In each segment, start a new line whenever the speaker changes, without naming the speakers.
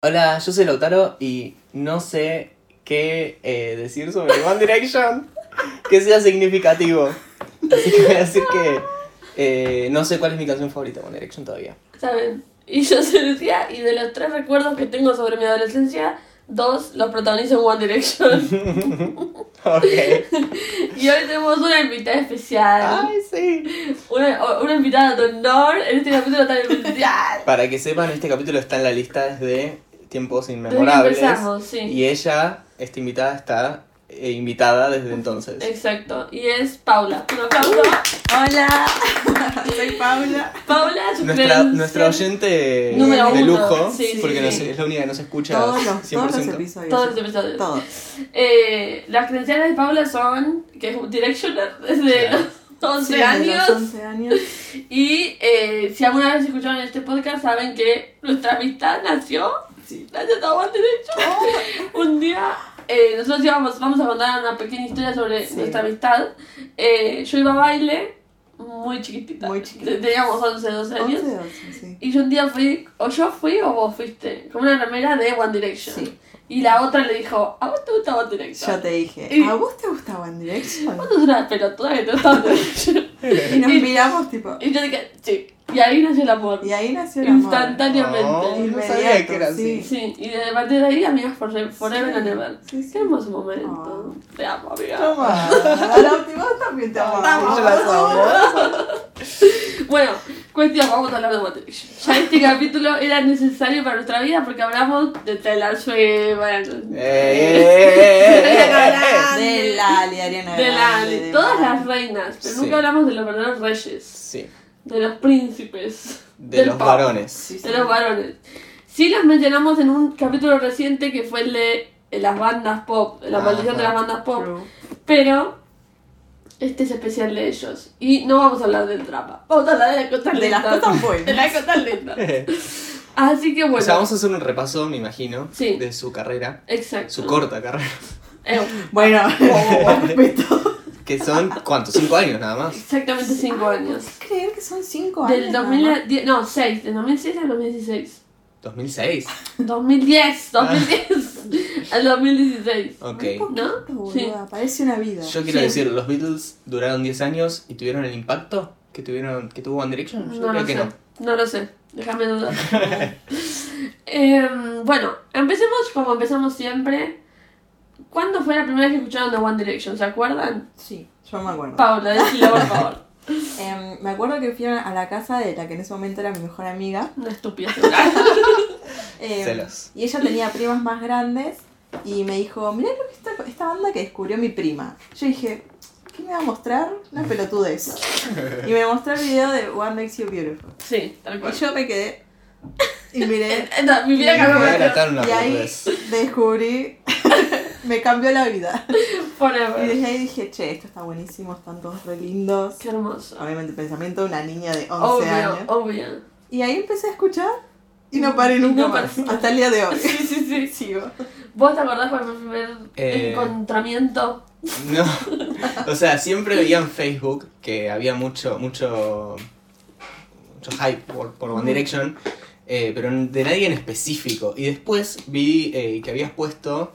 Hola, yo soy Lautaro y no sé qué eh, decir sobre One Direction que sea significativo. Así que voy a decir que eh, no sé cuál es mi canción favorita de One Direction todavía.
¿saben? Y yo soy Lucía y de los tres recuerdos que tengo sobre mi adolescencia, dos los protagonizo en One Direction.
Ok.
y hoy tenemos una invitada especial.
Ay, sí.
Una, una invitada de honor en este capítulo tan especial.
Para que sepan, este capítulo está en la lista desde tiempos
Desde que
inmemorables.
empezamos, sí.
Y ella, esta invitada, está eh, invitada desde entonces.
Exacto. Y es Paula. Un aplauso.
Hola, soy Paula.
Paula, su
Nuestra,
credencial.
nuestra oyente
Número
de
uno.
lujo,
Sí, sí,
porque
sí.
no sé, es la única que no se escucha
Todos los,
100%.
todos los episodios.
Todos los episodios.
Todos.
Eh, las credenciales de Paula son que es un directioner desde
Claro.
los 11
Sí, desde los
años.
11 años.
Y eh, si alguna vez escucharon este podcast, saben que nuestra amistad nació.
Sí.
Gracias a One Direction.
Oh.
Un día eh, nosotros íbamos, vamos a contar una pequeña historia sobre
Sí.
nuestra amistad. Eh, yo iba a baile muy chiquitita.
Muy chiquita.
Te- Teníamos 11, 12 años.
11, 12, sí.
Y yo un día fui, o yo fui o vos fuiste, con una remera de One Direction.
Sí.
Y la otra le dijo, ¿a vos te gusta One Direction?
Yo te dije,
Y-
¿a vos te gusta One Direction?
Vos sos una pelotuda que te gusta One Direction.
Y nos
y-
miramos tipo,
y yo dije, sí. Y ahí nació el amor.
y ahí nació el amor.
Instantáneamente.
Oh. No sabía
Inmediato,
que era
sí.
Sí, y de partir de ahí, amigas por Forever and Ever.
Sí, sí.
Qué hermoso momento.
Ah.
Te amo, amiga.
Toma. Lauti, vos también te amamos.
Yo las amo.
Bueno, cuestión, vamos a hablar de One Direction. Ya este capítulo era necesario para nuestra vida porque hablamos de Taylor Swift, bueno,
Eh, eh, eh, eh, eh, eh.
De Lali, Ariana
de la,
Grande,
de
de
todas
Mar-
las reinas, pero
Sí.
nunca hablamos de los verdaderos reyes,
Sí,
de los príncipes,
de
del
los
pop,
varones.
Sí, sí.
de los varones. Sí los mencionamos en un capítulo reciente que fue el de eh, las bandas pop, la
Ajá.
maldición de las bandas pop.
True.
Pero este es especial de ellos. Y no vamos a hablar del trapa. Vamos a hablar de las cosas
De las
lindas.
cosas buenas.
De las cosas lindas.
O
Así que bueno.
sea, vamos a hacer un repaso, me imagino,
Sí.
de su carrera,
Exacto.
su corta carrera,
Eh,
Bueno, con respeto.
que son, ¿cuántos? Cinco años nada más.
exactamente 5 años.
¿Puedes creer que son 5 años?
Del
nada más?
2010. No, 6. Del 2006 al 2016.
2006.
2010. 2010. al 2016.
Ah. Ok.
Muy poquito,
¿No?
boluda, Parece una vida.
Yo quiero
Sí.
decir, los Beatles duraron 10 años y tuvieron el impacto que tuvieron que tuvo One Direction. Yo
No
creo
lo
que
sé.
no.
No lo sé. Déjame dudar. Em, bueno, empecemos como empezamos siempre. ¿Cuándo fue la primera vez que escucharon The One Direction? ¿Se acuerdan?
Sí, yo me acuerdo.
Paula, decilo por favor.
Em, me acuerdo que fui a la casa de la que en ese momento era mi mejor amiga.
Una estúpida.
Em,
Celos.
Y ella tenía primas más grandes y me dijo, mirá lo que esta, esta banda que descubrió mi prima. Yo dije, ¿qué me va a mostrar? Una pelotudez. Y me mostró el video de What Makes You Beautiful.
Sí, tal
Y
cual.
yo me quedé y miré
Eh, no, mi vida
Me voy a
cambió
relatar una
y ahí
vez.
descubrí, me cambió la vida. Y
forever.
desde ahí dije, che, esto está buenísimo, están todos re lindos.
Qué hermoso.
Obviamente el pensamiento de una niña de 11
Obvio,
años.
obvio.
Y ahí empecé a escuchar y no paré
Y
nunca
no
más.
paré.
Hasta el día de hoy.
Sí, sí, sí.
Sigo.
¿Vos te acordás cuál fue el primer
Eh.
encontramiento?
No. O sea, siempre veía en Facebook que había mucho, mucho, mucho hype por, por One Direction, eh, pero de nadie en específico. Y después vi eh, que habías puesto,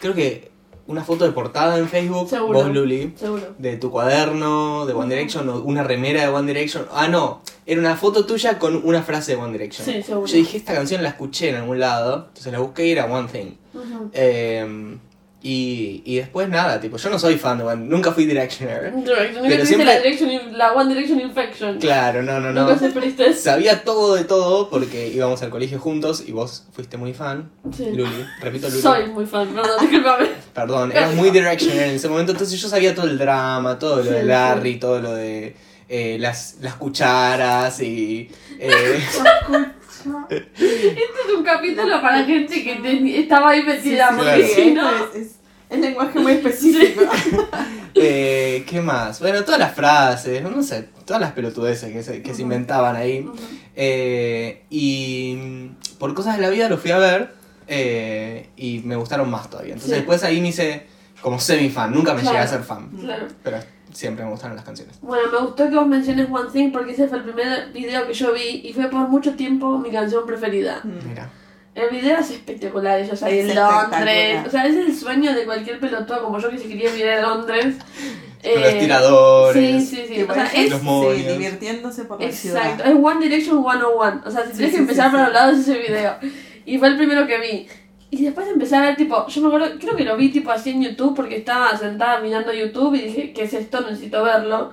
creo que una foto de portada en Facebook,
Seguro.
vos Luli,
Seguro.
de tu cuaderno, de One Direction, o una remera de One Direction. Ah, no, era una foto tuya con una frase de One Direction.
Sí, seguro.
Yo dije, esta canción la escuché en algún lado, entonces la busqué y era One Thing.
Ujú.
Eh, y, y después nada, tipo, yo no soy fan de One, nunca fui Directioner.
Direction. Nunca
Pero
tuviste
siempre-
la, Direction in- la One Direction Infection.
Claro, no, no, no.
Nunca sufriste eso.
Sabía todo de todo porque íbamos al colegio juntos y vos fuiste muy fan.
Sí.
Luli, repito Luli.
Soy muy fan, perdón, discúlpame.
Perdón, eras muy Directioner en ese momento, entonces yo sabía todo el drama, todo lo
Sí,
de
sí.
Larry, todo lo de eh, las, las cucharas y... eh,
Este es un capítulo para gente que te- estaba ahí metida,
sí,
porque
claro.
si no...
es, es- es lenguaje muy específico.
eh, ¿Qué más? Bueno, todas las frases, no sé, todas las pelotudeces que se, que se inventaban ahí. Eh, y mm, por cosas de la vida lo fui a ver eh, y me gustaron más todavía. Entonces
Sí.
después ahí me hice como semi-fan, nunca me llegué a
Claro.
ser fan,
Claro.
pero siempre me gustaron las canciones.
Bueno, me gustó que vos menciones One Thing porque ese fue el primer video que yo vi y fue por mucho tiempo mi canción preferida.
Mm.
Mira,
El video es espectacular, ellos ahí
Es
en
espectacular.
Londres. O sea, es el sueño de cualquier pelotudo como yo que se quería vivir a Londres.
Con
Eh,
los tiradores.
Sí, sí, sí.
Tipo,
O sea,
hay
es
gente,
Los moños.
sí, divirtiéndose por la
Exacto,
ciudad.
es One Direction 101. O sea, si
Sí,
tenés
sí,
que empezar
sí,
por
sí.
un lado es ese video. Y fue el primero que vi. Y después empecé a ver, tipo, yo me acuerdo, creo que lo vi tipo así en YouTube porque estaba sentada mirando YouTube y dije, ¿qué es esto? Necesito verlo.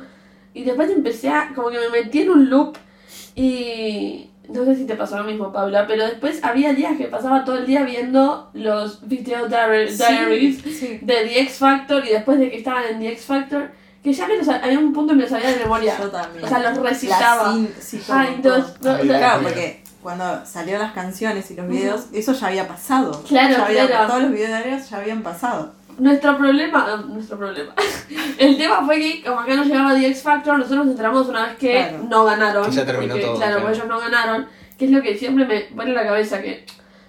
Y después empecé a, como que me metí en un loop y. No sé si te pasó lo mismo, Paula, pero después había días que pasaba todo el día viendo los video diar- diaries
Sí, sí.
de The X Factor y después de que estaban en The X Factor, que ya me los, había un punto que me los sabía de memoria.
Yo también.
O sea, los
La
recitaba.
sin- sí, todo,
Ay, entonces,
todo.
no, o sea,
Claro,
Mira.
porque cuando salieron las canciones y los videos, eso ya había pasado.
Claro,
Ya había-
claro.
Todos los videos ya habían pasado.
nuestro problema, eh, nuestro problema, el tema fue que como acá no llegaba The X Factor, nosotros nos enteramos una vez que
Claro.
no ganaron.
Que ya terminó
porque,
todo,
Claro,
claro.
porque ellos no ganaron, que es lo que siempre me pone en la cabeza que,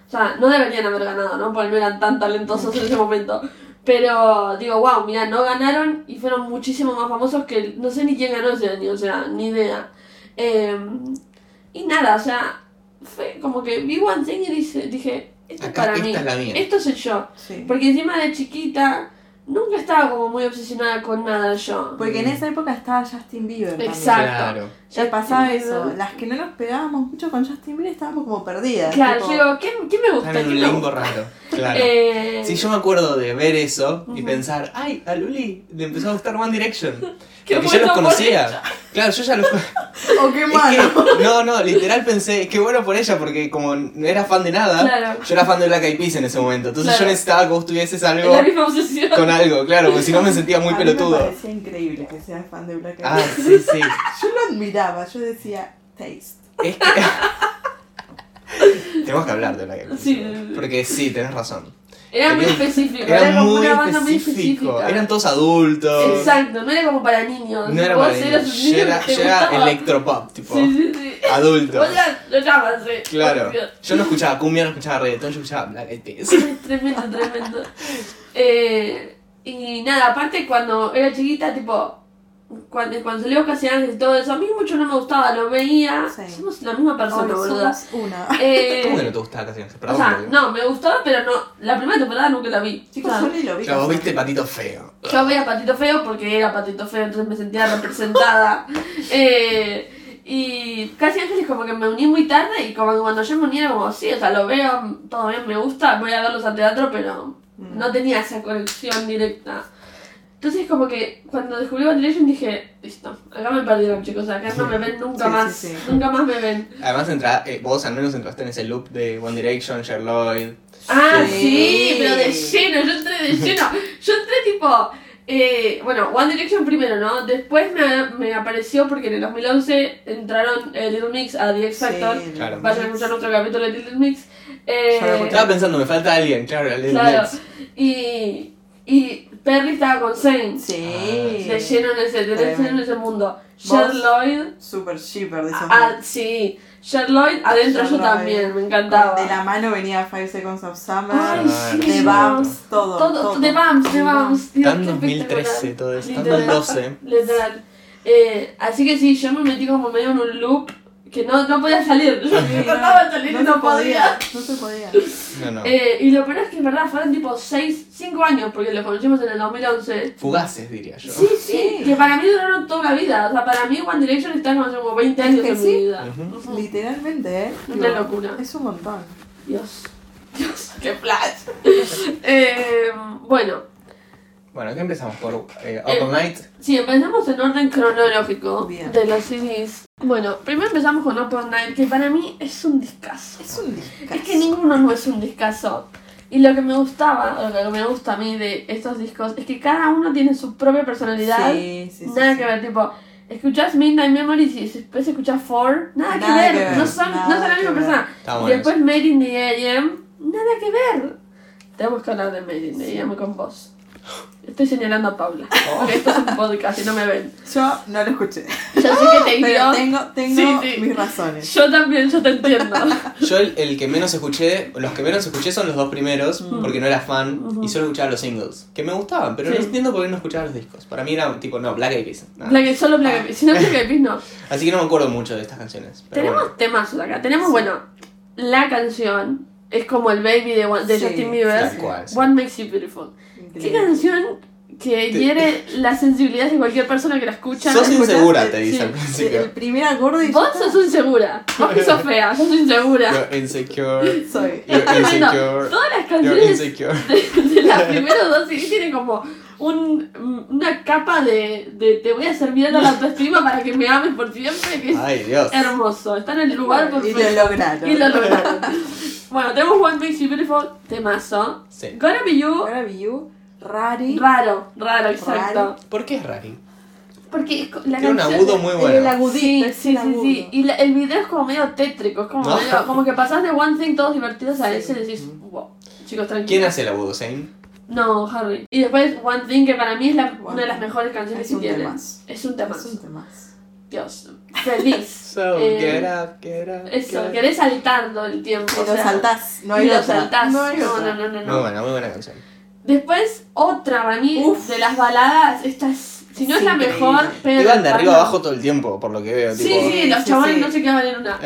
o sea, no deberían haber ganado, ¿no? Porque no eran tan talentosos en ese momento. Pero digo, wow, mira, no ganaron y fueron muchísimo más famosos que el- no sé ni quién ganó ese año, o sea, ni idea. Eh, y nada, o sea, fue como que vi One Thing y dice- dije, esto
Acá,
es para
esta
mí,
es la mía.
esto soy yo.
Sí.
Porque encima de chiquita nunca estaba como muy obsesionada con nada yo.
Porque en esa época estaba Justin Bieber. también.
Exacto.
Claro.
Ya pasaba eso. Las que no nos pegábamos mucho con Justin Bieber estábamos como perdidas.
Claro,
tipo,
yo digo, ¿quién, quién me gusta?
Están en un
¿Quién me
limbo
gusta?
raro. Claro.
Eh,
Sí, yo me acuerdo de ver eso y
Ujú.
pensar, ay, a Luli le empezó a gustar One Direction.
Qué
Porque yo los
bueno por
conocía. Claro, yo ya los
O "Oh, qué
Es
malo.
que- no, no, literal pensé, qué bueno por ella, porque como no era fan de nada,
Claro.
yo era fan de Black Eyed Peas en ese momento. Entonces
Claro.
yo necesitaba que vos tuvieses
es
algo
la misma obsesión.
con algo, claro, porque si no me sentía muy
A mí Me
pelotudo.
parecía increíble que seas fan de Black Eyed
Ah,
Peas.
sí, sí.
Yo lo admiraba, yo decía, taste.
Es que... Tenemos que hablar de Black Eyed Peas.
Sí.
Porque sí, tenés razón.
Era muy
Era-
específico, era,
Era
como
muy
una banda muy
específico.
específica.
Eran todos adultos.
Exacto, no era como para niños.
No era
Vos
para
eras un
niños.
niño
Yo era,
que te
yo era
gustaba.
electropop, tipo,
Sí, sí, sí.
adulto.
Vos eras- lo llamas, eh.
Claro.
Por Dios.
Yo no escuchaba cumbia, no escuchaba reggaetón, yo escuchaba Black Eyed Peas.
tremendo, tremendo. Eh, y nada, aparte cuando era chiquita, tipo, cuando, cuando salió Casi Ángeles y todo eso, a mí mucho no me gustaba, lo veía.
Sí.
Somos la misma persona,
Hoy
boluda.
somos una.
Eh,
¿Cómo que no te gustaba Casi Ángeles?
o
Perdón.
sea,
porque-
no, me gustaba, pero no, la primera temporada nunca la vi.
Chicos,
O sea,
yo ni lo vi.
Claro, vos viste patito feo.
yo veía Patito Feo porque era Patito Feo, entonces me sentía representada. Eh, y Casi Ángeles como que me uní muy tarde y como que cuando yo me uní era como, sí, o sea, lo veo, todo bien, me gusta, voy a verlos al teatro, pero
Mm.
no tenía esa conexión directa. Entonces como que cuando descubrí One Direction dije, listo, acá me perdieron chicos, acá no me ven nunca
Sí, sí,
más,
sí.
nunca más me ven.
Además, entra, eh, vos al menos entraste en ese loop de One Direction, Sherloid.
Ah, sí,
Sí.
pero de lleno, yo entré de lleno. Yo entré tipo, eh, bueno, One Direction primero, ¿no? Después me, me apareció porque en el 2011 entraron eh, Little Mix a The X Factor.
Sí,
Claro.
Vayan a escuchar otro capítulo de Little Mix. Eh,
Ya lo voy a
Estaba pensando, me falta alguien, claro, la Little
claro.
Mix.
Y, y Perry estaba con Saints.
Sí.
De Ah, lleno en ese, de
Tremendo.
lleno en ese mundo.
¿Vos?
Cher Lloyd.
Super shipper de esos.
Ah, sí. Cher Lloyd, adentro
Cher
yo
Lloyd.
también, me encantaba.
de la mano venía Five Seconds of Summer.
Ay,
Ah,
sí.
de Bams, todo.
Todo, de Bams, de Bams. Dios,
Tan
qué
2013
espectacular.
todo eso, tan
Literal.
2012.
Literal. Eh, así que sí, yo me metí como medio en un loop que no, no podía salir. Yo trataba de salir y no
se
podía.
No se podía.
No, no.
Eh, y lo peor es que en verdad fueron tipo 6, 5 años porque los conocimos en el 2011.
Fugaces, diría yo.
Sí, sí, que para mí duraron toda la vida. O sea, para mí One Direction está como hace como 20
Es
años
que
en
sí.
mi vida.
Ujú.
Ujú.
Literalmente, ¿eh?
Una
Digo,
locura.
Es un montón.
Dios. Dios, qué flash. eh, bueno,
Bueno, ¿qué empezamos? ¿Por eh, Open Night?
Sí, empezamos en orden cronológico
Bien.
de los CDs. Bueno, primero empezamos con Open Night, que para mí es un discazo.
Es un discazo.
Es que ninguno no es un discazo. Y lo que me gustaba, o lo que me gusta a mí de estos discos, es que cada uno tiene su propia personalidad.
Sí, sí, sí,
nada
sí.
que ver, tipo, escuchás Midnight Memories y después escuchás Four. Nada,
Nada
que, ver.
que ver,
no son, no
nada
son la
que
misma
ver.
persona.
Está
Y
bueno.
después Made in the AM. Nada que ver. Tenemos que hablar de Made in the AM con vos. Estoy señalando a Paula.
Oh.
Porque esto es un podcast y no me ven.
Yo no lo escuché.
Yo sé que te
Pero
hirió.
tengo, tengo
Sí, sí.
mis razones.
Yo también, yo te entiendo.
Yo el, el que menos escuché, los que menos escuché son los dos primeros, porque no era fan y solo escuchaba los singles, que me gustaban, pero
Sí.
no entiendo por qué no escuchaba los discos. Para mí era tipo, no, Black Eyed Peas. nada.
Black Eyed- solo Black Eyed Peas. Si no Black Eyed Peas, no.
Así que no me acuerdo mucho de estas canciones. Pero
Tenemos
bueno.
temas acá. Tenemos, bueno, la canción. Es como el baby de, One- de
Sí,
Justin Bieber.
Tal cual. sí.
One Makes You Beautiful. Qué
Increíble.
canción que
Te-
hiere las sensibilidades de cualquier persona que la escucha.
Sos
escuchaste?
insegura, te dice
Sí,
al
Sí, el
principio.
primer acorde y ya
Vos
está.
sos insegura. Vos que sos fea, sos insegura.
You're insecure.
soy.
You're
Tremendo.
insecure.
Todas las
You're
canciones
insecure.
de, de las primeras dos CD tienen como un, una capa de, de te voy a hacer mirar la autoestima para que me ames por siempre, que es
Ay, Dios.
hermoso. Está en el lugar
Y
perfecto.
lo lograron.
Y lo lograron. bueno, tenemos One Makes You Beautiful, temazo.
Sí.
Gonna Be You,
Ahora Biu, Rari.
raro, raro, exacto.
Raro.
¿Por qué es Rari?
Porque es co- la
Tiene un
canción-
agudo muy
El
bueno.
agudito,
Sí,
es
sí,
el
sí,
agudo.
sí. Y la- el video es como medio tétrico, es como,
No. Mm.
medio- como que pasás de One Thing todos divertidos a
Sí.
ese y decís, wow, chicos,
¿Quién
tranquilos.
hace el agudo, Zane?
No, Harry. Y después One Thing, que para mí es la-
One
una de las
Thing.
mejores canciones
Es
que
un
tiene.
temazo.
Es un tema.
Es un temazo.
Dios. Feliz.
So,
Eh,
get up, get up.
Eso,
get up.
querés saltar todo el tiempo.
Y
o
lo
sea,
saltás, no
y
hay
lo
otra.
saltás.
No hay
No,
otra.
no, no, no, no.
Muy buena, muy buena canción.
Después, otra para mí,
Uf.
de las baladas, esta es- si no es,
Es
la
increíble.
mejor, pero.
Iban de arriba abajo todo el tiempo, por lo que veo.
Sí,
tipo,
sí, los
Sí,
chavales
sí.
no se quedaban en una.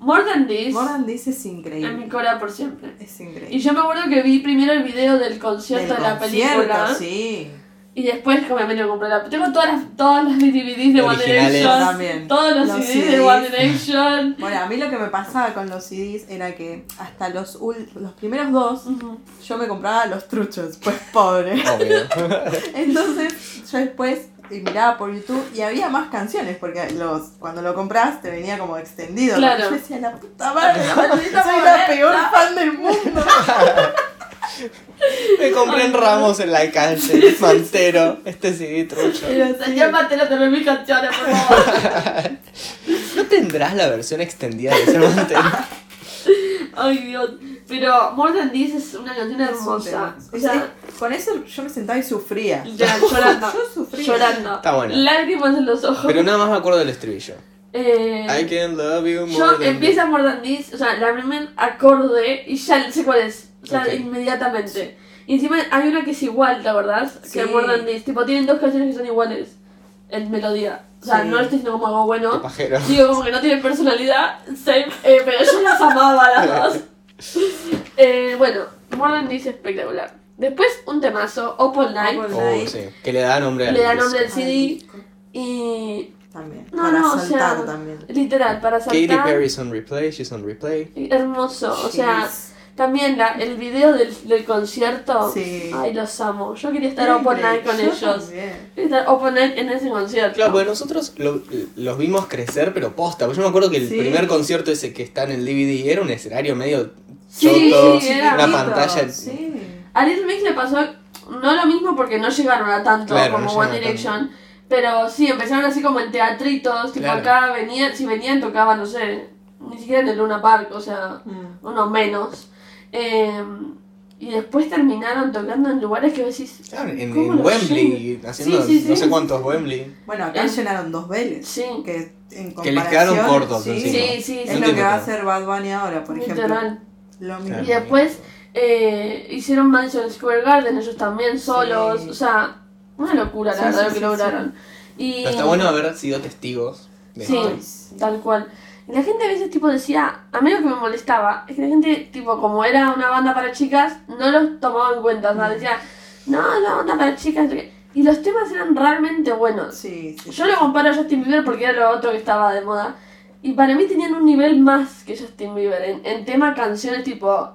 More than this,
Moran dice es
en
increíble.
mi cola por siempre.
Es
Y
increíble.
yo me acuerdo que vi primero el video del concierto de
Del
la
concierto,
película.
Sí.
Y después que me compré la Tengo todas las, todas las DVDs de One
Originales.
Direction.
También.
Todos los,
Los
CDs de
CDs.
One Direction.
Bueno, a mí lo que me pasaba con los CDs era que hasta los, ul- los primeros dos
Ujú.
yo me compraba los truchos, pues pobre.
Obvio.
Entonces yo después miraba por YouTube y había más canciones porque los cuando lo compras te venía como extendido.
Claro.
Yo decía, la puta madre,
Maldita
soy
pobreza.
la peor fan del mundo.
Me compré en Ramos en la calle, Mantero, este CD trucho.
Era así.
Señor Matelo, te mis canciones, por favor.
¿No tendrás la versión extendida de ese Mantero?
Ay, Dios. Pero More Than This es una canción
Es un
hermosa.
tema.
O
Es-
sea,
es- con eso yo me sentaba y sufría.
ya, llorando.
Yo sufría.
llorando.
Está buena.
Lágrimas en los ojos.
Pero nada más me acuerdo del estribillo.
Eh,
I can love you more
Yo
than
empieza More Than This, o sea, la primer acorde y ya sé cuál es, o sea,
Ok.
inmediatamente. Y encima hay una que es igual, ¿te acordás?
Sí.
Que More Than This, tipo, tienen dos canciones que son iguales en melodía. O sea,
Sí.
no lo estoy diciendo como algo
Qué
bueno,
pajero.
digo como que no tienen personalidad, same, eh, pero yo las amaba a las dos. Eh, bueno, More Than This espectacular. Después un temazo, Open Night,
Open
Oh, sí. Que le da nombre al
le da
disco.
nombre al
Ay,
CD y
También.
No,
para
no, o
saltar
sea,
también.
literal, para
Katy
saltar.
Perry's on replay, she's on replay.
Hermoso, o sea,
Sí.
También la- el video del, del concierto.
Sí.
Ay, los amo. Yo quería estar open night con
Yo
ellos.
también.
Quería estar open night en ese concierto.
Claro, porque nosotros lo- los vimos crecer, pero posta. Porque yo me acuerdo que el
Sí.
primer concierto ese que está en el DVD era un escenario medio
Sí,
choto,
sí, era
una
lindo,
pantalla.
Sí.
A Little Mix le pasó no lo mismo porque no llegaron a tanto
Claro,
como
no llegaron
One
a
Direction. Pero sí, empezaron así como en teatritos. Tipo
Claro.
acá venían, si venían tocaban, no sé, ni siquiera en el Luna Park, o sea,
Mm.
uno menos. Eh, y después terminaron tocando en lugares que decís,
Claro, ah, en,
¿Cómo
en
lo
Wembley, haciendo
Sí, sí,
no
sí.
sé cuántos Wembley.
Bueno, acá
Eh.
llenaron dos veles.
sí,
Que, en
Que les quedaron
comparación,
cortos encima.
Sí, sí, sí.
Es
No
lo que
tiene
va a
nada.
hacer Bad Bunny ahora, por ejemplo.
literal.
Lo mismo.
Claro.
Y después eh, hicieron Madison Square Garden, ellos también solos,
Sí.
o sea, una locura la
Sí,
verdad
sí,
lo que
sí,
lograron. Y
Pero está bueno haber sido testigos de
Sí.
esto.
Ay, sí.
tal cual. Y la gente a veces tipo decía, a mí lo que me molestaba es que la gente tipo como era una banda para chicas, no los tomaba en cuenta, o sea,
Mm.
decía, no, es una banda para chicas. Y los temas eran realmente buenos.
Sí, sí.
Yo lo comparo a Justin Bieber porque era lo otro que estaba de moda. Y para mí tenían un nivel más que Justin Bieber en, en tema canciones tipo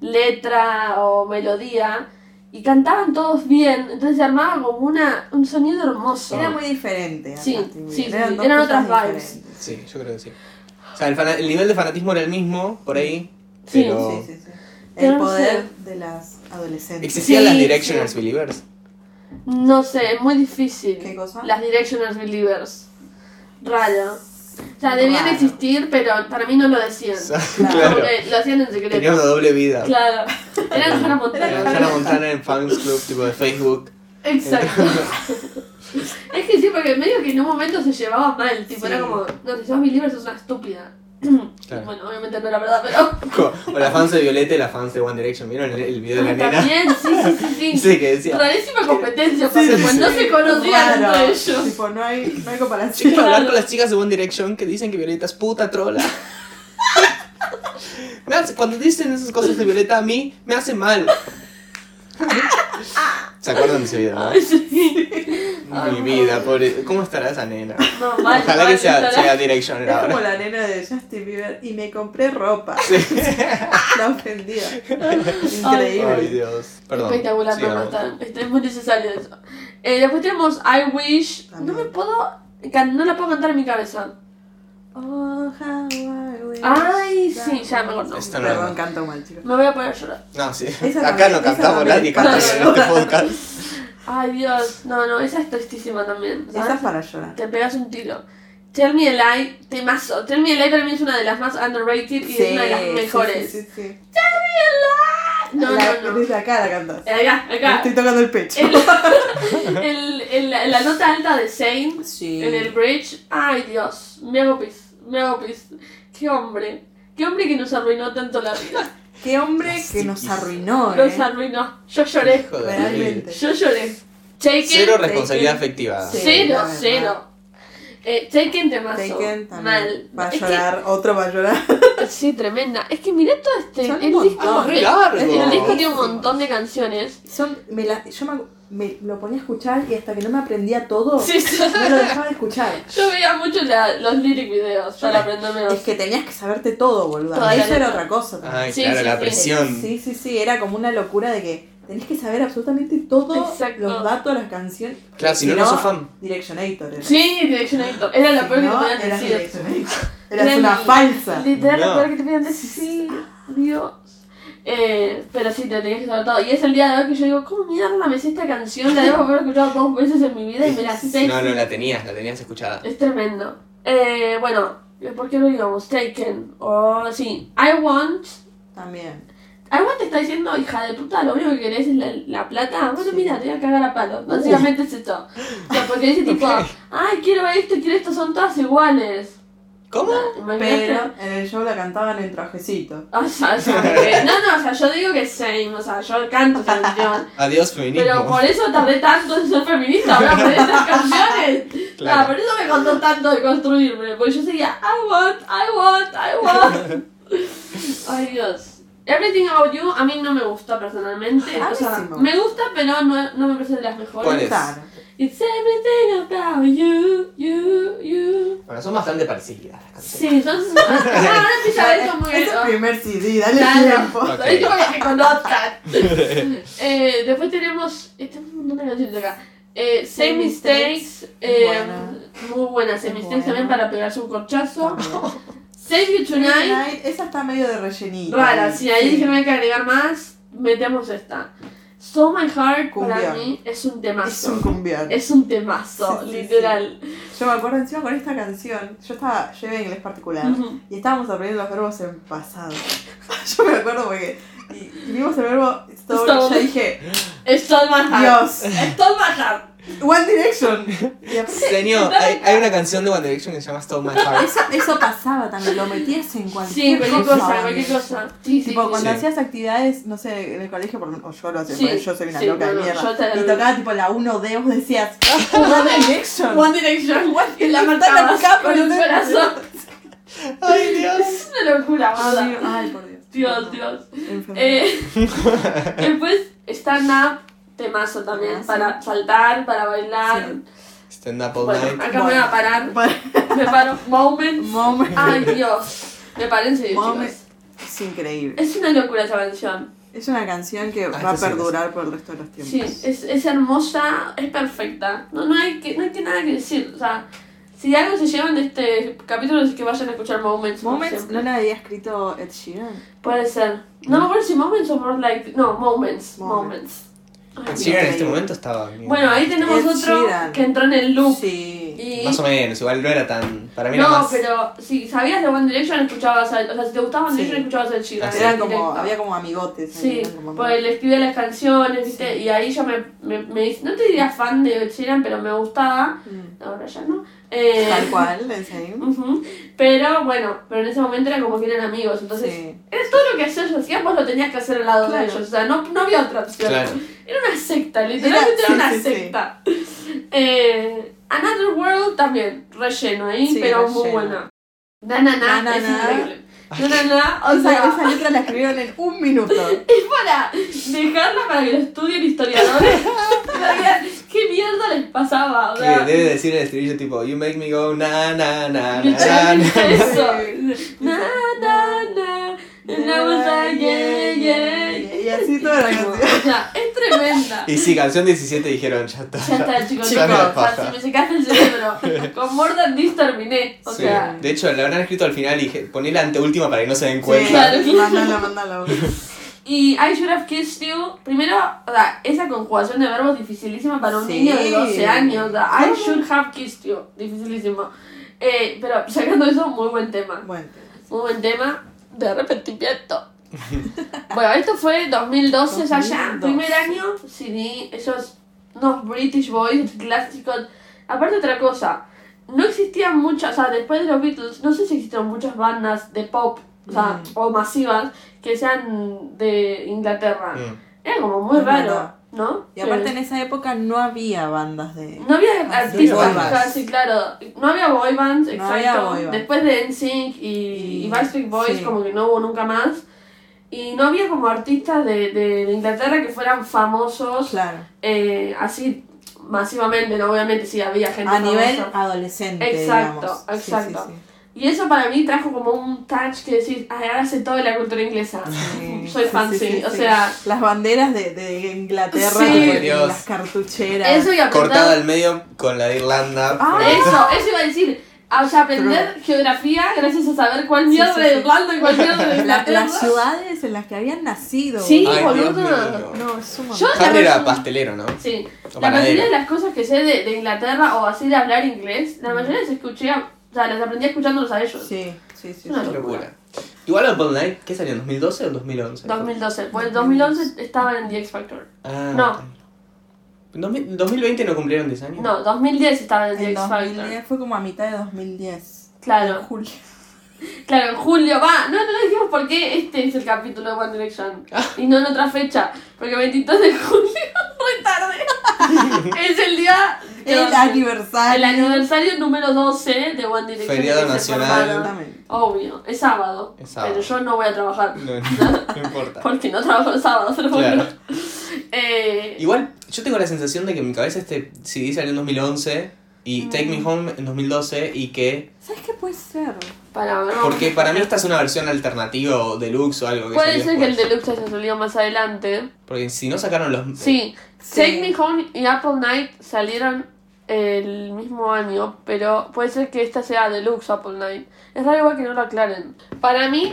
letra o melodía. Y cantaban todos bien, entonces se armaba como una, un sonido hermoso.
Era muy diferente. a
Sí,
Justin Bieber.
sí, sí,
dos
eran
cosas
otras vibes.
diferentes.
Sí, yo creo que sí. O sea, el, fana- el nivel de fanatismo era el mismo, por ahí.
Sí,
Pero
Sí, sí, sí.
Pero
El
no
poder de las adolescentes.
existían
Sí,
las Directioners
sí.
Believers.
No sé, es muy difícil.
¿Qué cosa?
Las Directioners Believers. Raro. O sea, debían
Raro.
existir, pero para mí no lo decían.
O sea,
Claro.
claro.
Como que lo hacían en
Tenían
secreto.
una doble vida.
Claro. Eran Hannah Montana.
Era Hannah Montana en Fans Club, tipo de Facebook.
Exacto. es que sí, porque medio que en un momento se llevaba mal, tipo,
Sí.
era como, no, si sos mi libre sos una estúpida.
Claro.
Bueno, obviamente no era verdad, pero.
O las fans de Violeta y las fans de One Direction. ¿Vieron el, el video de la nena?
También, sí, sí, sí, sí.
Sí, que decía.
Rarísima competencia,
Sí,
porque
sí,
pues no
Sí,
se conocían
raro.
entre ellos.
Tipo, no hay, no hay
Yo
comparación.
quiero hablar
Claro.
con las chicas de One Direction que dicen que Violeta es puta trola. Me hace- cuando dicen esas cosas de Violeta a mí, me hace mal. ¿Se acuerdan de ese video, no? Mi vida, pobre. ¿Cómo estará esa nena?
No, mal,
Ojalá
mal,
que sea,
estará-
sea Direction
Es como
ahora.
la nena de Justin Bieber y me compré ropa. La ofendida.
Ay,
Increíble.
Dios. Perdón.
Espectacular, no, no,
sigamos.
está, está- es muy necesario eso. Eh, después tenemos I Wish. No me puedo. can- No la puedo cantar en mi cabeza.
Oh, how I wish
Ay,
that-
sí, ya me acordé.
Esta no la
Perdón, canto mal, chicos.
Me voy a poner a llorar.
No, sí.
Esa
Acá
también,
no
esa
cantamos,
también.
nadie canta en este podcast.
Ay, Dios. No, no, esa es tristísima también. ¿sabes?
Esa es para llorar.
Te pegas un tiro. Tell Me a Lie, temazo. Tell Me a Lie para mí es una de las más underrated y es una de las mejores.
Sí, sí, sí.
No,
La-
no, no.
Desde acá la cantas.
Acá,
Me
acá.
estoy tocando el pecho.
El, el- el- la- la nota alta de Zane
Sí.
en el bridge. Ay, Dios. Me hago pis. Me hago pis. Qué hombre. Qué hombre que nos arruinó tanto la vida.
Qué hombre
Sí,
que nos
sí.
arruinó,
Nos
eh.
arruinó. Yo lloré.
Hijo de
Realmente.
mil.
Yo lloré. Taken.
Cero responsabilidad afectiva.
Sí.
Cero,
la verdad.
cero. Eh, Taken temazo.
Taken también
Mal.
va a
Es que-
llorar, otro va a llorar.
Sí, tremenda. Es que mirá todo este.
Son un
El disco,
montón.
Re largo.
el- el disco tiene un
Larguísimos.
montón de canciones.
Son, me la, yo me, me lo ponía a escuchar y hasta que no me aprendía todo,
Sí, sí.
no lo dejaba de escuchar.
Yo veía mucho la- los lyric videos para aprenderme los.
Es que tenías que saberte todo, boludo.
Toda la
Eso era
letra.
otra cosa también.
Ay,
Sí,
claro,
sí,
la
sí.
presión.
Sí, sí, sí, era como una locura de que tenés que saber absolutamente todos
Exacto.
los datos, las canciones.
Claro, Ah, si no, no sos fan.
Directionator. Era.
Sí, Directionator. Era la
Si
peor que te
no,
podían
eras
decir.
Directionator.
Era
Eras una
mi-
falsa.
Literal,
No.
lo peor que te podían decir. Sí, Dios. Eh, pero sí, te tenías que saber todo. Y es el día de hoy que yo digo, ¿cómo mierda me sé esta canción? La debo haber escuchado dos veces en mi vida y me la sé.
No, no, la tenías, la tenías escuchada.
Es tremendo. Eh, bueno, ¿por qué lo digamos? Taken. O sí, I want.
También.
I want te está diciendo, hija de puta, lo único que querés es la, la plata. Bueno,
Sí.
mira, te voy a cagar a palo. Básicamente es esto. este O sea, porque dice tipo, ay, quiero esto, quiero esto, son todas iguales.
¿Cómo?
Imagínate.
Pero en el show la cantaban en trajecito.
O sea, o sea, que- no, no, o sea, yo digo que es same, o sea, yo canto esa canción.
Adiós, feminismo.
Pero por eso tardé tanto en ser feminista, ahora por estas canciones.
Claro.
Ah, por eso me costó tanto de construirme, porque yo seguía, I want, I want, I want. Ay Dios. Everything About You a mí no me gusta personalmente.
A
O
mí
sea,
sí me gusta.
me gusta, pero no, no me parece de las mejores.
¿Cuál es?
Claro.
It's everything about you, you, you.
Bueno, son bastante parecidas las canciones.
Sí, son. Ah, ahora empieza a ver como que-
Es el primer CD, dale
Claro.
tiempo.
Ok.
Es como pues. que conozcan. Eh, después tenemos. Este es un montón de canciones acá. Eh, Same
Same
Mistakes.
Mistakes,
eh,
buena.
Muy buena. Same
Es
Mistakes
buena.
también para pegarse un corchazo.
También.
Save You Tonight.
Tonight, Esa está medio de rellenita.
Rara. Si ahí dije no hay que agregar más, metemos esta. So My Heart para
Cumbión.
mí es un
Es un
temazo.
cumbión.
Es un temazo,
Sí, sí,
literal.
Yo me acuerdo encima con esta canción. Yo estaba, yo iba en inglés particular.
Ujú.
Y estábamos aprendiendo los verbos en pasado. yo me acuerdo porque. Y y vimos el verbo stole.
Stole.
Yo dije,
Es Stole My
Ah.
Heart.
Dios,
Es Stole My Heart.
One Direction. Y aparte,
Señor, hay, hay una canción de One Direction que se llama Stone My Heart.
eso, eso pasaba también, lo metías en
Sí,
cualquier
cualquier
cosa.
cosa,
boludo.
cualquier cosa. Sí, sí,
Tipo,
sí.
cuando
Sí.
hacías actividades, no sé, en el colegio, por, o yo lo hacía,
Sí,
porque yo soy una
sí,
loca
no,
de
no,
mierda.
yo te-
y tocaba tipo la 1D, vos decías, One Direction.
One Direction. Y la
Está la
marcabas
capa,
con un
¿no?
corazón.
Ay, Dios.
Es una locura,
Ay,
boludo.
Dios, Ay, por Dios.
Dios, Dios.
Enfermedad.
Eh, después, stand up, temazo también.
Ah, sí.
Para saltar, para bailar.
Sí.
Stand Up All
Bueno,
Night.
acá me voy a parar.
Bueno,
Me paro. Moment.
Moment.
Ay, Dios. Me paro en serio,
Moment.
chicos.
Es increíble.
Es una locura esa canción.
Es una canción que
Ah,
va a
esta sí,
perdurar por el resto de los tiempos.
Sí, es, es hermosa, es perfecta. No, no, hay que, no hay que nada que decir. O sea, si algo se llevan de este capítulo es que vayan a escuchar Moments. por
Moments
siempre.
no la había escrito Ed Sheeran.
Puede ser. No
Mm.
me acuerdo si Moments o More Like. No, Moments. Moments.
Moments.
Ay,
Sí, en este
increíble.
momento estaba. bien.
Bueno, ahí tenemos
Ed
otro
Sheeran.
que entró en el loop.
Sí.
Y...
Eh, Más o menos, igual no era tan. Para mí era
no,
más.
pero si sabías de One Direction, escuchabas a... O sea, si te gustaba One
Sí.
Direction, escuchabas el Sheeran.
Ah, sí.
Eran como,
directo.
había como amigotes. ahí,
Sí,
eran como
pues le escribía las canciones, ¿viste?
Sí.
Y ahí yo me, me, me hice- No te diría fan de Ed Sheeran, pero me gustaba.
Mm.
Ahora ya no. Eh,
Tal cual, en serio.
ujú. Pero bueno, pero en ese momento era como que eran amigos. Entonces,
Sí.
era todo lo que ellos hacían, vos lo tenías que hacer al lado de
Claro.
ellos. O sea, no, no había otra opción.
Claro.
Era una secta, literalmente era,
Era- sí,
una
sí, sí.
secta. Eh, Another World también, relleno ahí,
Sí,
pero muy
relleno.
buena. Nanana
Na, na,
es
na.
increíble. No, no, no. O
Esa,
sea,
esa letra la escribieron en un minuto.
es para dejarla para que lo estudien historiadores. para que vean ¿Qué mierda les pasaba? O
Que
sea,
debe decir el estribillo tipo, you make me go na na na na na.
literalmente
na".
eso.
Sí.
Na, na, na. And I was like, yeah, yeah, yeah.
Y así toda la canción.
O sea, es tremenda.
Y sí, canción 17 dijeron, ya está.
Ya está, chicos,
Ya
chicos.
me
o sea,
pasa.
si me secaste el cerebro. Con More Than This terminé. O
Sí.
sea,
De hecho, la habrán escrito al final y dije, poné la anteúltima para que no se den
Sí,
cuenta.
Claro.
Mándalo, mándalo.
y I should have kissed you. Primero, o sea, esa conjugación de verbos dificilísima para un
Sí.
niño de 12 años. O sea, I
¿Cómo?
should have kissed you. Dificilísimo. Eh, pero sacando eso, muy buen tema.
Bueno.
Muy buen tema de arrepentimiento. bueno, esto fue 2012, o sea, ya
2012.
primer año, CD, esos unos British Boys clásicos. Aparte otra cosa, no existían muchas, o sea, después de los Beatles, no sé si existieron muchas bandas de pop, o sea,
Mm.
o masivas, que sean de Inglaterra.
Mm.
Era como muy
Es
raro,
verdad.
¿no?
Y aparte
Eh,
en esa época no había bandas de...
no había
no
artistas
boy bands.
casi, claro. No había boy bands,
No
exacto.
había boy bands.
Después de NSYNC y,
Y-
y Backstreet Boys,
sí.
como que no hubo nunca más. Y no había como artistas de, de, de Inglaterra que fueran famosos
Claro.
eh, así masivamente, ¿no? Obviamente sí había gente
A nivel
famosa.
adolescente,
Exacto,
digamos. Sí,
exacto.
sí,
Y eso para mí trajo como un touch que decís, ay, ahora sé todo de la cultura inglesa.
sí.
Soy
Sí,
fan,
sí,
sí.
sí,
o
sí.
sea,
Las banderas de, de Inglaterra,
Sí.
de- de
Dios.
las cartucheras.
eso y
Cortada
aprender...
al medio con la de Irlanda.
Ah,
Pero-
Eso, eso iba a decir. O sea, aprender geografía gracias a saber cuál mierda
sí,
de
sí.
Irlanda y cuál mierda de
La-
Inglaterra.
las ciudades en las que habían nacido.
Sí,
Ay, Dios
boluda.
mío.
No, es un
Yo-
montón.
Harry era
La-
pastelero, ¿no?
Sí.
O
La mayoría
panadero.
de las cosas que sé de, de Inglaterra o así de hablar inglés, la mayoría las escuché, a- o sea, las aprendí escuchándolos a ellos.
Sí, sí, sí.
Una
sí.
Qué locura. Igual Up All Night, ¿qué salió? ¿En 2012 o en 2011?
2012. Pues el 2011 estaba en The X Factor.
Ah,
No.
¿En 2000 2020 no cumplieron 10 años?
No, 2010 estaba en The
En
X Factor.
2010 fue como a mitad de 2010.
Claro,
Julio.
claro, en julio. Va, no, no dijimos por qué este es el capítulo de One Direction
Ah.
y no en otra fecha. Porque 22 de julio, muy tarde, es el día. que
El aniversario.
El aniversario número 12 de One Direction.
Feriado
que se
nacional.
formaron.
Exactamente.
Obvio, es sábado,
Es sábado.
Pero yo no voy a trabajar.
No, no, no importa.
Porque no trabajo los sábados, pero bueno.
Claro.
Eh,
Igual, yo tengo la sensación de que en mi cabeza este CD salió en 2011
Mm.
y Take Me Home en 2012 y que...
¿Sabes qué puede ser?
para no.
Porque para mí esta es una versión alternativa o deluxe o algo que
Puede
salió
ser que el
después.
deluxe haya salido más adelante.
Porque si no sacaron los...
Sí.
Sí.
Take Me Home y Apple Night salieron el mismo año, pero puede ser que esta sea deluxe Apple Night. Es raro igual que no lo aclaren. Para mí,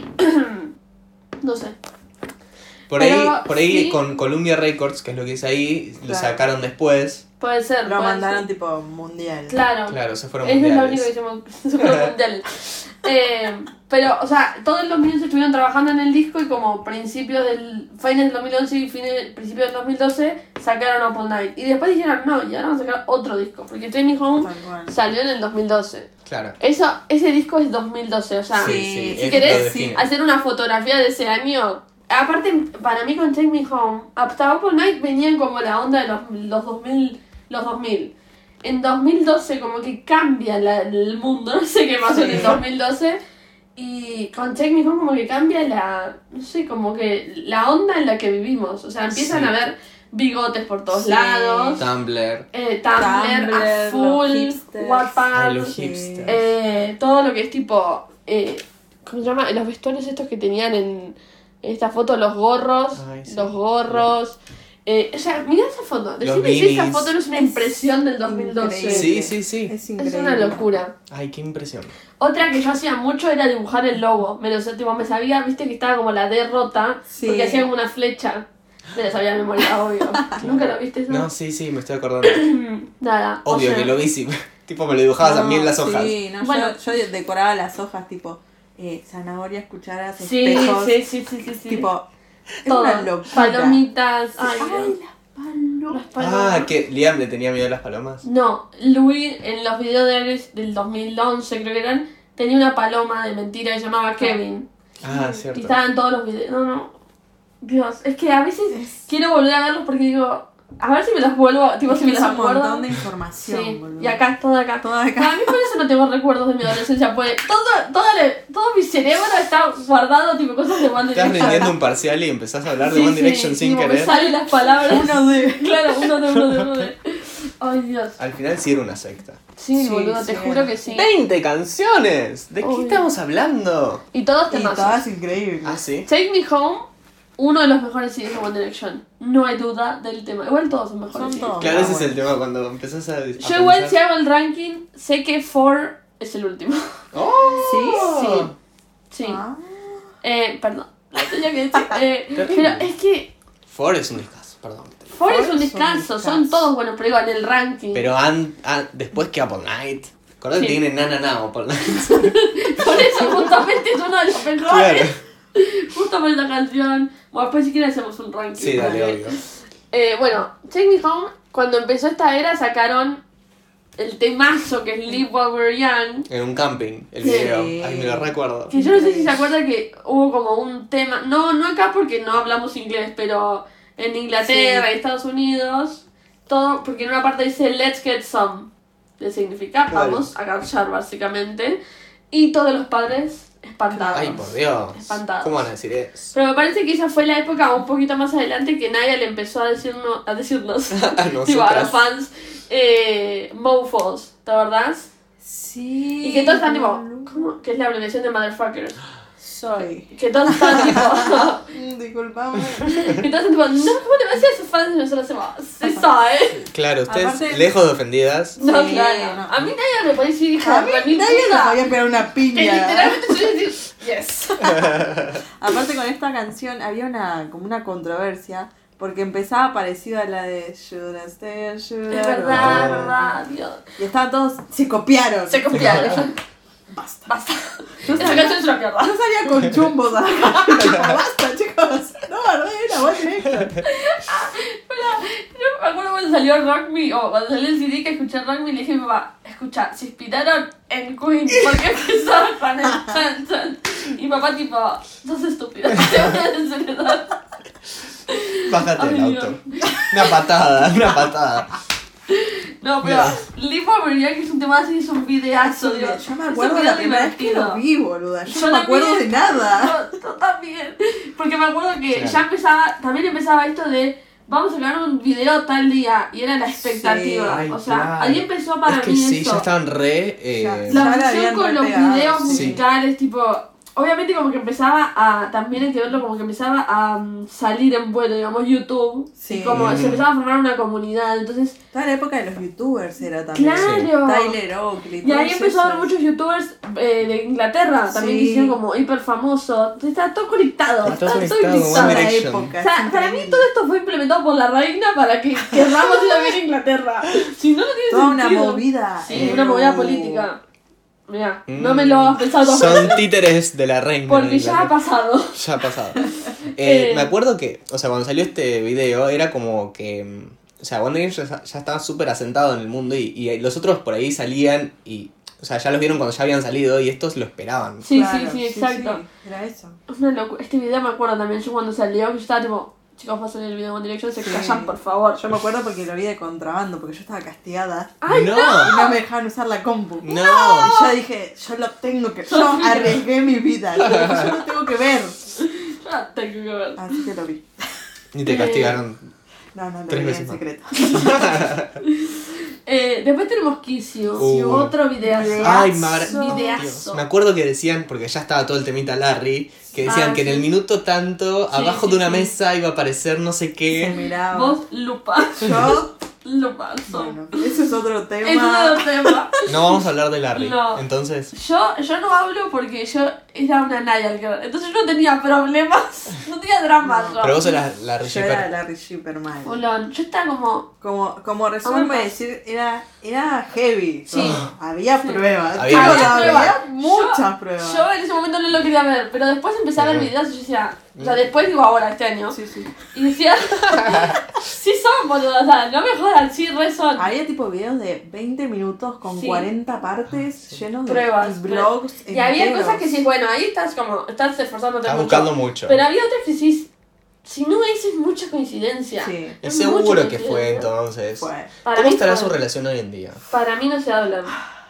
no sé.
eh, Por
Pero
ahí, por ahí
sí.
con Columbia Records, que es lo que es ahí, lo
Claro.
sacaron después.
Puede ser.
Lo
puede
mandaron
ser.
tipo mundial.
Claro.
Claro, se fueron
Eso es lo único que
mundiales.
hicimos Super Mundial. Eh, pero, o sea, todos los 2011 estuvieron trabajando en el disco y como principios del... Fines del 2011 y fines, principios del 2012 sacaron Apple Night. Y después dijeron, no, y ahora vamos a sacar otro disco. Porque Take Me Home
Tal cual.
salió en el 2012.
Claro.
Eso, ese disco es 2012, o sea,
Sí,
si
es-
querés,
lo define.
hacer una fotografía de ese año... Aparte, para mí con Take Me Home, hasta Apple Night venían como la onda de los, los 2000. Los 2000. En 2012 como que cambia la- el mundo, no sé qué pasó en el
Sí.
2012. Y con Take Me Home como que cambia la, no sé, como que la onda en la que vivimos. O sea, empiezan
Sí.
a ver bigotes por todos
Sí.
lados.
Tumblr.
eh, Tumblr, a
Tumblr, los
full,
hipsters.
Ay,
Wattpad,
los hipsters.
Ah, eh, todo lo que es tipo, eh, ¿cómo se llama? Los vestuarios estos que tenían en esta foto, los gorros,
Ay, sí.
los gorros. Eh, o sea, mirá esa foto. Decime si
beanies.
esa foto no es una
Es
impresión del 2012.
increíble.
Sí, sí, sí.
Es
Es
increíble.
una locura.
Ay, qué impresión.
Otra que yo hacía mucho era dibujar el logo. Me lo sé, tipo, me sabía, viste que estaba como la D rota,
Sí.
porque hacía como una flecha. Me la sabía de memoria, obvio. ¿Nunca lo viste eso?
No, sí, sí, me estoy acordando.
Nada. o
Obvio
sea,
que lo vi, sí. tipo, me lo dibujabas a mí en las
No,
hojas.
Sí, no,
Bueno.
yo, yo decoraba las hojas tipo eh, zanahorias, cucharas,
Sí,
espejos.
sí, sí, sí, sí, sí.
Tipo, es
Todo.
una locura.
Palomitas. Ay,
Ay, las palomas.
las palomas.
Ah, que Liam le tenía miedo a las palomas.
No, Louis en los videos de Ares del 2011, creo que eran, tenía una paloma de mentira que se llamaba Kevin.
Ah,
Y
cierto.
estaban todos los videos. No, no. Dios, es que a veces quiero volver a verlos porque digo, A ver si me las vuelvo, tipo si me
Es
las
un
acuerdo.
montón de información,
Sí,
boludo.
y acá, todo acá.
Todo acá.
Para mí por eso no tengo recuerdos de mi adolescencia, porque todo, todo, le- todo mi cerebro está guardado tipo cosas de One
Estás
Direction.
rindiendo un parcial y empezás a hablar de
Sí,
One
sí,
Direction sin
tipo, me
querer.
salen las palabras.
Uno de.
Claro, uno de uno de uno de. Ay, Dios.
Al final sí era una secta.
Sí,
Sí,
boludo, te
sí.
juro que sí.
¡20 canciones! ¿De
Obvio.
qué estamos hablando?
Y todos
Y
temas.
todas increíbles.
Ah, sí.
Take Me Home, uno de los mejores CDs de One Direction. No hay duda del tema. Igual todos son mejores.
Son
CDs.
todos.
Claro,
Ah,
ese es
bueno.
el tema cuando empezás a. a
Yo igual si
pensar-
hago el ranking, sé que 4 es el último.
¡Oh!
Sí, Sí.
Ah.
Eh, perdón. Lo tenía que decir. Eh, pero es que
Ford es un discazo, perdón.
4
Four
es un
es un
descanso. Son
descanso.
todos buenos, pero igual el ranking.
Pero an- an- después que Apple Night. Acordate
Sí.
que tiene Nana Now Apple Night.
Por eso justamente es uno de los mejores. Justo por esta canción. Bueno, después si quieren hacemos un ranking.
Sí, dale,
Porque-
obvio.
Eh, bueno, Take Me Home, cuando empezó esta era sacaron el temazo que es Live While We're Young.
En un camping, el
Sí.
video. Ay, me lo recuerdo.
Que yo no sé si se acuerdan que hubo como un tema, no, no acá porque no hablamos inglés, pero en Inglaterra
Sí.
y Estados Unidos, todo, porque en una parte dice Let's Get Some, que significa
Claro.
vamos a garchar básicamente, y todos los padres espantados.
Ay, por Dios.
Espantados.
¿Cómo van a decir eso?
Pero me parece que esa fue la época un poquito más adelante que nadie le empezó a decirnos, a decirnos
A
Digo, a los
nosotras.
fans eh, mofos, ¿te acordás?
Sí.
Y que todos están tipo,
boludo.
¿cómo? Que es la abreviación de motherfucker.
Soy.
Que todos están tipo,
Mm, Disculpame.
que todos están tipo, no, ¿cómo le vas a decir a sus fans? Y nosotros hacemos, sí, ¿sabes?
Claro, ustedes
Aparte-
lejos de ofendidas.
No,
Sí,
claro.
no.
A mí nadie me podía decir, hija,
A
de
mí
mil
nadie nos
puta.
podía pegar una
Que
piña.
literalmente yo iba a decir, yes.
Aparte con esta canción había una como una controversia porque empezaba parecido a la de Should I Stay or Should I
Es
Go?
verdad, es verdad, Dios.
Y estaban todos se copiaron.
Se confiaron.
Basta.
Basta. Esa canción es una mierda.
Yo salía con chumbos a la calle, tipo, basta, chicos. No, no, no,
Yo me acuerdo cuando salió Rock Me, o cuando salió el CD que escuché Rock Me, le dije a mi papá, escucha, se inspiraron en Queen, porque empezaron con el chan chan. Y mi papá tipo, sos estúpido, te voy a desenredar.
Bájate del
Ay,
auto. Una patada, una patada.
No, pero Live Over Young es un tema así, es un videazo, digo.
Yo me
es un
acuerdo de
video
la primera vez que
divertido.
lo vi, boluda. Yo,
Yo
no me
también.
acuerdo de nada.
Yo, yo también. Porque me acuerdo que
Claro.
ya empezaba, también empezaba esto de vamos a grabar un video tal día y era la expectativa.
Ay,
o sea,
claro.
ahí empezó para
Es que
mí
sí,
eso.
ya estaban re. eh,
Ya.
La
la
obsesión
habían
con los
repeado,
videos
sí.
musicales, tipo. Obviamente, como que empezaba a. También hay que verlo, como que empezaba a um, salir en vuelo, digamos, YouTube.
Sí.
Y como
Mm.
se empezaba a formar una comunidad. Entonces,
Toda la época de los youtubers era también.
claro.
Tyler Oakley.
Y ahí
todos
empezó a haber
esos.
muchos youtubers eh, de Inglaterra también que
Sí.
hicieron como hiper famosos. Entonces, Está todo conectado.
Está todo
Está
conectado,
todo
One
Toda
conectado.
la
Direction.
época.
O sea, para mí todo esto fue implementado por la reina para que querramos ir a ver a Inglaterra. Si no, no tiene
Toda una
sentido.
movida.
Sí,
eh,
una movida
uh,
política. Mira,
mm.
no me lo has pensado dos veces.
Son títeres de la reina.
Porque
de la
ya ha
reina.
pasado.
Ya ha pasado. Eh,
Eh.
me acuerdo que, o sea, cuando salió este video era como que, mm, o sea, One Direction ya, ya estaba súper asentado en el mundo y, y los otros por ahí salían y, o sea, ya los vieron cuando ya habían salido y estos lo esperaban.
Sí,
claro,
sí, sí, exacto.
sí, Era eso.
Es una locura. Este video me acuerdo también. Yo cuando salió, que yo estaba tipo, chicos, pasen el video en dirección, se
Sí.
callan, por favor.
Yo me acuerdo porque lo vi de contrabando, porque yo estaba castigada.
¡Ay,
no!
Y no me dejaban usar la compu.
¡No!
Y yo dije, yo lo tengo que. Yo arriesgué mi vida. Yo dije, yo lo tengo que ver.
Ya tengo que ver.
Así que lo vi.
Y te castigaron.
No, no, lo
Tres
vi
veces
en
más.
secreto.
Eh, después tenemos Kiss You.
Uh.
Otro video.
Ay, me agra-
Videazo.
Dios. Me acuerdo que decían, porque ya estaba todo el temita Larry, que decían
Ah,
que en el
sí.
minuto tanto,
Sí,
abajo
sí,
de una
sí.
mesa iba a aparecer no sé
Se
qué.
miraba.
Vos, lupa.
Yo.
Lupazo.
Bueno, eso es otro
es
tema.
otro tema.
No vamos a hablar de Larry.
No.
Entonces,
Yo, yo no hablo porque yo era una Naya. Entonces yo no tenía problemas. No tenía dramas.
No.
yo.
pero vos eras Larry
Yo era
Shepard.
Larry Shipper mal.
Bolón, Yo estaba como.
Como, como resumen,
Aguanta.
voy a decir, era, era heavy. Ah,
Sí.
Había
Sí.
pruebas.
Había
"Ah,
Chicos,
muchas
pruebas.
muchas pruebas.
Yo en ese momento no lo quería ver, pero después empecé a ver
Ajá.
videos y yo decía, o sea, después digo ahora, este año,
Sí, sí.
y decía, sí son, boludo, o sea, no me jodan, sí, re son.
Había tipo videos de 20 minutos con
Sí.
40 partes llenos de
Pruebas,
blogs.
Y había
enteros.
cosas que sí, bueno, ahí estás como, estás esforzándote
Estás
mucho.
buscando mucho.
Pero había otras que sí, Si no, eso es mucha coincidencia.
Sí.
Es
seguro
mucho
que
que
fue
tiene, ¿no?
entonces.
Fue.
Para
¿Cómo
mí
estará
fue-
su relación hoy en día?
Para mí no se hablan.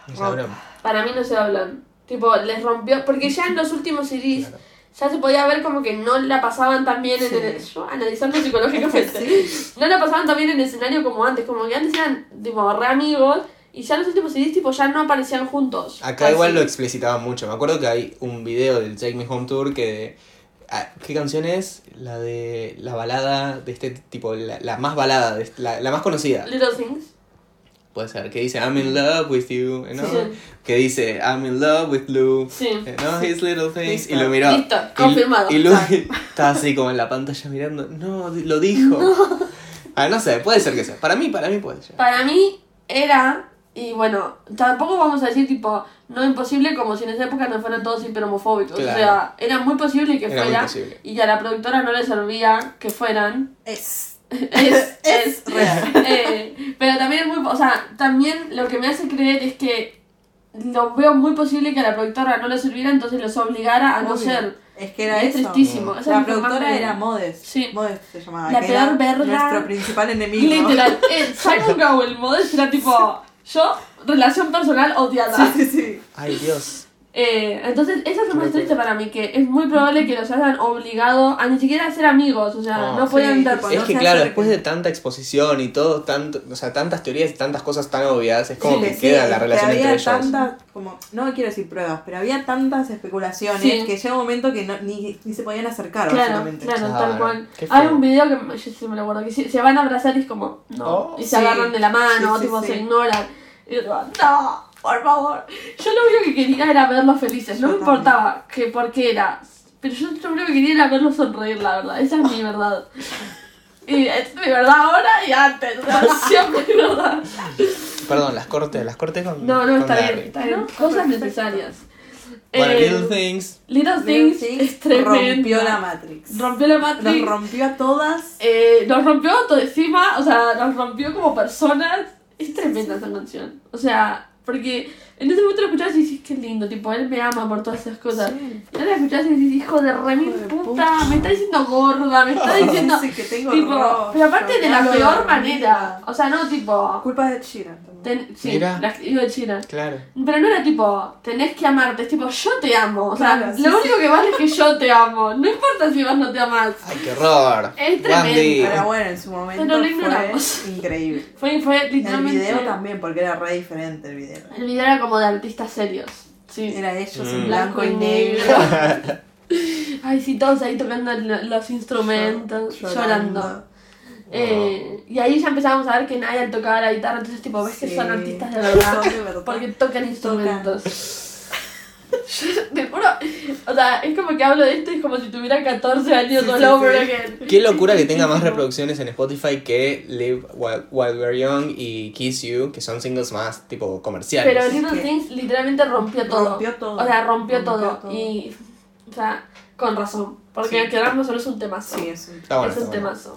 No sabremos.
Para mí no se hablan. Tipo, les rompió. Porque ya en los últimos CDs
Claro.
ya se podía ver como que no la pasaban tan bien en
Sí.
el. Yo analizando psicológicamente. No la pasaban tan bien en el escenario como antes. Como que antes eran, tipo, re amigos. Y ya en los últimos CDs, tipo, ya no aparecían juntos.
Acá
Así.
igual lo explicitaba mucho. Me acuerdo que hay un video del Take Me Home Tour que... ah, ¿Qué canción es? La de la balada de este tipo, la, la más balada, de- la, la más conocida.
Little Things.
Puede ser, que dice I'm in love with you, ¿no?
Sí.
Que dice I'm in love with Lou,
Sí.
Eh, ¿no? His little things.
Listo.
Y lo miró.
Listo,
Y-
confirmado.
Y, Lou está así como en la pantalla mirando. No, di- lo dijo. Ah, no sé, puede ser que sea. Para mí, para mí puede ser.
Para mí era, y bueno, tampoco vamos a decir tipo, no imposible como si en esa época no fueran todos hiperhomofóbicos. O
Claro.
sea, era muy posible que
Era muy
fuera
posible.
y a la productora no le servía que fueran.
Es.
este. Es, es.
real.
eh, pero también es muy, o sea, también lo que me hace creer es que lo veo muy posible que a la productora no le sirviera, entonces los obligara a no
Obvio.
ser.
Es que era
es
eso.
tristísimo. Esa es
La
lo que más
productora
me-
era Modes.
Sí.
Modes se llamaba.
La
que
peor
era
verga.
Nuestro principal enemigo.
Literal, eh, Sakuga o el modelo era tipo, yo, relación personal odiada.
Sí, sí, sí.
Ay, Dios.
Eh, entonces, eso es lo más triste para mí, que es muy probable que los hayan obligado a ni siquiera ser amigos, o sea,
Ah,
no
sí,
pueden dar...
tipo,
Es
no
que
se
claro,
hace
después de tanta exposición y todo, tanto, o sea, tantas teorías y tantas cosas tan obvias, es como
Sí,
que
sí,
queda la
que
relación
había
entre ellos.
tantas, como, no quiero decir pruebas, pero había tantas especulaciones
Sí.
que llega un momento que no- ni, ni se podían acercar,
Claro,
básicamente.
claro,
Claro,
tal cual.
qué
Hay
feo.
un video que me- yo sí me lo guardo, que sí, se van a abrazar y es como, no,
Oh,
y se
sí.
agarran de la mano,
Sí, sí,
tipo,
sí.
se ignoran. Y yo digo, no, por favor. Yo lo único que quería era verlos felices, no
Yo
me
también.
importaba que por qué era, pero yo lo único que quería era verlos sonreír, la verdad, esa es mi verdad. Y es mi verdad ahora y antes, o sea, siempre mi verdad.
Perdón, las cortes, las cortes con.
No, no,
con
está bien,
Larry.
está bien.
No,
Cosas
perfecto.
necesarias.
Bueno,
Eh,
Little Things.
Little
Little
Things
Things
es tremendo.
rompió la Matrix.
Rompió la
Nos
Matrix.
rompió a todas.
Eh, nos rompió autoestima, o sea, nos rompió como personas. Es tremenda esa canción. O sea, porque en ese momento la escuchás y dices, qué lindo, tipo, él me ama por todas esas cosas.
Sí.
Y ahora la escuchás y dices, hijo de re mil
Hijo de
puta,
puta.
me está diciendo gorda, me está diciendo...
Dice que tengo
tipo,
rostro,
pero aparte de la
hablo
peor
dormida.
manera. O sea, no tipo...
Culpa de Chira también.
ten- sí,
Mira.
la digo de China.
Claro.
Pero no era tipo, tenés que amarte, es tipo, yo te amo. O sea,
Claro, sí,
lo único que vale es que yo te amo. No importa si vos no te amás.
Ay, qué horror.
Es
Gandhi.
tremendo.
Pero bueno, en su momento
Pero lo ignoramos.
fue increíble.
Fue, fue
El
literalmente.
video también, porque era re diferente el video.
El video era como de artistas serios. Sí.
Era ellos
Mm.
en blanco y
Blanco y
negro.
Ay, sí, todos ahí tocando lo- los instrumentos, llorando. Eh, y ahí ya empezábamos a ver que nadie tocaba la guitarra, entonces, tipo, ves que
Sí.
son artistas de verdad.
Son de verdad.
Porque tocan instrumentos. Yo te juro, o sea, es como que hablo de esto y es como si tuviera 14 años
Sí,
all
sí,
over
sí.
again.
Qué locura que tenga más reproducciones en Spotify que Live While, While We're Young y Kiss You, que son singles más tipo comerciales.
Pero Little
que
Things literalmente rompió todo.
rompió todo.
O sea, rompió,
Rompió
todo.
todo.
Y, o sea, con razón. Porque
Sí.
quedarnos solo es un temazo.
Sí, es un...
Está bueno,
es un
está bueno.
temazo.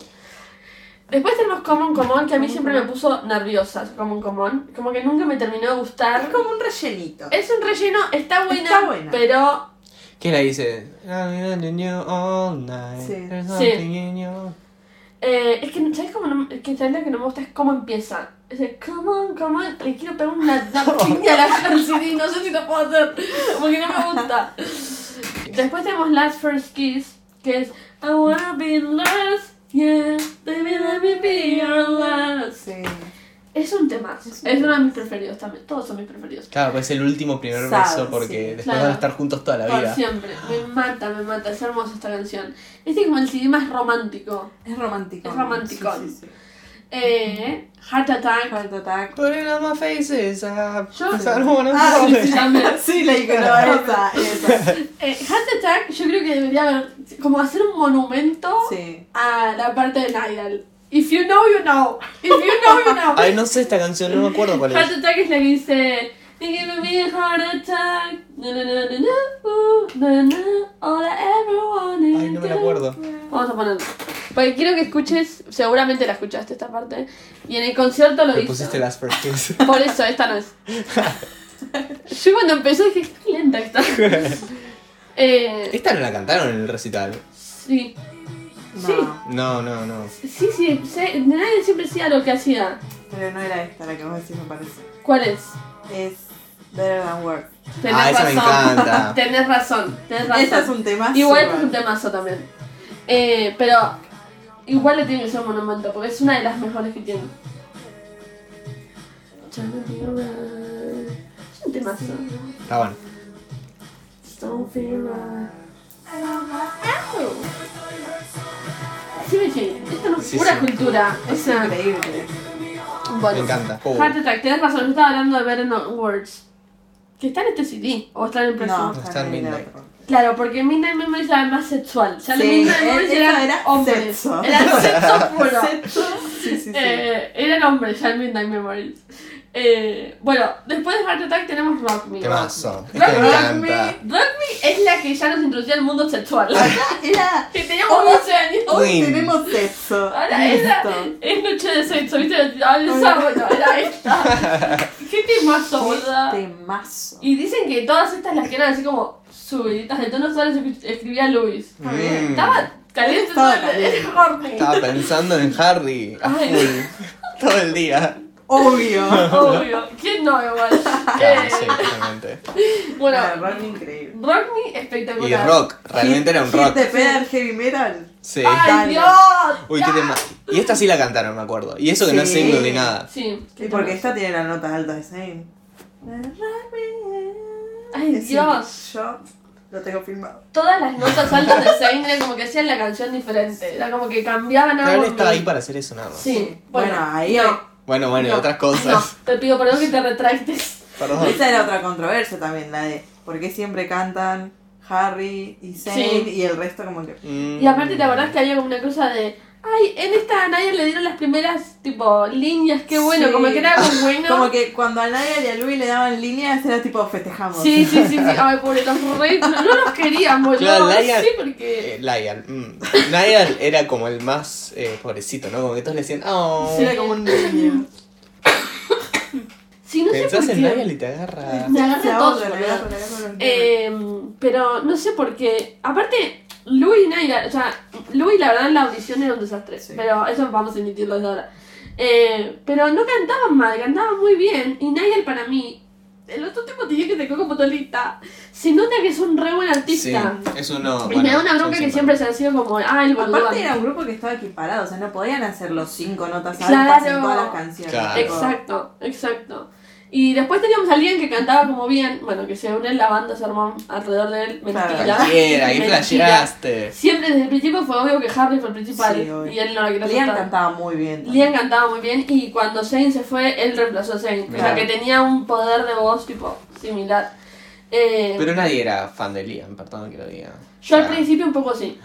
Después tenemos Common Common, que a mí
Common
siempre me
Common.
puso nerviosa. Common Common. Como que nunca me terminó de gustar.
Es como un rellenito.
Es un relleno, está buena,
Está buena.
pero
¿Quién la dice? I've been in you all night.
Sí.
There's
Sí.
nothing in you.
eh, es que, ¿sabes cómo no, es que, ¿sabes lo que no me gusta? Es cómo empieza. Es de Common Common, le quiero pegar una, una piña a la Hercini, no sé si lo puedo hacer, porque no me gusta. Después tenemos Last First Kiss, que es I wanna be last, yeah, baby let me be your last.
Sí.
Es un tema. Es,
Es un
uno de
temazo.
mis preferidos también. Todos son mis preferidos.
Claro, pues es el último primer
Sad,
beso porque
sí.
después
Claro.
van a estar juntos toda la
Por
vida.
siempre. Me mata, me mata. Es hermosa esta canción. Este es como el CD más romántico.
Es romántico.
Es romanticón.
Sí, sí, sí.
Eh, Heart Attack.
Heart attack.
Putting all my faces up. So
Yo-
I don't wanna
Ah,
fall in.
También.
Sí, la icono, esa, esa.
Eh, Heart Attack yo creo que debería haber como hacer un monumento
Sí.
a la parte de Nigel. If you know, you know. If you know, you know.
Ay, no sé esta canción, no me acuerdo cuál
Heart
es.
Attack es la que dice You give me a heart attack na, na, na, na, na, ooh, na, na, All I ever wanted
Ay, no me la acuerdo.
Vamos a ponerlo Porque quiero que escuches Seguramente la escuchaste esta parte Y en el concierto lo
Le
hizo
pusiste las first kiss.
Por eso, esta no es Yo cuando empezó dije Qué lenta que está eh,
Esta no la cantaron en el recital.
Sí
No,
Sí.
No, no, no.
Sí, sí, sé- de nadie siempre hacía lo que hacía.
pero no era esta la que vos decís, me parece.
¿Cuál es?
Es Better Than Words.
Tenés
ah, esa
razón.
me encanta.
Tenés razón, tenés razón.
Ese es un tema.
Igual
súper.
es un temazo también. Eh, pero igual le tiene que ser un monumento, porque es una de las mejores que tiene. Es un temazo.
Está bueno.
Don't feel right. Sí, me llegué. Esto no es
Sí,
pura
sí.
cultura. Es una-
Increíble.
Me
Bueno.
encanta. Oh.
Heart Attack, tenés razón, yo estaba hablando de Better Not Words. Que está en este CD, o está en el próximo.
No,
Está en Midnight.
Claro, porque Midnight Memories era más sexual. Ya
Sí,
los Midnight Memories
e-
eran
eso era
hombres.
sexo.
Era sexo puro.
Sí, sí, sí.
Eh, eran hombres ya el Midnight Memories. Eh, bueno, después de Heart Attack tenemos Rock Me.
Temazo. Este
Rock
me
Me.
encanta.
Rock Me es la que ya nos introducía al mundo sexual.
Acá era.
que teníamos
Hoy-
12 años.
Hoy-
Hoy
Queen.
tenemos sexo.
Ahora esa
Listo.
es noche de sexo, ¿viste? Ahora esa, bueno, era esta. Qué temazo, boluda.
Temazo.
Y dicen que todas estas las que eran así como subiditas de tono solo las escribía Luis.
Está bien.
Mm.
Estaba caliente
Estaba
todo el- el
caliente.
horny.
Estaba pensando en Harry. a
Ay.
full. Todo el día.
Obvio.
Obvio. ¿Quién no igual?
Claro,
Eh,
sí, totalmente.
Bueno,
La verdad, increíble.
Rock Me
Y
espectacular.
rock. Realmente era un
Hit-
rock.
Hit de pedal heavy metal.
Sí.
¡Ay,
Dale.
Dios!
Uy, qué
¡Ya!
tema. Y esta sí la cantaron, me acuerdo. Y eso que no es
Sí.
single ni nada.
Sí.
Y porque esta tiene las notas altas de Zane.
Ay,
Es
Dios.
un- Yo lo tengo filmado.
Todas las notas altas de Zayn eran como que hacían la canción diferente. Era como que cambiaban
Claro,
algo.
él estaba ahí
en-
para hacer eso nada más.
Sí.
Bueno, ahí
no,
hay-
Bueno, bueno, y
No.
otras
No,
cosas.
te pido perdón que te retractes.
Perdón.
Esa era otra controversia también, la de por qué siempre cantan Harry y Zane
Sí.
y el resto como que...
Y aparte, ¿te acordás que había como una cosa de. Ay, en esta a Naya le dieron las primeras, tipo, líneas, qué bueno,
Sí.
como que era algo bueno.
Como que cuando a Nadia y a Louis le daban líneas era tipo festejamos.
Sí, sí, sí, sí. Ay, pobre, los re... no, no los queríamos,
Claro,
yo
Laia-
sí, porque.
Eh, Lyle. mm. Lyle era como el más eh, pobrecito, ¿no? Como que todos le decían, oh.
Era como un niño.
Sí, no sé por
Pensás
qué.
en Lyle y te agarra.
Me agarra
Se
todos,
ahoga, le
boludo.
agarra, le agarra los niños.
Eh, pero no sé por qué. Aparte, Louis y Naira, o sea, Louis la verdad en la audición era un desastre,
Sí.
pero eso vamos a admitirlo desde ahora. Eh, pero no cantaban mal, cantaban muy bien. Y Nigel para mí, el otro tipo tenía que tocó como tolita. Se nota que es un re buen
Sí,
artista.
es uno.
y me da una bronca que siempre se ha sido como, ah, el boludo.
Aparte era un grupo que estaba equiparado, o sea, no podían hacer los cinco notas altas
Claro.
en todas las canciones.
Claro.
tipo,
Exacto, exacto. Y después teníamos a alguien que cantaba como bien, bueno, que se une en la banda, se armó alrededor de él, mentira.
Claro.
Cualquiera, ahí
Mentira.
flasheaste.
Siempre desde el principio fue obvio que Harry fue el principal
Sí, obvio.
y él no la quería
Liam
soltar.
cantaba muy bien.
Liam cantaba muy bien y cuando Zane se fue, él reemplazó a Zane. O sea
Claro.
que tenía un poder de voz tipo similar. Eh,
Pero nadie era fan de Liam, perdón que lo diga.
yo al
Ah.
principio un poco sí.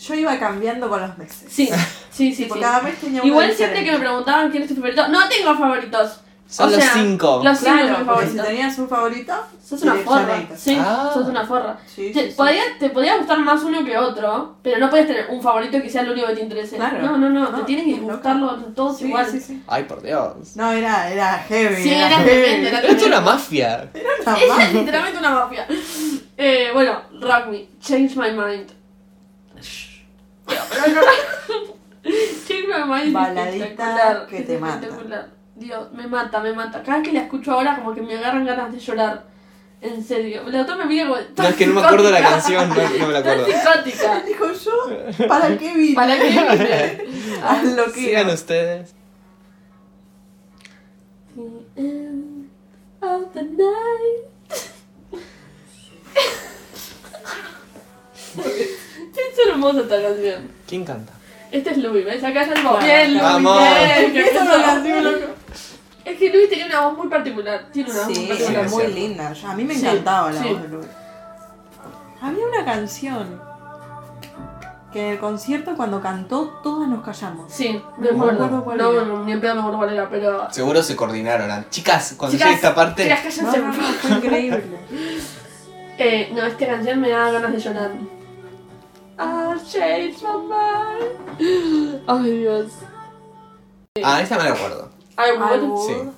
Yo iba cambiando con los meses.
Sí, sí, sí.
Tipo,
sí.
cada mes tenía uno
Igual
diferente.
siempre que me preguntaban quién es tu favorito, no tengo favoritos.
Son
o
los
sea,
cinco.
Los cinco son
Claro,
mis
porque si
favoritos.
tenías un favorito,
Sos una forra.
direccionaste.
Sí,
Ah.
sos una forra.
Sí,
Te,
sí, sí.
podía- te podía gustar más uno que otro, pero no puedes tener un favorito que sea el único que te interese.
Claro.
No, no, no, te
No,
tienen que
es loco.
gustarlo todos
Sí,
igual.
sí, sí.
Ay, por Dios.
No, era, era heavy.
Sí, era
heavy.
tremendo, era
Pero esto es una
tremendo.
mafia.
Era una
Ella es
mafia.
literalmente una mafia. Eh, bueno, Rock Me, Change My Mind. Shh. Pero, pero no, no. Change My Mind es
Baladita
espectacular,
que
es
te mata.
espectacular. Dios, me mata, me mata. Cada vez que la escucho ahora como que me agarran ganas de llorar. En serio. La otra me mira como...
No, es que no me acuerdo la
psicótica.
canción, no, no me la
Tan
acuerdo.
psicótica.
Dijo yo, ¿para qué vine?
¿Para qué vine?
A lo que
Sigan ustedes.
The end of the night. es hermosa esta canción.
¿Quién canta?
Este es Louis, ¿ves? Acá está el voz.
Bien,
Louis,
Vamos.
bien, que
Esto
empezó.
lo canté, loco.
Es que Louis tenía una voz muy particular. Tiene una voz muy
Sí,
particular.
era
es
muy
cierto.
linda. Yo- A mí me
Sí,
encantaba la
sí.
voz de Luis. Había una canción que en el concierto cuando cantó todas nos callamos.
Sí, me
No me
acuerdo.
acuerdo cuál
No,
era.
no, ni en pedo me acuerdo cuál era, pero.
Seguro se coordinaron. ah. Chicas, cuando
Chicas,
llegue esta parte.
Chicas,
No,
cállense.
no, no, fue increíble.
Eh, no, esta canción me da ganas de llorar. I'll change my mind. Ay, Dios.
Ah, esta me la acuerdo.
Ay,
I
bueno.
would
Sí.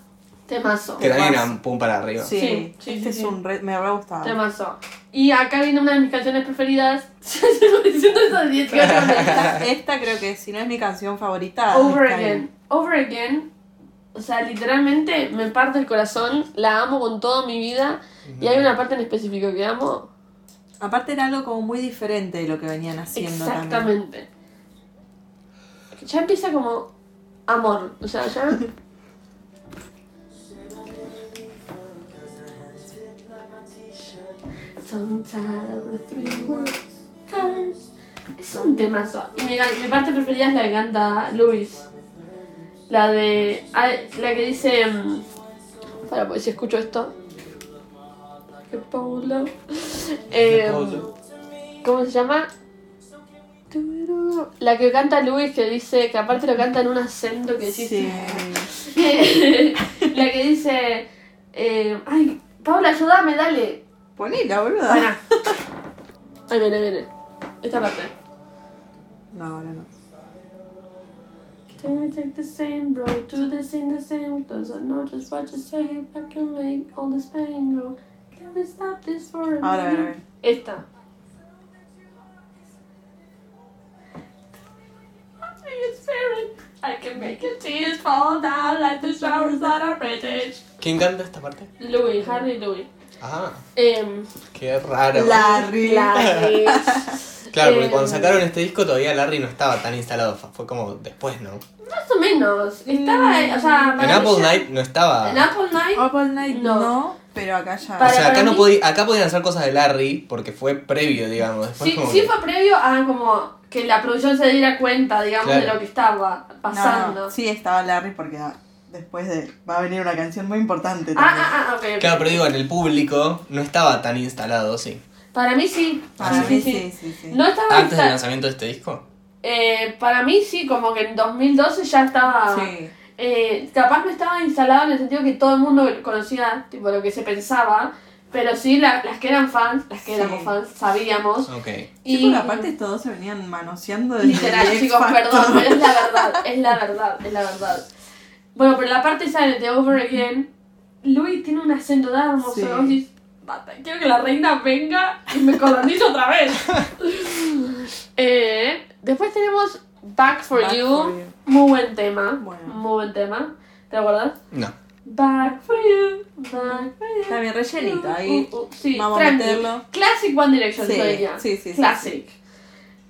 Temazo.
Que también
Capaz.
era un pum para arriba.
Sí,
Sí, sí,
este
sí,
es
sí.
un re- me habrá gustado.
Temazo. Y acá viene una de mis canciones preferidas. Sigo diciendo esas 10 que otra vez.
Esta, esta creo que si no es mi canción favorita.
Over
está bien.
Again. Over Again. O sea, literalmente me parte el corazón, la amo con toda mi vida. Y hay una parte en específico que amo
Aparte era algo como muy diferente de lo que venían haciendo también.
Exactamente. Ya empieza como amor, o sea, ya... Sometimes we work cars. Es un temazo. Y mi, mi parte preferida es la que canta Luis. La de. ay, La que dice. mm, Para, pues si escucho esto. Que Paulo. Eh, ¿Cómo se llama? La que canta Luis, que dice, que aparte lo canta en un acento que decís.
Sí.
la que dice, eh, ay, Paula, ayúdame, dale.
Ponela, boluda.
Pará. Ahí viene, ahí viene. Esta parte.
No, ahora no.
Can I take the same road to the same, the same? Does I know just what you say? I can make all this pain grow. Can we stop this for a
Ahora, a ver, a
minute?
ver.
Esta. Happy is very- I can make your tears fall down like the showers that are British.
¿Quién canta esta parte?
Louis, Harry Louis.
Ah,
Em,
qué raro.
Larry.
Larry.
Claro, porque
Em,
cuando sacaron este disco todavía Larry no estaba tan instalado. fa- Fue como después, ¿no?
Más o menos. Estaba, o sea,
En
para
Apple
ella-
Night no estaba.
En Apple Night.
Apple Night
No.
no. pero acá ya.
O
Para-
sea, acá, no
mí-
podía, acá podían hacer cosas de Larry porque fue previo, digamos. Después
Sí,
como
sí
que-
fue previo a como que la producción se diera cuenta, digamos,
Claro.
de lo que estaba
No, no,
pasando.
sí estaba Larry porque ah, después de va a venir una canción muy importante
Ah,
también.
ah, ah, ok. ok.
Claro, pero digo, en el público no estaba tan instalado, sí.
Para mí sí.
Para
Ah,
Para
mí
mí sí.
sí, sí.
No estaba
Antes del
insta-
lanzamiento de este disco.
Eh, para mí sí, como que en 2012 ya estaba...
Sí.
eh, capaz no estaba instalado en el sentido que todo el mundo conocía tipo lo que se pensaba, pero sí la- las que eran fans, las que
Sí.
éramos fans, sabíamos.
Ok.
Sí, porque aparte estos dos se venían manoseando desde
Literal,
el X
chicos,
Factor.
perdón, pero es la verdad, es la verdad, es la verdad. Bueno, pero la parte esa de The Over Again, Louis tiene un acento tan hermoso.
Sí.
vos decís, "Bata, quiero que la reina venga y me colonice otra vez. Eh, después tenemos Back for
Back
You,
for You.
muy buen tema,
Bueno.
muy buen tema, ¿te acuerdas?
No.
Back for You, Back for You.
Está bien rellenito ahí.
Uh, uh, uh, sí,
Vamos a
tranqui.
meterlo.
Classic One Direction
Sí,
sería.
sí, sí, sí,
Classic.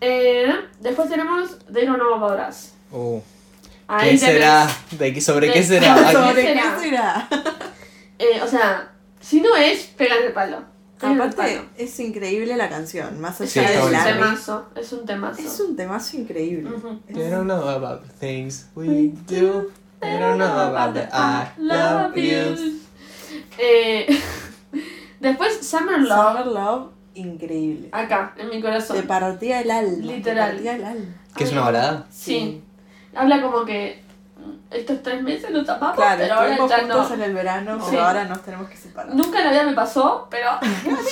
Eh, después tenemos They Don't Know About Us.
Uh,
Ahí
¿Qué
tenés-
será? ¿De qué, ¿Sobre
De-
qué será?
¿Sobre
Ay,
¿Sobre
será?
qué será?
Eh, o sea, si no es, pegan el palo. Pegan el
Aparte,
palo.
es increíble la canción, más
es,
Sí,
allá
está
de
un
bueno.
Larry.
temazo. Es un temazo.
Es un temazo increíble.
Ujú.
They don't know about the things we do. They don't know about the I Ah, love you.
Eh, después Summer Love.
Summer Love, increíble.
Acá, en mi
Te
corazón.
partía el alma.
Literal.
Te partía el alma.
¿Que es una balada?
Sí. Habla como que mm, estos tres meses nos amamos,
Claro,
pero ahora
estuvimos
ya
juntos
no.
en el verano,
Sí.
pero ahora nos tenemos que separar.
Nunca en la vida me pasó, pero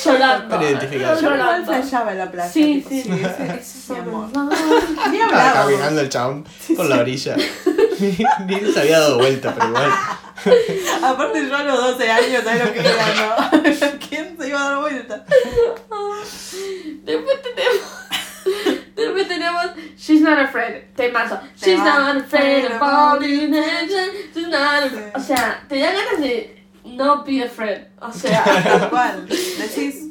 llorando.
Pero identificado.
Yo igual
llorando.
flashaba en la playa.
Sí,
tipo,
sí.
ese- ese es mi amor. Ni
Estaba
hablábamos.
caminando el chabón por la orilla. Ni ni se había dado vuelta, pero igual.
Aparte yo a los 12 años, ¿sabes lo que era, no? ¿Quién se iba a dar vuelta?
Después tenemos. Después tenemos She's Not Afraid, temazo. She's not afraid of falling in action. She's not afraid. O sea, te da ganas de no be afraid. O sea,
Tal cual. Decís,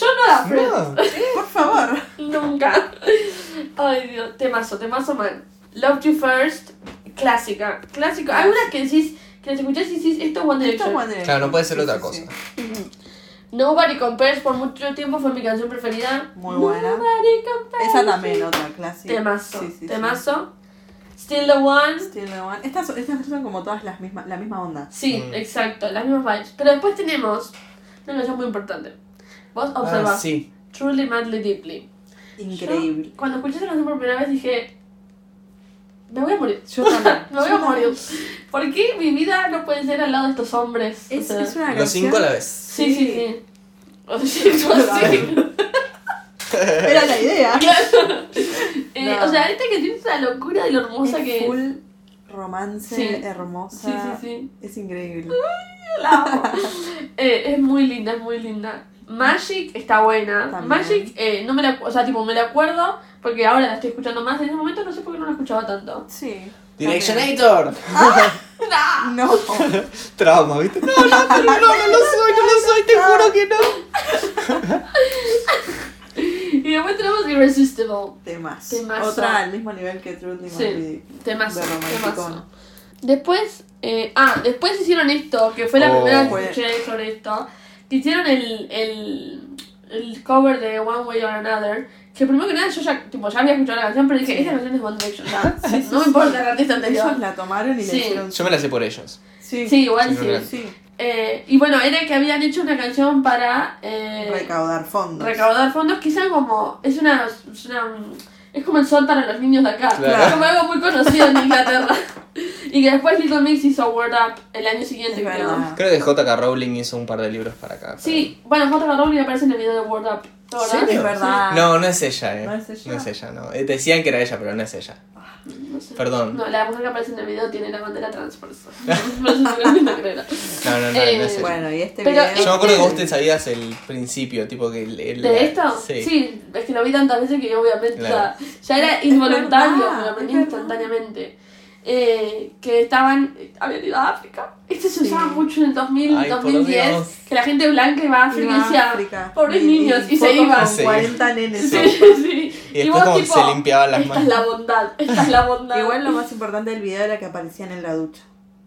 yo no la afraid.
No.
por favor.
Nunca. Ay, Dios. Temazo, temazo mal. Love You First, clásica. Clásico. Algunas que decís, que las escuchás y decís, esto es One
Esto es
Direction.
One Direction.
Claro, no puede ser
Sí,
otra
sí,
cosa.
sí.
Nobody Compares por mucho tiempo fue mi canción preferida.
Muy buena.
Nobody Compares.
Esa también, otra clásica.
Temazo.
Sí, sí, sí.
temazo. Still the One.
Still the One. Estas, son- estas son como todas las mismas, la misma onda.
Sí,
Mm.
exacto, las mismas vibes. Pero después tenemos una canción muy importante. Vos observás.
Ah, sí.
Truly, madly, deeply.
Increíble.
Yo, cuando escuché esa canción por primera vez dije. Me voy a morir.
Yo, también.
Me voy a morir. ¿Por qué mi vida no puede ser al lado de estos hombres? O
Es,
sea,
es una canción.
Los cinco a la vez.
Sí, sí, sí. O sea, yo sí.
Era la idea.
Eh,
No.
O sea, esta que tiene esa locura de lo hermosa
es
que es.
full romance
Sí. Sí,
hermosa.
sí, sí.
Es increíble.
La amo. Eh, es muy linda, es muy linda. Magic está buena.
También.
Magic, eh, no me la, o sea, tipo, me la acuerdo porque ahora la estoy escuchando más. En ese momento no sé por qué no la escuchaba tanto.
Sí.
Directionator.
No.
Trauma, ¿viste? No, no, no, no, no, lo soy, no lo soy, te juro que no.
Y después tenemos Irresistible.
Temas.
Temazo.
Otra al mismo nivel que Truth Lemon
Sí, temazo,
de romanticón.
temazo. Después, eh, ah, después hicieron esto, que fue la
Oh.
primera que
Fue-
escuché sobre esto. Que hicieron el, el, el cover de One Way or Another. Que primero que nada yo ya, tipo, ya había escuchado la canción, pero dije, esta canción es One Direction, ya. no me importa el artista anterior.
Ellos la tomaron y le
Sí.
hicieron.
Yo me la sé por ellos.
Sí.
Sí, igual
Sí,
sí.
verdad.
Sí.
Eh, y bueno, era que habían hecho una canción para eh,
Recaudar fondos.
recaudar fondos, que es algo como. Es una, es una- Es como el sol para los niños de acá.
Claro.
Es como algo muy conocido en Inglaterra. y que después Little Mix hizo Word Up el año siguiente,
Es
creo.
verdad.
Creo que J.K. Rowling hizo un par de libros para acá.
Sí, bueno, J.K. Rowling aparece en el video de Word Up. ¿te acordás?
¿Serio?
Es verdad.
No, no es ella, eh.
¿No es ella?
No es ella, no. Eh, Decían que era ella, pero no es ella.
No sé.
Perdón.
No, la mujer que aparece en el video tiene la bandera trans, por eso. Por eso seguramente no creo.
No, no, no, no
Eh,
es ella.
Bueno, y este
Pero
video.
Yo me acuerdo que vos te sabías el principio, tipo que el. el-
¿De esto?
Sí.
es que lo vi tantas veces que obviamente
Claro.
ya, ya era
Es
involuntario,
verdad,
me lo aprendí
es verdad.
instantáneamente. Eh, que estaban, habían ido a África. Este se
Sí.
usaba mucho en el 2000,
Ay, por
2010,
Dios.
que la gente blanca iba a África y decía,
África.
pobres
Y-
niños, y se
fotos
iban.
Con
Sí.
40 nenes.
sí, sí.
Y después como que se limpiaban las
Esta es
manos.
la bondad, esta es la bondad.
Igual lo más importante del video era que aparecían en la ducha.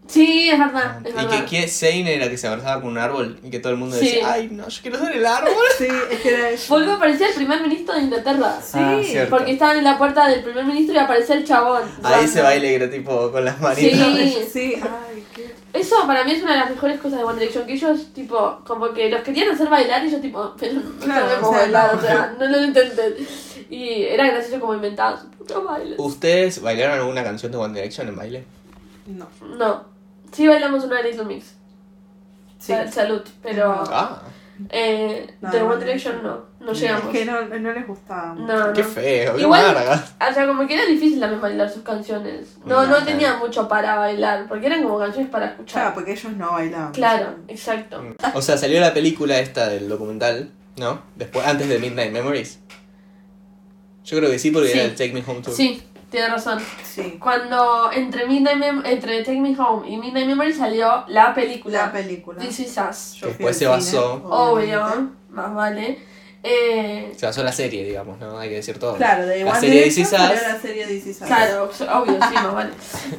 Sí, es verdad, es
Y que
verdad.
quién Zane era que se abrazaba con un árbol y que todo el mundo
Sí.
decía, ay no, yo quiero ser el árbol.
Sí, es que era eso.
Volvió a aparecer el primer ministro de Inglaterra.
Sí,
Ah, cierto.
Porque estaban en la puerta del primer ministro y aparecía el chabón.
Ahí ese baile que era tipo con las manitas.
Sí.
Sí, ay, qué.
Eso para mí es una de las mejores cosas de One Direction, que ellos tipo, como que los querían hacer bailar y yo tipo, pero no
Claro,
sabemos
o sea,
bailar,
no.
o sea, no lo intenten. Y era gracioso como inventaban sus putos bailes.
¿Ustedes bailaron alguna canción de One Direction en baile?
No.
No. Sí bailamos una de Little Mix.
Sí.
Sal- salud, pero
Ah,
eh,
No,
de
no,
One
no.
Direction no, no
Es
llegamos.
que no, no les gustaba. mucho.
No,
qué
no.
feo, qué
Igual-
amarga.
O sea, como que era difícil también bailar sus canciones. No, no
No,
tenía mucho para bailar, porque eran como canciones para
Claro,
escuchar.
porque ellos no bailaban.
Claro, exacto.
O sea, salió la película esta del documental, ¿no? Después, antes de Midnight Memories. Yo creo que sí, porque
Sí.
era el Take Me Home Tour.
Sí, tiene razón.
Sí.
Cuando entre, Midnight Mem- entre Take Me Home y Midnight Memory salió la película.
La película.
This Is Us.
Yo fui
Después
al
se
cine,
basó.
Obvio,
obviamente.
más vale. Eh,
Se basó en la serie, digamos, ¿no? Hay que decir todo.
Claro, de
La
One
serie
Direction
This Is
salió
Us.
la serie This Is Us.
claro, obvio, sí, más vale.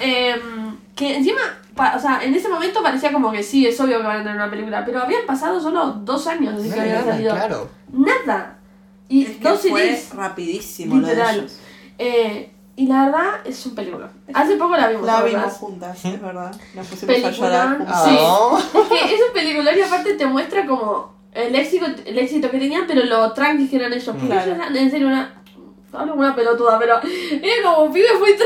Em, que encima, pa- o sea, en ese momento parecía como que sí, es obvio que van a tener una película, pero habían pasado solo dos años desde
No
que
era
había
nada,
salido.
Ah, claro.
Nada. Y
Es que
dos
fue
CDs.
rapidísimo lo de
Literal.
ellos.
Eh, y la verdad es un película. Hace poco la vimos.
La
¿te
vimos
acordás?
juntas, es verdad. Nos pusimos a
Película.
llorar juntas.
Sí.
Ah.
Es que es un pelicular y aparte te muestra como el éxito, el éxito que tenían, pero lo tranquis que eran ellos. Porque
Claro.
ellos eran en serio una. Hablo como una pelotuda, pero era como pibes muy
Ah.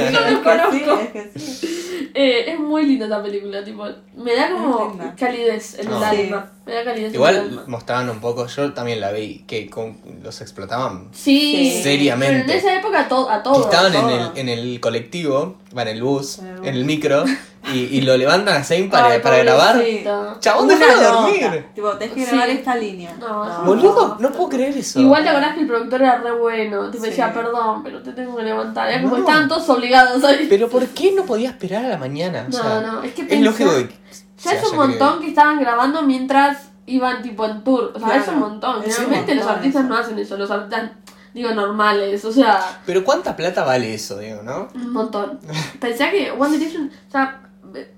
tranquilos, no los
Es que sí,
conozco.
es que sí.
Eh, es muy linda esta película, tipo, me da
Es
como
linda.
calidez en el
No.
alma. Me da calidez en el
Igual
alma.
mostraban un poco, yo también la vi, que con- los explotaban.
Sí,
Sí.
Seriamente.
Pero en esa época a to- a
Que
todos.
estaban en
todo.
el, en el colectivo, va, en el bus,
En el bus.
en el micro, y, y lo levantan a Zane para,
Ay,
para grabar.
pobrecito.
Chabón,
Una
déjalo
loca.
dormir.
Tipo, tenés que grabar
Sí.
esta línea.
No, es un
Boludo, no puedo creer eso.
Igual te acordás que el productor era re bueno, tipo
Sí.
decía, perdón, pero te tengo que levantar. Era como
No.
estaban todos obligados ¿sabes?
Pero ¿por qué no podía esperar a la mañana? O
No,
sea,
no, es que
Es
pensá-
lógico que.
Ya es
se
un
haya
montón que estaban grabando mientras iban tipo en tour. O sea,
Claro.
es un montón.
Es un
Generalmente los
montón
artistas
eso.
no hacen eso, los artistas, digo, normales, o sea,
creído. Pero ¿cuánta plata vale eso, digo, no?
un montón. Pensé que One Direction, o sea,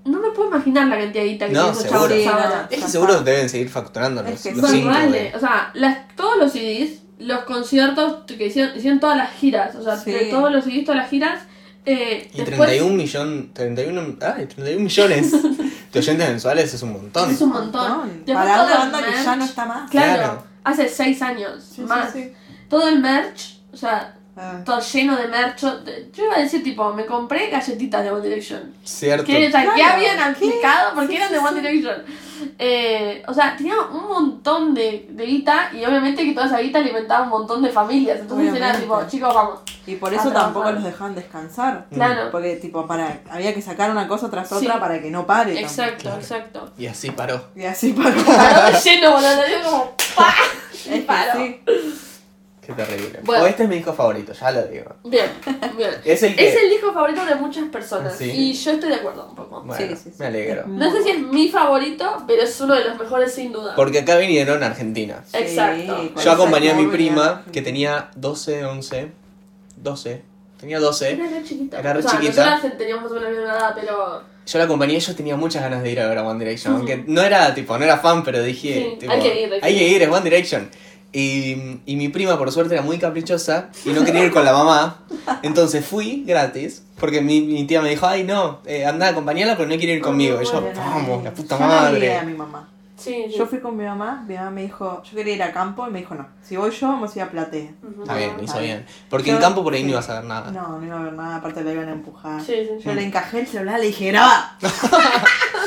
no me puedo imaginar la cantidad de guita que
No,
tienen esos chavos
seguro.
ahora.
Es
Ya
que seguro
está.
deben seguir facturando los,
Es que
los
Más
sí,
cinco, eh.
vale,
de-
o sea, las, todos los CDs, los conciertos que hicieron, hicieron todas las giras, o sea,
Sí.
de todos los CDs, todas las giras. Eh,
Y
después-
31 millones. 31, ay, 31 millones de oyentes mensuales es un montón.
Es un montón. Después
Para
todo
una
el
banda que ya no
merch.
está más.
Claro,
Claro.
hace seis años
Sí, sí,
más.
sí.
Todo el merch, o sea,
Ah,
todo lleno de merch. Yo- Yo iba a decir, tipo, me compré galletitas de One Direction.
Cierto.
Que, o sea,
Claro.
que habían
¿Qué?
aplicado porque
Sí,
eran
sí,
de One
sí.
Direction. Eh, o sea, tenía un montón de, de guita y obviamente que toda esa guita alimentaba un montón de familias. Entonces era
Obviamente.
tipo, chicos, vamos.
Y por
A
eso
trabajar.
tampoco los dejaban descansar.
Mm.
Claro.
Porque, tipo, para había que sacar una cosa tras otra
Sí.
para que no pare. tampoco.
Exacto,
Claro.
exacto.
Y así paró.
Y así paró.
Parado lleno, boludo, le dio como ¡pa!
Es
Y
que
paró.
sí.
Qué terrible.
Bueno.
O este es mi hijo favorito, ya lo digo.
Bien, bien.
Es el que.
Es el disco favorito de muchas personas
Ah, Sí.
y yo estoy de acuerdo un poco.
Bueno,
Sí, sí, sí.
me alegro.
No sé si es mi favorito, pero es uno de los mejores sin duda.
Porque acá vinieron argentinas.
Sí,
Exacto.
cuando
Yo acompañé a mi
sacó, venía
prima,
la-
que tenía 12, 11, 12, tenía 12.
Era re chiquita.
Era re
o sea,
chiquita.
nosotras teníamos más o menos la misma edad, pero
Yo la acompañé, yo tenía muchas ganas de ir a ver a One Direction.
Ujú.
Aunque no era, tipo, no era fan, pero dije,
Sí,
tipo,
hay que ir, hay que
hay que
ir".
ir, es One Direction. Y, y mi prima, por suerte, era muy caprichosa y no quería ir con la mamá. Entonces fui gratis, porque mi, mi tía me dijo, ay, no, eh, anda, acompañala, pero no quiere ir conmigo. Y yo,
Bueno,
vamos, la puta
yo no
madre.
llegué a mi mamá.
sí. sí.
Yo fui con mi mamá, mi mamá me dijo, yo quería ir a campo y me dijo, no, si voy yo, vamos a ir a platea.
Ujú.
Está bien, hizo
Está
bien. Porque
Yo-
en campo por ahí
sí.
no ibas a ver nada.
No, no iba a ver nada, aparte la iban a empujar.
Sí, sí, sí.
Yo le encajé el celular, le dije, graba.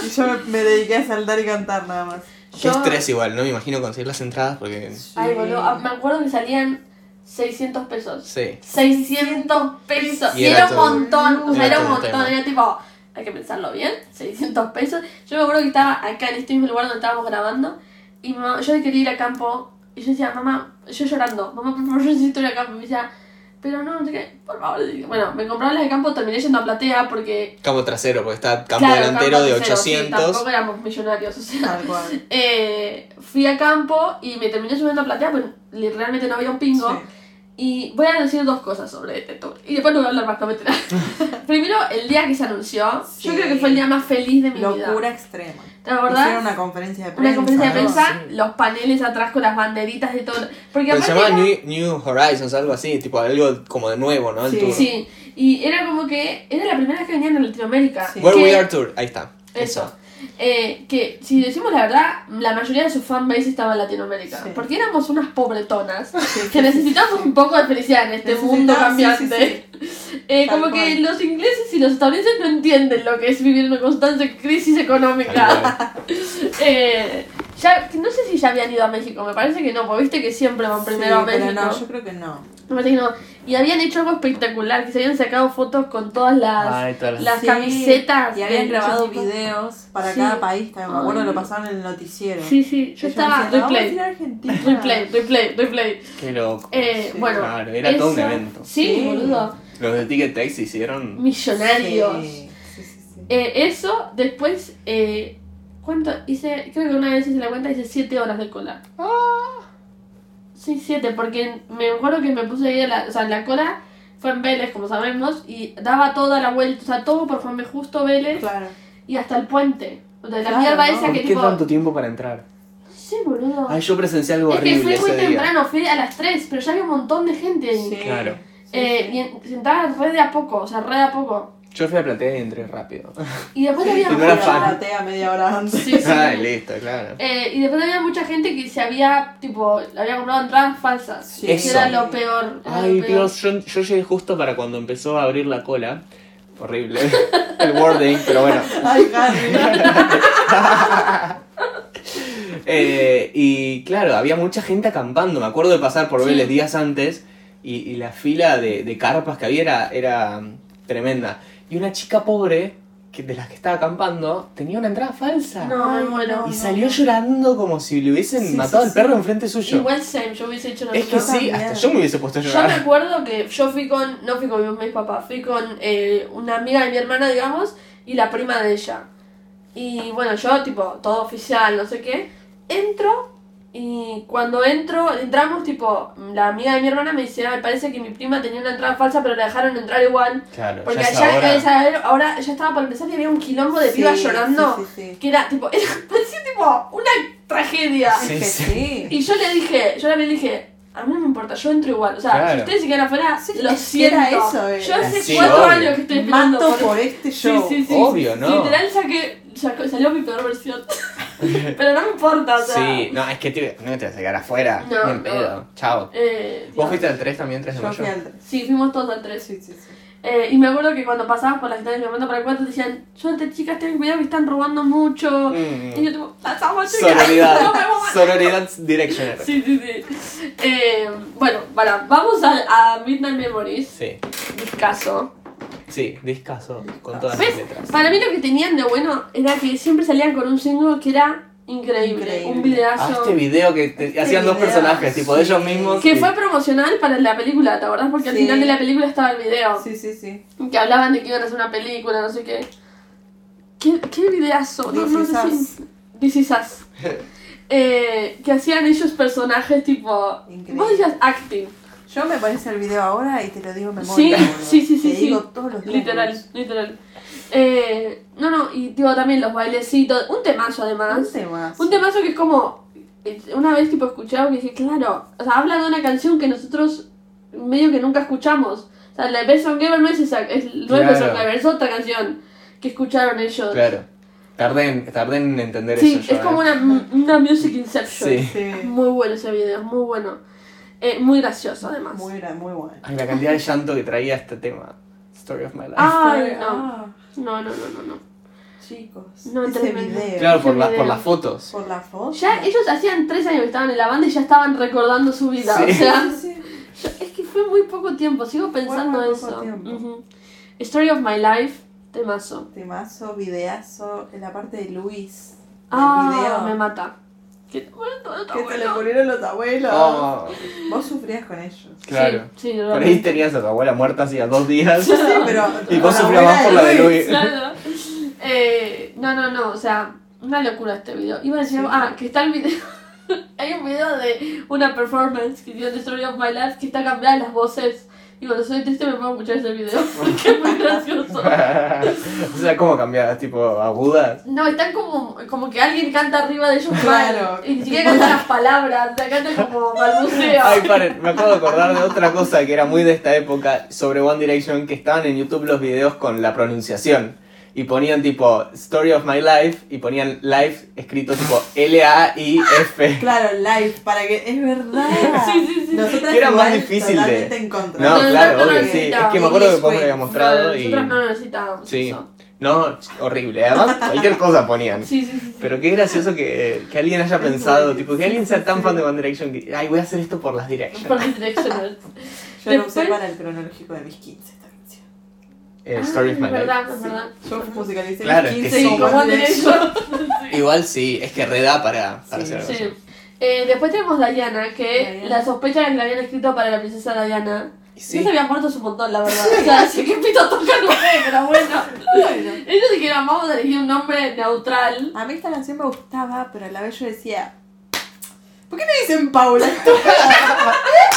y yo me, me dediqué a saltar y cantar nada más.
Qué
Yo-
estrés igual, no me imagino conseguir las entradas porque.
Ay, boludo, ah, me acuerdo que salían 600 pesos.
Sí.
600 pesos. Y
Y era
era un
todo-
montón, o
era
sea, era un
todo un
montón.
tema.
Era tipo, hay que pensarlo bien, 600 pesos. Yo me acuerdo que estaba acá en este mismo lugar donde estábamos grabando y mi mamá- yo quería ir a campo y yo decía, mamá, yo llorando, mamá, por favor, yo necesito ir a campo. Y me decía, pero no, no sé qué, por favor. le digo. Bueno, me compraron las de campo, terminé yendo a platea porque...
Campo trasero, porque está campo
claro,
delantero
campo
de
tercero, sí,
800.
tampoco éramos millonarios, o sea.
Tal cual.
Eh, fui a campo y me terminé subiendo a platea, pero li- realmente no había un pingo. Y voy a decir dos cosas sobre este tour. Y después no voy a hablar más, no mentira. Primero, el día que se anunció.
Sí.
Yo creo que fue el día más feliz de
Sí.
mi vida.
Locura extrema.
¿Te
Hicieron
acordás?
una conferencia de prensa.
Una conferencia de
¿no?
prensa,
Sí.
los paneles atrás con las banderitas de todo. Porque
Pero se
aparte
llamaba
era-
New, New Horizons, algo así, tipo algo como de nuevo, ¿no? El
Sí.
tour.
Sí, y era como que era la primera vez que venían a Latinoamérica.
Sí.
Where
Que-
We Are Tour, ahí está.
Eso. Eh, que si decimos la verdad, la mayoría de su fanbase estaba en Latinoamérica.
Sí.
Porque éramos unas pobretonas que necesitamos un poco de felicidad en este
Necesitaba-
mundo
sí,
cambiante.
sí,
Eh,
Tal
como que
cual.
los ingleses y los estadounidenses no entienden lo que es vivir una constante crisis económica.
Claro.
Eh, ya, que no sé si ya habían ido a México, me parece que no, porque viste que siempre van primero
Sí,
a México.
pero no, yo creo que no.
Me parece que no. Y habían hecho algo espectacular, que se habían sacado fotos con todas las... las
Sí,
camisetas
Y habían
de-
grabado
yo tipo-
videos para
Sí.
cada país. también Me acuerdo
Ay.
lo pasaron en el noticiero.
Sí, sí, yo
Ellos
estaba...
decían, "Ah, vamos a
Replay,
ir a Argentina".
replay, replay, replay.
Qué loco.
Eh,
Sí,
bueno,
claro, era todo un
eso-
evento.
Sí,
Sí.
boludo.
Los de Ticket Tex hicieron.
Millonarios.
Sí, sí, sí, sí.
Eh, eso, después, eh, ¿cuánto? Hice, creo que una vez hice la cuenta, hice 7 horas de cola.
Ah.
Sí, 7, porque me acuerdo que me puse ahí, a la, o sea, la cola fue en Vélez, como sabemos, y daba toda la vuelta, o sea, todo por Juan B. Justo Vélez
Claro.
y hasta el puente. O sea, la
Claro,
mierda
¿no?
esa que tipo...
tiempo para entrar?
Sí, boludo.
Ay, yo presencié algo
es que
horrible
fui muy
ese día.
temprano, fui a las 3, pero ya había un montón de gente ahí.
Sí,
Claro.
sí,
Eh,
sí.
Y en- sentaba re de a poco, o sea, re de a poco.
Yo fui a platea y entré rápido.
Y después había...
Y no era
Fui a
fan.
Galatea media hora antes.
Sí, sí.
Ay, listo, claro.
Eh, y después había mucha gente que se había, tipo, le había comprado entradas falsas.
Sí.
Que era
Eso.
lo peor. era
Ay,
lo peor.
Dios, yo, yo llegué justo para cuando empezó a abrir la cola. Horrible. El wording, pero bueno.
Ay, Harry.
Eh, y claro, había mucha gente acampando. Me acuerdo de pasar por
Sí.
Vélez días antes y, y la fila de, de carpas que había era, era tremenda. Y una chica pobre, que, de las que estaba acampando, tenía una entrada falsa.
No, me
Ay,
muero.
y
no.
salió llorando como si le hubiesen
Sí,
matado
sí,
al
sí.
perro enfrente suyo.
Igual same, yo hubiese hecho lo
es que
mismo.
sí,
también.
hasta yo me hubiese puesto a
Yo me
llorar.
acuerdo que yo fui con, no fui con mis papás, fui con eh, una amiga de mi hermana, digamos, y la prima de ella. Y bueno, yo tipo, todo oficial, no sé qué, entro y cuando entro, entramos tipo, la amiga de mi hermana me dice, ah, me parece que mi prima tenía una entrada falsa, pero la dejaron entrar igual.
Claro,
Porque
ya es
allá,
ahora.
esa- ahora ya estaba por empezar y había un quilombo de
Sí,
pibas llorando,
sí, sí, sí.
que era tipo, era, parecía tipo una tragedia.
Es
Sí,
que
sí.
sí.
Y yo le dije, yo le dije, a mí no me importa, yo entro igual. O sea,
Claro.
si ustedes se quedan afuera,
Sí,
lo
es que
siento.
era eso, eh.
Yo hace
Sí,
cuatro
obvio.
años que estoy esperando.
Mato
por-
por este
Sí,
show.
sí, sí.
Obvio, ¿no?
Literal saqué, saco- salió mi peor versión. Pero no me importa, o sea.
Sí, no, es que te, no te vas a quedar afuera.
No,
No,
no.
pedo. Chao.
Eh,
¿Vos
digamos,
fuiste al 3 también, 3 de
Yo
mayo?
fui al tres.
Sí, fuimos todos al 3.
Sí, sí, sí.
Eh, y me acuerdo que cuando pasabas por las estaciones de mando para el cuarto decían, suerte chicas, tengan cuidado que están robando mucho.
Mm.
Y yo tipo, pasamos chicas,
Sororidad.
no me voy a matar".
Sororidad Directioner.
Sí, sí, sí. Eh, bueno, para, vamos a, a Midnight Memories,
Sí,
caso.
sí, discaso
Ah.
con todas
¿Ves?
las letras.
Para mí lo que tenían de bueno era que siempre salían con un single que era increíble,
Increíble.
un
Ah,
videazo.
este video que te-
Este
hacían dos
video,
personajes, tipo de ellos
sí.
mismos.
que
y-
fue promocional para la película, ¿te acordás? Porque al
Sí.
final de la película estaba el video.
Sí, sí, sí.
Que hablaban de que iban a hacer una película, no sé qué. ¿Qué, qué videazo? No,
This
no
is
sé
us.
si... This is us. Eh, que hacían ellos personajes tipo...
Increíble.
Vos decías acting.
Yo me parece el video ahora y te lo digo en
Sí,
memoria. boludo.
sí, sí, sí,
Te
sí.
digo todos los
Literal,
números.
literal. Eh, no, no, y digo también los bailecitos. Un temazo además.
Un tema.
Un temazo que es como. eh, Una vez tipo escuché algo que dije, claro, o sea, habla de una canción que nosotros medio que nunca escuchamos. O sea, la de Best on Gamer no es esa, es, no es Best on
Claro.
Gamer, es otra canción que escucharon ellos.
Claro. Tardé en, tardé en entender
sí,
eso. yo,
es como
eh.
una, una music inception.
Sí.
Sí.
Muy bueno ese video, es muy bueno. Eh, muy gracioso además.
Muy, gra- muy bueno.
Ay, la cantidad de llanto que traía este tema. Story of my life.
Ay, no.
Ah,
No, no, no, no, no.
chicos.
No,
ese
tremendo.
video.
claro, por,
ese
la- por
video.
las fotos.
Por la foto.
Ya ellos hacían tres años que estaban en la banda y ya estaban recordando su vida.
Sí.
O sea,
Sí, sí.
Yo- Es que fue muy poco tiempo, sigo pensando
muy poco
eso.
tiempo.
Ujú. Story of My Life, temazo.
Temazo, videazo, en la parte de Luis. del
Ah, me
video.
mata. Que te mueren todos los
Que te
abuelos.
lo murieron los abuelos.
Oh,
Vos sufrías con ellos.
claro.
Sí, sí,
Por ahí
realmente.
tenías a tu abuela muerta hacía dos días.
Sí, pero.
Y vos
con
sufrías más por la de Luis.
Claro. Eh, no, no, no, o sea, una locura este video. Iba a decir,
Sí.
ah, que está el video. Hay un video de una performance que dio de Story of My Life que está cambiadas las voces. Y cuando soy triste me pongo a escuchar ese video porque es muy gracioso.
o sea, ¿cómo cambiabas? Tipo, agudas.
No, están como, como que alguien canta arriba de ellos
Claro.
mal. Y ni siquiera cantan las palabras, o sea, cantan como balbuceo.
Ay, paren, me acabo de acordar de otra cosa que era muy de esta época sobre One Direction, que estaban en YouTube los videos con la pronunciación. Y ponían tipo Story of My Life y ponían Life escrito tipo L-A-I-F.
Claro, live, para que. Es verdad.
Sí, sí, sí.
Nosotras
Que era más
igual
difícil de-
totalmente en contra.
No,
No,
claro,
no, no,
obvio,
no,
sí.
no,
Es que me acuerdo que vos me habías
no,
mostrado
no,
y.
Nosotros no necesitábamos
Sí.
eso.
No, horrible. Además, cualquier cosa ponían.
Sí, sí, sí. sí.
Pero qué gracioso que, que alguien haya
Es muy
pensado,
bien,
tipo, que
sí,
alguien
sí,
sea tan
sí.
fan de One Direction que, ay, voy a hacer esto por las
Por
Directions.
los directionals.
Yo lo usé
Después-
para el cronológico de mis 15 esta canción.
Eh, Story of
es
my life.
verdad, es verdad.
Yo musicalicé
Claro, es
mis
que
15
sí.
Sí,
con
como
One Direction.
direction.
Igual sí, es que reda para, para
Sí,
hacer algo
Sí.
así.
Eh, después tenemos Diana, que
Diana.
la sospecha era que la habían escrito para la princesa Diana.
Y
No
sí.
se habían muerto su montón, la verdad. O sea, así que pito toca no sé, pero bueno.
Bueno.
Ellos dijeron, vamos a elegir un nombre neutral.
A mí esta canción me gustaba, pero a la vez yo decía. ¿Por qué no dicen Paula? Estúpida.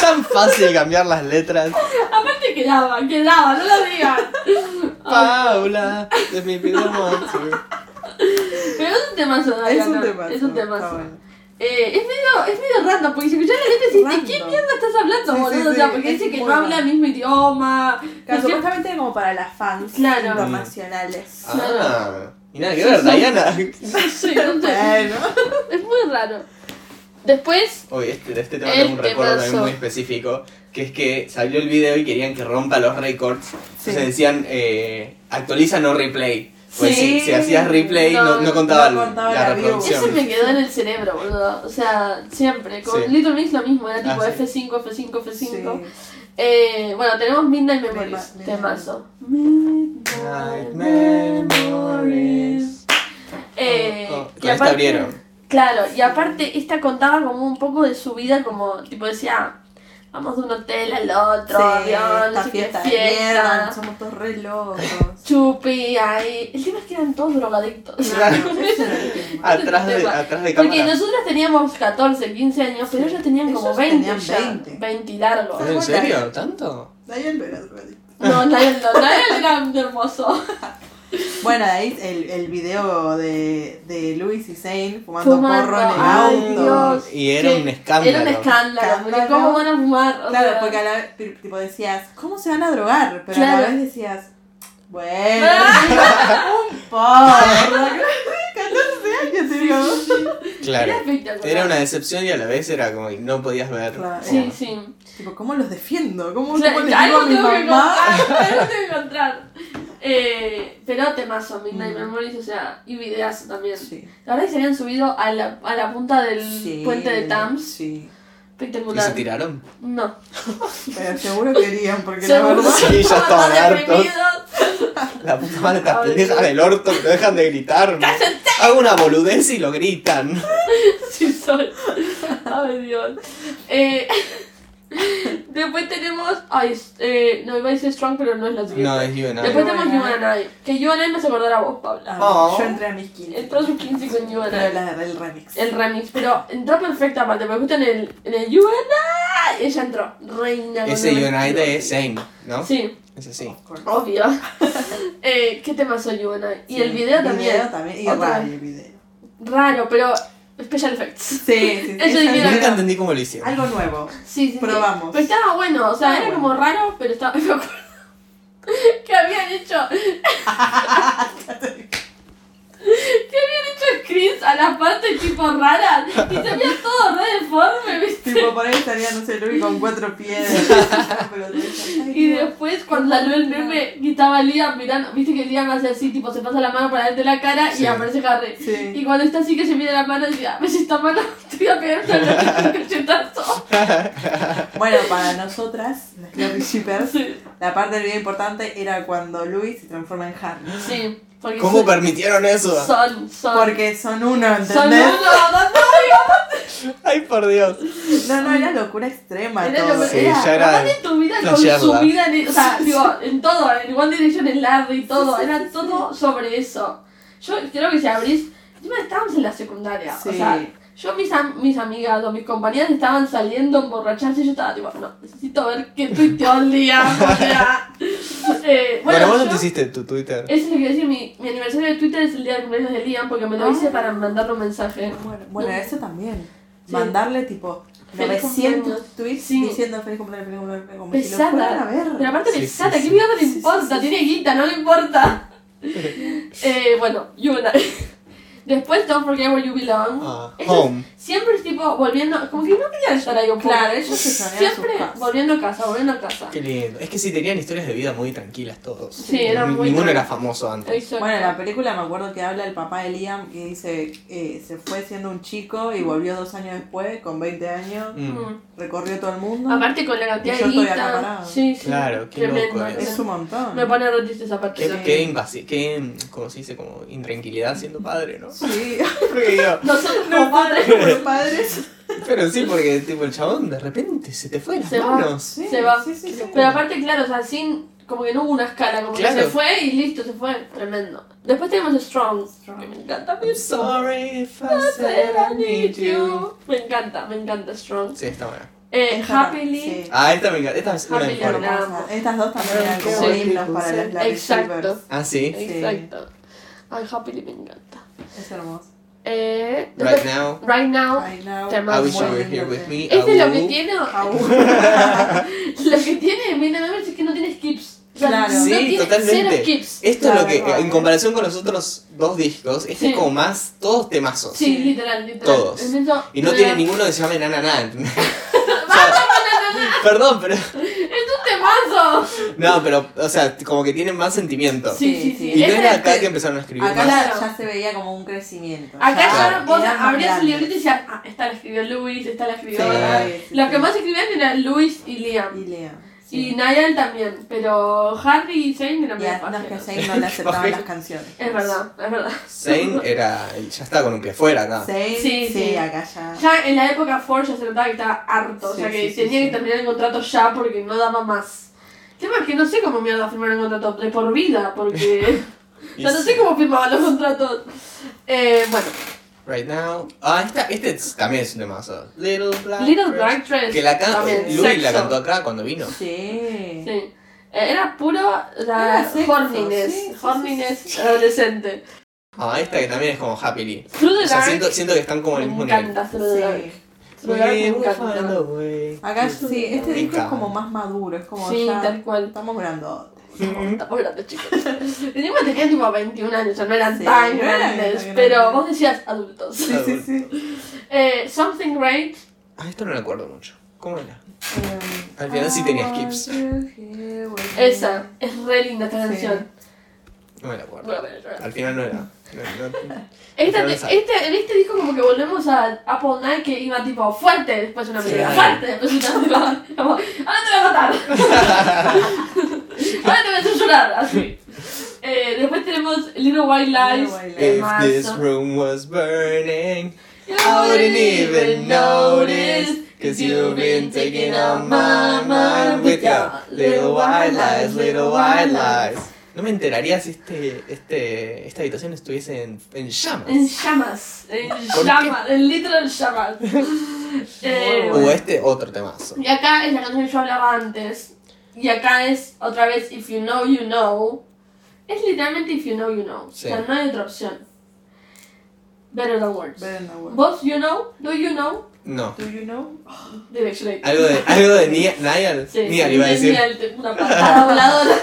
Tan fácil cambiar las letras.
Aparte quedaba, quedaba, no lo digan.
Paula, de mi video monster.
Pero es un temazo, Diana.
Es un temazo.
Es un
está
temazo.
bueno.
Eh, es, medio, es medio random, porque si escuchás la letra decís,
Random.
¿de qué mierda estás hablando,
Sí, sí,
boludo? o
sí,
sea, porque
es
dice que no
muy
habla el mismo idioma.
Claro,
Dice-
supuestamente como para las fans
Pues Claro.
internacionales.
Ah, y nada que ver, Diana.
sí, no sé.
Bueno.
Es muy raro. Después,
Oye, este, de este tema
El
tengo un recuerdo
temazo.
también muy específico, que es que salió el video y querían que rompa los récords.
Sí.
Entonces decían, eh, actualiza no replay. Pues si,
Sí.
si hacías replay no,
No,
no, contaba,
no contaba
la,
la view.
reproducción.
Ese me quedó en el cerebro, boludo. O sea, siempre. Con
Sí.
Little Mix lo mismo, era
Ah,
tipo
sí.
F5, F5,
Sí.
F5. Eh, bueno, tenemos Midnight
Tema-
Memories,
Midnight.
temazo. Midnight
Night memories.
Eh,
Oh, oh.
y
Con esta
aparte-
abrieron.
Claro, y aparte esta contaba como un poco de su vida, como tipo decía, vamos de un hotel al otro,
Sí,
avión, no
esta
sé qué,
fiesta de mierda,
fiesta,
somos todos re locos.
chupi, ahí. El tema es que eran todos drogadictos.
Claro.
Ese era el tema.
Atrás de,
Tema.
atrás de
Porque
cámara.
nosotras teníamos 14, 15 años, pero
Sí.
ellos tenían como
Ellos
20
tenían
ya. 20.
20.
y largo.
¿En serio? ¿Tanto?
Daniel Veras, güey.
No, Niall no, Niall era hermoso.
Bueno, de ahí el, el video de, de Luis y Zane fumando,
Fumando,
porro en el
ay,
auto.
Dios.
Y era
Sí,
un escándalo.
Era un escándalo, porque
Escándalo.
cómo van a fumar. O
Claro,
sea,
porque a la vez t- tipo, decías, ¿cómo se van a drogar? Pero a
Claro.
la vez decías, bueno, un porro. 14 años, digo.
Claro.
Era espectacular.
Era una decepción y a la vez era como que no podías ver.
Claro.
Sí, sí.
Tipo, ¿cómo los defiendo? ¿Cómo,
O sea,
cómo les digo a
algo
mi
tengo que
mamá?
encontrar, algo tengo que encontrar. Eh, pero temazo, Midnight
Mm.
Memories, o sea, y videazo también.
Sí.
La verdad es que se habían subido a la, a la punta del
Sí,
puente de Thames.
Sí.
¿Y se
Espectacular.
tiraron?
No.
Pero seguro querían, porque la
Seguro
verdad.
Sí, ya estaban
estaban
hartos.
deprimidos.
La puta madre, estas
Ay,
pendejas
Dios.
del orto que no dejan de gritar.
¡Cállate!
Hago una boludez y lo gritan.
Sí, soy. Ay, Dios. Eh, después tenemos. Ay, es- eh, no iba a decir Strong, pero no es la siguiente.
No, es Yuna.
después
Ay,
tenemos
bueno.
UNI. Que UNI me hace acordar a vos, Paula.
Ah,
Oh.
Yo entré a mis 15.
Entró a sus 15 con UNI.
Pero la del remix.
El remix, pero entró perfecta aparte, porque justo en el, en el UNI ella entró, reina. con
Ese
el-
United es Same, ¿no?
Sí,
Es así.
Of course.
obvio. eh, ¿Qué tema soy UNI? Y
Sí.
el video también.
Video también. Y
Otra
raro
vez.
el video.
Raro, pero special effects.
Sí, sí, sí.
Eso
Esa-
dijeron.
Nunca entendí cómo lo hicieron.
Algo nuevo.
Sí, sí, sí.
Probamos.
Pero estaba bueno, o sea,
Estaba
era
bueno.
como raro, pero estaba. Me acuerdo que habían hecho. que habían hecho screens a las partes tipo raras y se veía todo re deforme, ¿viste?
Tipo, por ahí estaría, no sé, Luis con cuatro piedras. Pero de- ay,
Y
Dios.
después cuando salió el meme que estaba Liam mirando, viste que Liam hace así, tipo se pasa la mano para adelante de la cara y
Sí.
aparece Harry.
Sí.
Y cuando está así que se mide la mano y dice, ah, ves esta mano, te voy a pegar un cachetazo.
Bueno, para nosotras, las Glory Shippers,
Sí.
la parte del video importante era cuando Luis se transforma en Harry.
Sí, porque
¿Cómo
son,
permitieron eso?
son, son.
Porque son uno,
Ah. son
¿entendés?
uno, dos, no,
Ay, por Dios.
No, no, era locura extrema
Era
todo.
lo que
Sí, ya era
Aparte tu vida
flashearla.
consumida en, o sea, digo, en todo, en One Direction, en Larry, todo, era todo sobre eso. Yo creo que si abrís, encima estábamos en la secundaria, o
Sí.
sea, yo mis, am- mis amigas o mis compañeras estaban saliendo a emborracharse y yo estaba tipo, no, necesito ver qué tuiteó el día, o sea. Eh,
Bueno, vos no
yo-
te hiciste tu Twitter.
Eso es lo que quiero decir, mi, mi aniversario de Twitter es el día de cumpleaños de Liam porque
Ah.
me lo hice para mandarle un mensaje.
Bueno, bueno, eso también.
Sí.
Mandarle tipo
Feliz
900
cumpleaños.
tweets
Sí.
diciendo feliz cumpleaños, feliz cumpleaños, feliz cumpleaños. Como si lo fueran
Pesada.
a ver.
Pero aparte
Sí,
pesada,
sí,
¿qué
sí.
mierda le importa? Tiene guita, no le importa. eh, bueno, y una. Después Don't Forget Where You Belong.
Ah,
Eso es-
home.
siempre es tipo volviendo, como que no quería estar ahí un poco.
Claro, ellos se soñaban
Siempre
sus casas.
volviendo a casa, volviendo a casa.
Qué lindo. Es que sí, tenían historias de vida muy tranquilas todos.
Sí, eran
Ni-
muy
Ninguno
tranquilos.
era famoso antes.
Exacto.
Bueno, en la película me acuerdo que habla el papá de Liam que dice eh, se fue siendo un chico y volvió dos años después, con 20 años,
Mm.
Mm.
recorrió todo el mundo.
Aparte con la cantidad
Y Mm. yo
de
estoy acá
guita.
parado.
Sí, sí.
Claro, qué
tremendo.
loco eso.
Es un montón.
Me pone re triste esa parte.
Qué,
Sí.
qué invasi- qué, como se dice, como intranquilidad siendo padre, ¿no?
Sí,
Porque digo,
Nosotros
los
como padres
padres, los padres.
pero sí, porque tipo el chabón de repente se te fue de las
Se va.
manos.
Sí,
se va.
sí, sí, sí.
Pero aparte, claro, o sea, sin. Como que no hubo una escala, como
Claro.
que se fue y listo, se fue. Tremendo. Después tenemos Strong.
Strong.
Que me encanta.
I'm sorry if I said I need you.
Me encanta, me encanta Strong.
Sí, está buena.
Eh,
Esta-
Happily.
sí.
Ah, esta me encanta. Esta es una de mis
Happy
favoritas.
Hermosa. Estas dos también eran como
Sí.
himnos para las Larry
Exacto.
Ah, sí.
Exacto. Ay, Happily me encanta.
Es hermoso.
Eh,
Right now,
Right now.
Right now,
Te
I
Ah,
wish you
bueno,
were here with me.
Este es lo que
Abu.
tiene.
Aún.
Lo que tiene Mina Memories es que no tiene skips. O sea,
Claro.
No
Sí,
tiene
totalmente.
cero skips.
Esto es lo
Claro,
que,
claro.
en comparación con los otros dos discos, este
Sí.
es como más, todos temazos.
Sí,
Sí.
literal, literal.
Todos.
En eso-
Y no
literal.
tiene ninguno que se llame Nanana. Perdón, pero.
¡Es un temazo!
No, pero, o sea, como que tienen más sentimiento.
Sí, sí, sí.
Sí, sí.
Y no
Ese
era
es
acá
el-
que empezaron a escribir más.
Acá
Claro.
ya se veía como un crecimiento.
Acá ya
Claro.
vos
eran más
abrías el
grandes.
librito y decías, ah, esta la escribió Luis, esta la escribió...
Sí,
Ana".
sí,
Los
sí.
que más escribían eran Luis y Liam.
Y Leo.
Y
sí.
Niall también, pero Harry y Shane eran
Y
medio
a- no, es que
pajeros.
Zayn no le aceptaban
Qué
las canciones.
Es verdad, es verdad.
Zayn era. Ya está con un pie afuera acá.
Zayn,
Sí,
sí,
sí.
acá ya.
Ya en la época Ford ya se notaba que estaba harto, o sea
Ah. Sí,
que
sí, sí,
tenía que
sí.
terminar el contrato ya porque no daba más. El tema es que no sé cómo mierda firmaron un contrato de por vida, porque...
Y
o sea, no sé cómo firmaban los contratos. Eh, bueno,
Right now. Ah, esta, este es- también es un temazo. Little
Ah,
Black.
Little
Dress.
Black Dress.
Que la can...
también,
Louis la
sexo.
cantó acá cuando vino.
Sí.
Sí. Eh, Era puro
Era
la
sexo,
horniness,
sí, sí, sí,
horniness adolescente.
Ah, esta que también es como Happily.
Through
O
the
sea,
Dark
siento, siento que están como en
me
el mismo nivel.
encanta Through the Dark.
Sí.
Through the Dark me
We will find a
encanta.
way.
Acá sí, este
Me
disco es
encanta.
como más maduro, es como
Sí,
ya
tal cual.
estamos grandotes.
Estamos hablando, chicos. Encima tenían tipo 21 años, o sea, no eran
Sí,
tan
no eran
grandes,
tan
pero
grandes.
vos decías adultos.
Sí, sí, sí.
Eh, Something Great.
Ah, esto no lo acuerdo mucho. ¿Cómo era?
Eh,
Al final sí tenía skips.
Esa, es re linda esta
Sí.
canción.
No me lo
Bueno,
acuerdo.
bueno, yo-
Al final no era. No- no-
Esta,
Pero esa.
este, en este disco como que volvemos a Apple Night que iba tipo fuerte, después una
Sí.
pelea, fuerte, después una pelea, como, ahora te voy a matar, ahora te voy a hacer llorar, así. Eh, después tenemos Little White Lies,
Little White
en
If this
marzo.
room was burning, I wouldn't even notice. Cause you've been taking on my mind with your little white lies, little white lies. No me enteraría si este, este, esta habitación estuviese en, en llamas.
En llamas, en
¿Por
llamas, en literal llamas. Eh,
O este otro temazo.
Y acá es la canción que yo hablaba antes. Y acá es otra vez If You Know, You Know. Es literalmente If You Know, You Know.
Sí.
O sea, no hay otra opción. Better than words.
Better than words.
Vos, you know, do you know,
No.
Do you know?
direction
Algo de, algo de Nia- Niall. Niall iba a decir.
Nial, te- una patada voladora.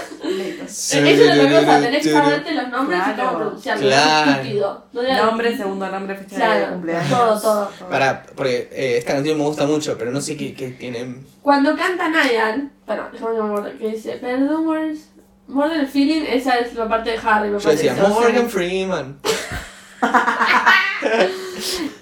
Leitos.
Eso es la otra cosa, tenés que saberte los nombres y
Claro.
cómo pronunciarlos.
Claro.
Es estúpido. No le-
Nombre, segundo nombre, fecha de
Claro,
cumpleaños.
todo, todo.
Para, porque eh, esta canción me gusta mucho, pero no sé qué, qué tienen.
Cuando canta Niall, bueno, déjame que me acuerdo, que dice, perdón, words, more than feeling, esa es la parte de Harry, me
Yo
parece.
decía,
O sea,
Morgan Freeman.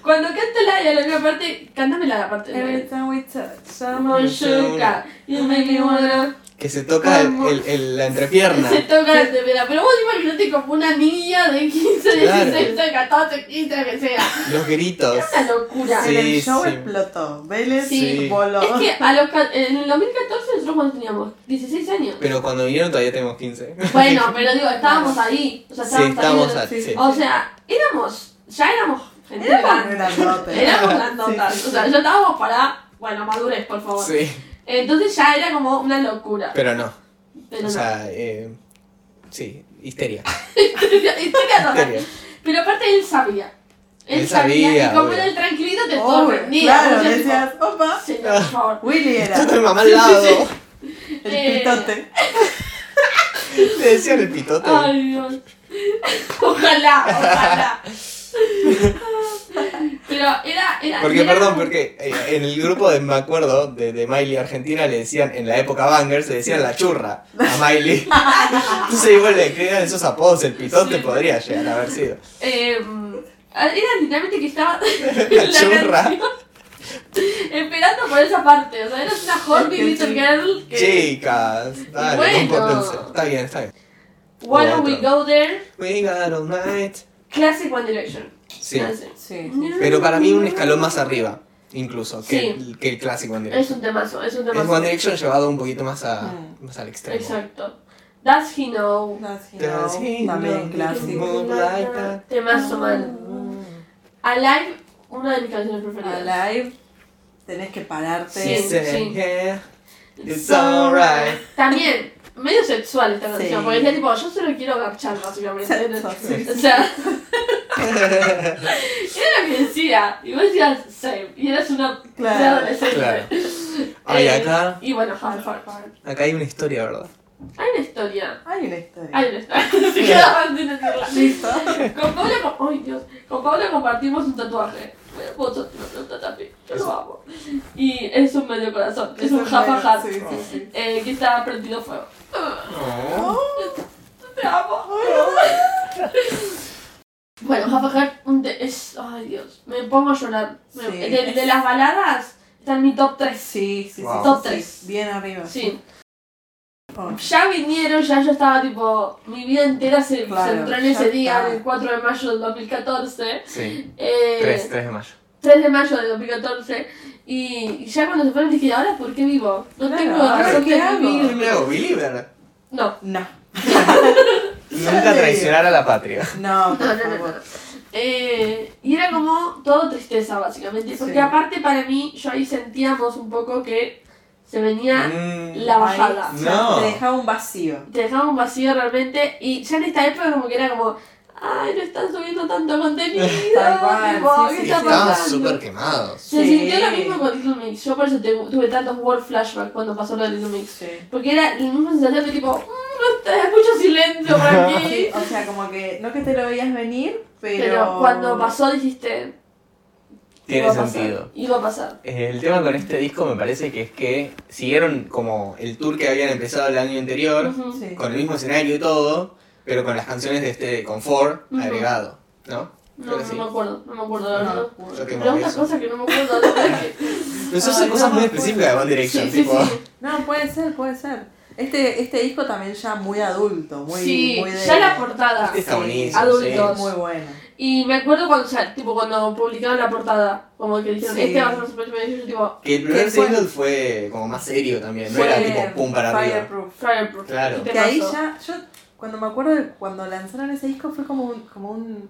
Cuando canta Laia, la otra parte, cántame la parte
Every
de
time we touch
Someone
someone
sugar, you make me wanna-
Que se
Ah,
toca el, el- el- la entrepierna.
Se toca de vera, pero vos imagínate como una niña de 15,
Claro.
16, 14, 15, que sea.
Los gritos.
Es una locura.
Sí,
En el show
sí.
explotó. Vélez
Sí.
voló.
Es que a los, ca- en el 2014 nosotros cuando teníamos 16 años.
Pero cuando vinieron todavía tenemos 15.
Bueno, pero digo, estábamos ahí. O sea,
Sí,
estábamos,
estamos
ahí.
a. Sí.
O sea, éramos, ya éramos gente
Éramos
grande.
grandotes.
Éramos grandotas.
Sí, sí,
O sea,
sí.
ya estábamos para, Oh, bueno, madurez, por favor.
Sí.
Entonces ya era como una locura.
Pero no. O
Pero no.
sea, eh, sí, histeria.
Historia rara.
Histeria.
Pero aparte él sabía. Él,
Él
sabía,
sabía,
y como
obvio.
era el tranquilito te
Obvio,
sorprendía.
Claro,
vos decías,
decías, opa,
tipo,
Ah,
Señor, por favor.
Willy era.
Yo tengo mi mamá al lado.
El
Eh.
pitote.
Le decían el pitote.
Ay, Dios. Ojalá, ojalá. Pero era, era.
Porque,
era-
perdón, porque eh, en el grupo de, me acuerdo, de, de Miley Argentina le decían, en la época Banger, se decían la churra a Miley. Entonces igual le creían esos apodos, el pitote
Sí.
podría llegar a haber sido.
Eh, era literalmente que estaba.
La churra.
canción, Esperando por esa parte. O sea, eras una horny
Porque
little
sí.
girl que.
Chicas, dale,
Bueno.
compórtense. Está bien, está bien.
Why don't we
Otra.
go there?
We got all night.
Classic One Direction.
Sí.
Classic. Mm.
Sí.
Pero para mí un escalón más arriba, incluso, que,
Sí.
el, que el clásico One
Es
Direction.
un temazo, es un
Es
temazo.
One Direction llevado un poquito más, a,
Mm.
más al extremo.
Ah. Exacto. Does he know?
Does he
También
know
clásico.
Move like that.
Temazo mal. Alive, una de mis canciones preferidas.
Alive, tenés que pararte.
She
Sí.
said, yeah, it's alright.
También, medio sexual esta
Sí.
canción, porque decía tipo, yo solo quiero garchar básicamente.
Sexo, sí.
O sea, era lo que decía. Y vos decías same. Y eras una
Claro.
una adolescente.
Claro. Ay,
Eh,
acá,
Y bueno, hard, hard, hard.
acá hay una historia, ¿verdad?
Hay una historia.
Hay una historia.
Hay una historia. Se quedaba sin decirla.
Listo.
Con Paula, co- ay, Dios. Con Paula compartimos un tatuaje. Bueno, vos sos- no, no, tatuaje. Yo lo amo. Y es un medio corazón. Es un japa
jajaja.
hat.
Sí, sí, sí.
Eh, que está prendido fuego. Oh. Te amo. Bueno, Jaffa Hat un te- es. Ay Dios, me pongo a llorar. Me-
Sí.
de, de las baladas, está en mi top 3.
Sí, sí, sí,
Wow.
sí,
Top
sí.
tres.
Bien arriba.
Sí.
Oh.
Ya vinieron, ya yo estaba tipo. Mi vida entera se,
Claro,
se entró en
ya
ese día,
está.
el 4 de mayo del 2014.
Sí,
Eh,
3, 3 de mayo.
3 de mayo del 2014. Y, y ya cuando se fueron dije, ¿ahora por qué vivo? No
Claro,
tengo
¿ahora
razón
qué
de
hago?
vivir.
me hago believer.
No,
No,
Nunca traicionar a la patria.
no,
No,
por
no, no,
favor.
Eh, y era como todo tristeza, básicamente. Porque
Sí.
aparte, para mí, yo ahí sentíamos un poco que se venía.
Mm,
La bajada.
Ahí,
No.
Te dejaba un vacío.
Te dejaba un vacío realmente. Y ya en esta época, como que era como. ay, no están subiendo tanto contenido.
Tal cual,
tipo,
sí,
¿qué
sí,
está
Estaban
pasando?
súper quemados.
Se
Sí.
sintió lo mismo con Little Mix. Yo por eso te- tuve tantos word flashbacks cuando pasó lo de Little Mix.
Sí.
Porque era la misma sensación de tipo, mm, no está, mucho silencio por aquí.
O sea, como que no que te lo veías venir, pero.
Pero cuando pasó dijiste,
Tiene
iba a pasar,
sentido.
Iba a pasar.
El tema con este disco me parece que es que siguieron como el tour que habían empezado el año anterior,
Ujú.
Sí.
con el mismo escenario y todo, pero con las canciones de este confort
Ujú.
agregado, ¿no?
No,
Creo que
no
sí.
me acuerdo, no me acuerdo la verdad.
Yo que me
Pero una
aviso.
cosa que no me acuerdo la verdad es que-
Pero eso son
Ay,
cosas
no,
muy
no,
específicas de One Direction,
Ah, pues, Sí, sí,
tipo.
sí.
No, puede ser, puede ser. Este, este disco también ya muy adulto, muy,
sí,
muy de.
ya la portada.
Este está
Sí,
buenísimo.
adultos.
Muy bueno.
Y me acuerdo cuando, ya, tipo, cuando publicaron la portada, como que dijeron,
Sí.
este va a ser Super Smash, y yo tipo,
sí. Que el primer
Que fue-
single fue como más serio también, no
Fue
era tipo pum para arriba.
Fireproof.
Fireproof.
Claro.
Y
Que ahí
temazo.
ya, yo cuando me acuerdo de cuando lanzaron ese disco fue como un, como un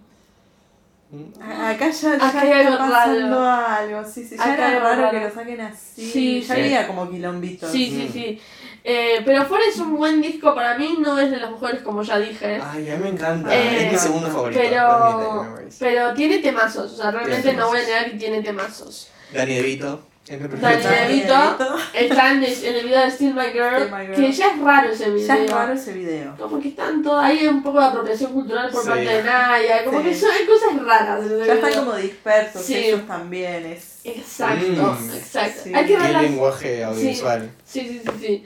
Mm.
a- acá ya, ya
Ah. Acá hay algo
está pasando algo, sí, sí, ya
Acá hay
era
algo
raro
raro.
que lo saquen así,
Sí,
ya
sí.
había como quilombitos.
Sí, sí,
Mm.
sí. Eh, pero Fuera es un buen disco para mí, no es de los mejores como ya dije.
Ay, a mí me encanta.
Eh,
Ah, es mi segundo favorito. Bandit
pero,
Memories.
pero tiene temazos, o sea, realmente
Tiene
no voy a negar que tiene temazos.
Danny DeVito. es mi
Dani
preferido.
Dani
DeVito
DeVito.
está en el, en el video de Still My Girl,
Still My Girl.
que ya es raro ese video.
Ya es raro ese video.
Como que están todos, ahí hay un poco de apropiación cultural por
Sí.
parte de Naya, como
Sí.
que son, hay cosas raras. en ese
Ya están
video.
como dispersos
Sí.
ellos también, es...
Exacto,
Mm.
exacto.
Sí.
Hay que
Qué
ver las
lenguaje audiovisual.
Sí, sí, sí, sí.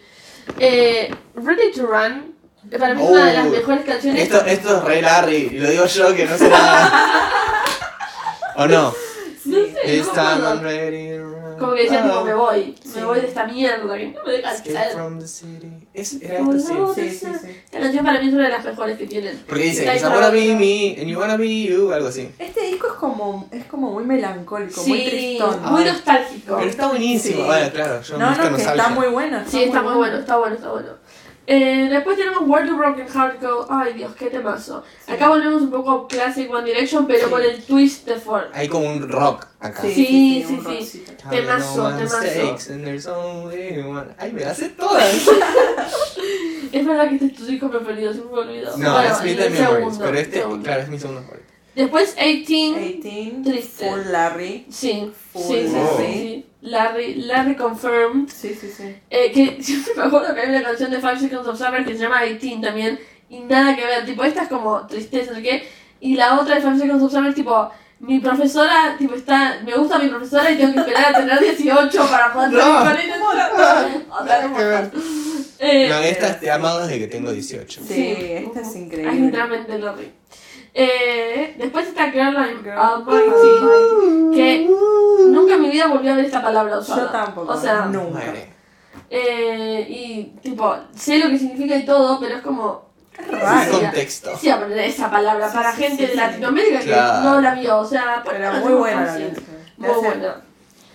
Eh, Ready to Run, que para mí es
Oh.
una de las mejores canciones.
Esto, esto es re Larry, y lo digo yo que no sé nada. ¿O no?
no sé,
This
no me
time I'm
acuerdo.
ready to run.
Como que decía,
Ah.
tipo, me voy,
Sí.
me voy de esta mierda, que no me deja
Escape
hacer.
from the city. Es, era esto, sí.
Sí, sí, sí.
Esta canción para mí es una de las mejores que tienen.
Porque dice,
Escape
"'Cause I wanna be
from-
me, and you wanna be you, uh, algo así.
Este disco es como, es como muy melancólico, muy
Sí,
tristón.
muy
Ay.
nostálgico.
Pero está buenísimo.
Sí.
Bueno, claro, yo
No,
esto
no, que está
sabía.
muy bueno.
Sí, está muy bueno, está bueno, está bueno. Eh, después tenemos World of Broken Heart Go. Ay, Dios, qué temazo.
Sí.
Acá volvemos un poco a Classic One Direction, pero
Sí.
con el twist de Ford.
Hay como un rock acá.
Sí,
Sí,
sí,
sí,
un
sí.
rockcito.
Temazo,
How no one
temazo.
takes, and there's only one. Ay, me las sé todas.
Es verdad que este es tu disco preferido, se me olvidó.
No,
Bueno,
es Little
el
Memories,
segundo,
pero este,
segundo.
claro, es mi segundo favorito.
Después 18.
18,
Triste.
Full Larry.
Sí,
Full
sí, sí,
Wow.
sí, sí. Larry, Larry Confirmed.
Sí, sí, sí.
Eh, que siempre me acuerdo que hay una canción de Five Seconds of Summer que se llama 18 también. Y nada que ver, tipo, esta es como tristeza, no sé qué. Y la otra de Five Seconds of Summer, tipo, mi profesora, tipo, está, me gusta mi profesora y tengo que esperar a tener 18 para poder
No.
salir con ella. Otra
Nada que ver.
Eh,
No, esta te amado desde que tengo 18.
Sí, esta es increíble.
Es literalmente lo re. Eh, después está Caroline
Girl.
Almighty.
Ah.
que Nunca en mi vida volví a ver esta palabra usada.
Yo tampoco.
O sea,
No.
Madre.
eh, y tipo, sé lo que significa y todo, pero es como.
Es
Sin
raro.
contexto.
Sí, aprender esa palabra
Sí,
para
sí,
gente
sí,
de
sí.
Latinoamérica
Claro.
que no la vio. O sea, por
Pero
lo
muy
menos
buena la
fácil.
canción.
Muy
Gracias.
buena.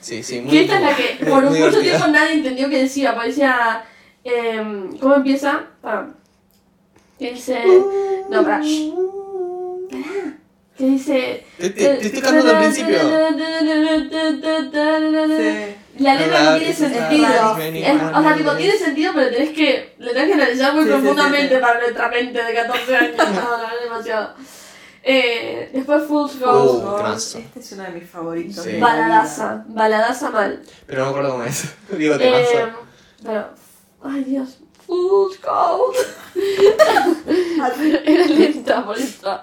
Sí, sí, muy
Que esta es la que por
muy
mucho
divertida.
tiempo nadie entendió que decía. Parecía. em, ¿Cómo empieza? Pará. Que dice. No, pará. Que dice. eh,
Te, te- te estoy cantando al principio.
Sí.
La letra no
Verdad,
tiene
eso está-
sentido.
Many
Es- o sea, tipo,
memories.
tiene sentido, pero tenés que, le tenés que analizar muy
Sí, sí, sí,
profundamente
sí.
para nuestra mente de 14 años. No, no, no, demasiado. Eh, después Fool's Gold.
Uh, temazo.
Este es uno de mis favoritos.
Sí.
de la vida.
Baladaza. Baladaza mal.
Pero no me acuerdo cómo es. Digo, te
Eh,
pasó.
pero, ay Dios. Fool's Gold.
Ah,
Era lenta, por eso.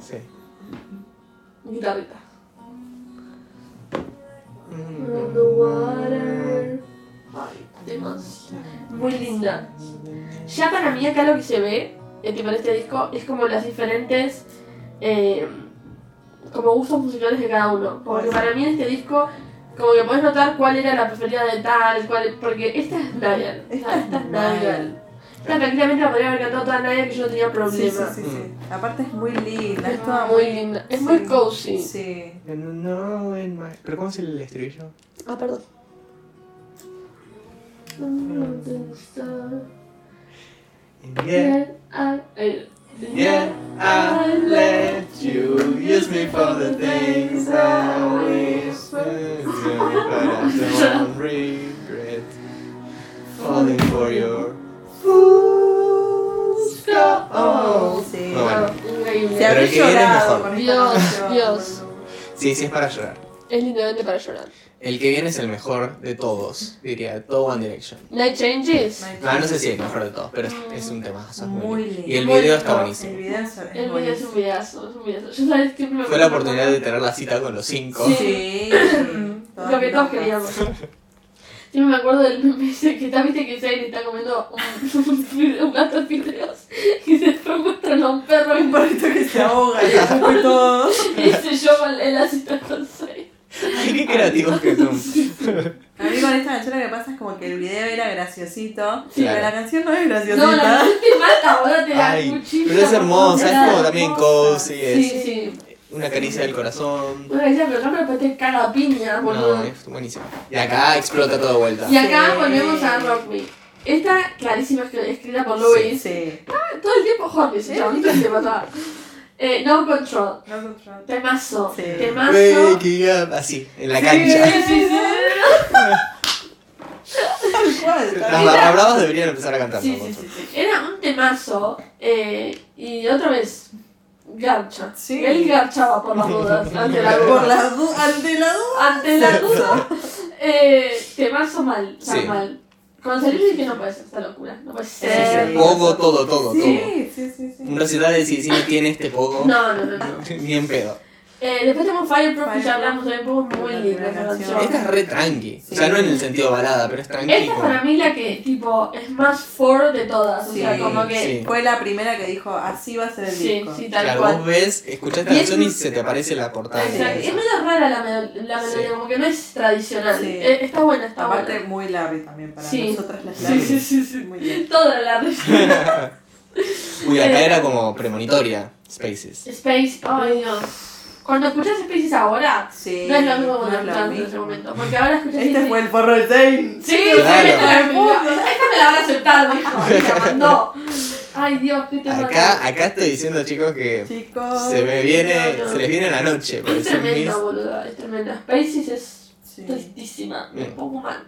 Sí.
Guitarrita.
Mm.
On the water. Ay, temas. Muy linda. Ya para mí acá lo que se ve, eh, tipo en este disco, es como las diferentes eh, como gustos musicales de cada uno. Como que para mí en este disco, como que podés notar cuál era la preferida de tal, cuál, porque esta es Nayal. Esta,
Esta es
esta es
Nayal.
Nayal. Esta tranquilamente la podría haber cantado toda Nayal que yo no tenía problema.
Sí, sí, sí, sí. Aparte es muy linda.
Es
Es toda
muy linda. Es muy
sí.
cozy.
Sí.
And now in my- ¿Pero cómo es el estribillo?
Ah, perdón.
And Yeah,
Yeah, I- eh,
yeah, I let you use me for the things I wish to do, but I don't regret falling for your fool's gold.
Oh, sí.
Muy bueno.
Se
Increíble.
Pero
habré
el que viene es
llorado
mejor.
con esta
Dios,
canción.
Dios.
Sí, sí, es para llorar.
Es literalmente para llorar.
El que viene es el mejor de todos, diría, de todo One Direction.
Night Changes.
Ah, no sé si es el mejor de todos, pero es, es un tema.
Muy
Y el
lindo.
video está
Muy
El
buenísimo.
video es,
El video es
buenísimo.
un videazo, es un videazo. Yo sabes que me
Fue la oportunidad de tener la cita con los cinco.
Sí.
Sí.
Lo que todos queríamos. Yo me acuerdo del meme ese que está, viste que Zayn está comiendo un, un, un gato fideos y después muestran a un perro
Un
y
perrito que se ahoga y después todo.
dice yo en la cita con Zayn.
Ay, qué creativos que son.
A mí con esta canción lo que pasa es como que el video era graciosito,
Sí.
pero la canción no es graciosita.
No, la canción te mata, ahora te da
Ay,
cuchillo.
pero es hermosa, es como también cozy, es
Sí, sí.
una caricia del corazón.
Bueno, decía, pero no me apetece cara piña, boludo.
No, es buenísimo. Y acá explota todo de vuelta.
Y acá
Sí.
volvemos a Rock Me. Esta clarísima escri- escrita por Luis.
Sí.
Todo el tiempo Jorge, ese chabonito se mataba. Eh, no Control.
No control.
Temazo.
Sí.
Temazo.
Breaking up, así, en la cancha.
Sí, sí, sí.
Tal cual, tal
Las
cual.
Era-
bravas deberían empezar a cantar.
Sí, sí, sí, sí. Era un temazo. eh, y otra vez, garcha.
Sí.
Él garchaba por las dudas. Ante la
Por
duda.
la du- ante la duda.
Ante la duda. Eh, temazo mal. o sea,
Sí.
mal. Cuando salí dije, no puede ser esta locura. No puede
sí.
ser.
Pogo, todo, todo, todo.
Sí, sí, sí, sí.
Un recital de Sicily tiene este pogo.
No, no, no, no.
Ni en pedo.
Eh, después tenemos Fireproof, que
Fireproof.
ya hablamos también, porque es muy
Una
linda
primera
esa
canción.
canción.
Esta es re tranqui. O sea, no en el sentido balada, pero es tranqui.
Esta es
como-
para mí la que, tipo, es más for de todas. O sea,
Sí,
como que.
Fue la primera que dijo, así va a ser el
Sí,
disco.
sí, tal
Claro,
cual.
vos ves, escuchás esta
Y es
canción y
un-
se te aparece la portada.
Exacto.
Sí.
Es medio rara la, melo- la
Sí.
melodía, como que no es tradicional.
Sí.
Eh, está buena, está
Aparte,
buena.
muy Larry también para
Sí.
nosotras las
Sí,
Larry.
sí, sí, sí.
Muy bien.
Toda la
Uy, acá era como premonitoria, Spaces.
Space, ay Dios. Cuando escuchas Spaces ahora,
Sí.
no es lo mismo cuando
no es lo
escuchas en ese
mismo.
momento. Porque ahora escuchas
Este
Spaces-
fue el porro de Zayn.
Sí,
Claro.
sí, esta me la- esta me la van a aceptar, dijo. y la mandó. Ay Dios, qué tema.
Acá, acá estoy diciendo, chicos, que
Chicos.
se me viene,
no, no.
se les viene la noche. porque
Es
son
tremenda, boluda, es tremenda. Spaces es
Sí.
tristísima, me
Mm.
pongo mal.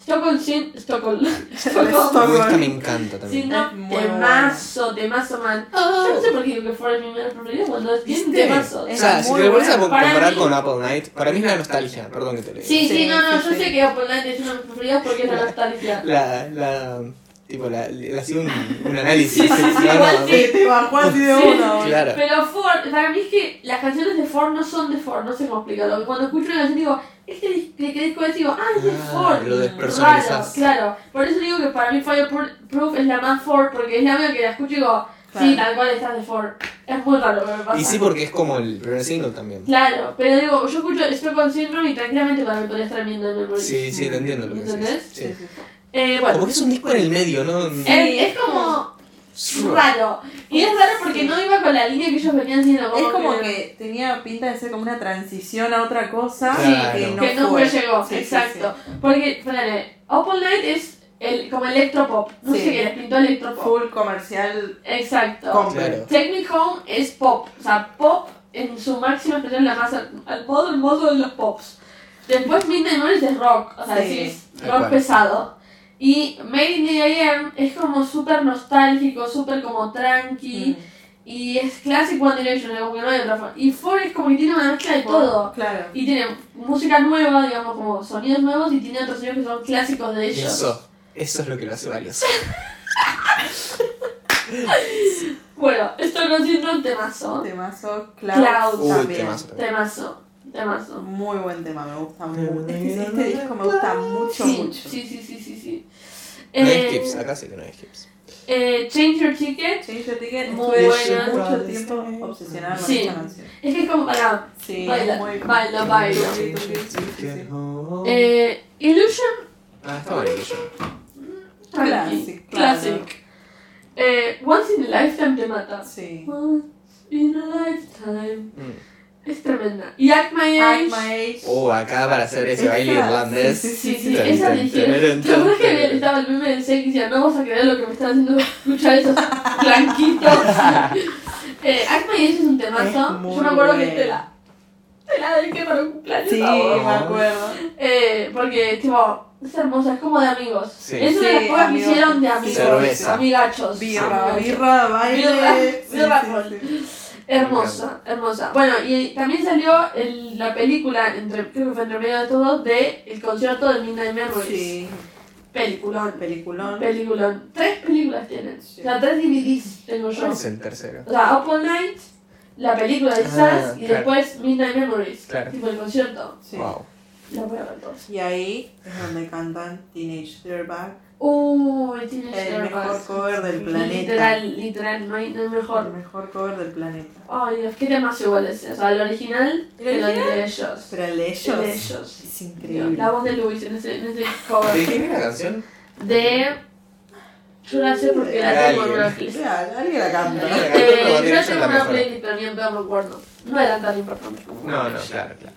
Stockholm Sin, Stockholm,
Stockholm.
mis-
Stockholm
Uy, esta me encanta
Sí,
también.
no,
Es muy Ah.
temazo, temazo mal. Yo no sé por qué digo que fuera mi primera preferida cuando es bien temazo.
O
Es
sea, si
muy
te lo pones a
bueno.
comparar
Para mí-
con Apple Night, para mí es la nostalgia, perdón que te lo diga.
Sí, sí,
Sí,
no, no,
sí,
yo
sí.
sé que Apple Night es una de mis preferidas porque es la nostalgia.
La, la, tipo, la, le hacía un, un análisis.
Sí, sí, sí,
No,
igual
no,
sí.
Te bajó así de
Sí.
uno.
Claro.
Pero Ford, para mí es que las canciones de Ford no son de Ford, no sé cómo explicarlo. Cuando escucho una canción digo, este dis- de qué disco es, digo, ah, es de
Ah,
Ford.
lo
Raro,
despersonalizás.
claro. Por eso digo que para mí Fireproof es la más Ford, porque es la única que la escucho y digo, sí,
Claro.
tal cual estás de Ford. Es muy raro lo que me pasa.
Y Ah, sí, porque es como el primer single también.
Claro, pero digo, yo escucho Stockholm Syndrome y tranquilamente para mí podría estar viendo el memory.
Sí, sí, te entiendo lo que
¿Entendés?
decís. Sí.
Eh, bueno,
Como que es un disco en el medio, ¿no?
Eh, es como raro. Y es raro porque no iba con la línea que ellos venían haciendo.
Es como que tenía pinta de ser como una transición a otra cosa
Sí,
que
que
no
que nunca
fue.
llegó,
Sí, sí,
exacto. Porque, ponele, Open Night es el, como electropop. No
Sí.
sé qué les pintó
sí.
electropop.
Full comercial
Exacto.
Claro.
completo.
Take Me Home es pop, o sea, pop en su máxima expresión, la más al, al modo, el modo de los pops. Después Midnight Memories es rock, o sea,
Sí.
decís
Tal
rock
cual.
pesado. Y Made in the AM es como súper nostálgico, súper como
Mm.
tranqui. Y es clásico One Direction, como que no hay otra forma. Y Four es como que tiene una mezcla de todo.
Claro.
Y tiene música nueva, digamos, como sonidos nuevos, y tiene otros sonidos que son clásicos de ellos.
Eso, eso es lo que lo hace valioso.
Bueno, esto no siendo un temazo.
Temazo,
Cloud.
Cloud
Uy,
también.
temazo.
Temazo, temazo.
Muy buen tema, me gusta
Muy
mucho.
buen
Este,
tema.
este disco me gusta mucho,
sí,
mucho.
Sí, sí, sí, sí, sí.
No hay ah.
Eh,
skips, acá sí que no hay skips.
eh, Change Your Ticket
Change Your Ticket,
Muy
estuve
buena.
mucho tiempo obsesionada con
Sí.
esta canción.
es que es como para...
Sí,
Baila,
muy
baila, baila.
Sí, sí, sí, sí, sí.
Eh, Illusion
Ah, está bueno yo.
Tranqui,
Classic, claro.
Classic. Eh, Once in a Lifetime te mata.
Sí.
Once in a Lifetime.
Mm.
Es tremenda. Y Act My Age.
I'm my age.
Oh, acá para hacer ese baile
Esa-
irlandés.
sí,
Sí, sí,
Tan,
esa
tan,
dije.
tan,
¿Te acuerdas
tan,
que
tan.
estaba el meme del Zeke y decía, no vas a creer lo que me están haciendo escuchar esos blanquitos? eh, Act My Age es un
Es
temazo.
muy
Yo me acuerdo que
bueno.
te la, te la dediqué para un cumpleaños.
Sí,
a vos.
me acuerdo.
Eh, porque, tipo, Es hermosa, es como de amigos.
Sí.
Es una de las
Sí,
cosas que
amigos.
hicieron de amigos.
Cerveza.
Amigachos.
Birra,
Amigachos.
birra, baile.
Birra, birra
Sí,
con-
sí, sí.
Hermosa, hermosa. Bueno, y también salió el- la película, entre, creo que fue entre medio de estos dos, de El concierto de Midnight Memories.
Sí,
Peliculón.
peliculón.
Peliculón. Tres películas tienen.
Sí. Ah,
O sea, tres DVDs tengo yo.
¿Cuál es el tercero?
O sea, Up All Night, la película de
Ah,
Sars y
claro.
después Midnight Memories.
Claro.
Tipo el concierto.
Sí.
Wow.
Lo voy a ver todos.
Y ahí es donde cantan Teenage Dirtbag,
Uy, tiene
el mejor cover del planeta.
Literal, literal, no hay, no hay
El
mejor.
mejor cover del planeta.
Ay, Dios, qué temas iguales. O sea, el original,
¿El
que lo
original?
de ellos.
Pero el de ellos
El de ellos.
es increíble.
La voz de Luis en ese, en ese
¿De
cover.
quién es la canción?
De. Yo la sé porque la tengo en una
Sí,
playlist.
alguien la canta.
Eh, yo tengo una playlist, pero bien peor recuerdo. No eran tan importantes como.
No, no, claro, claro.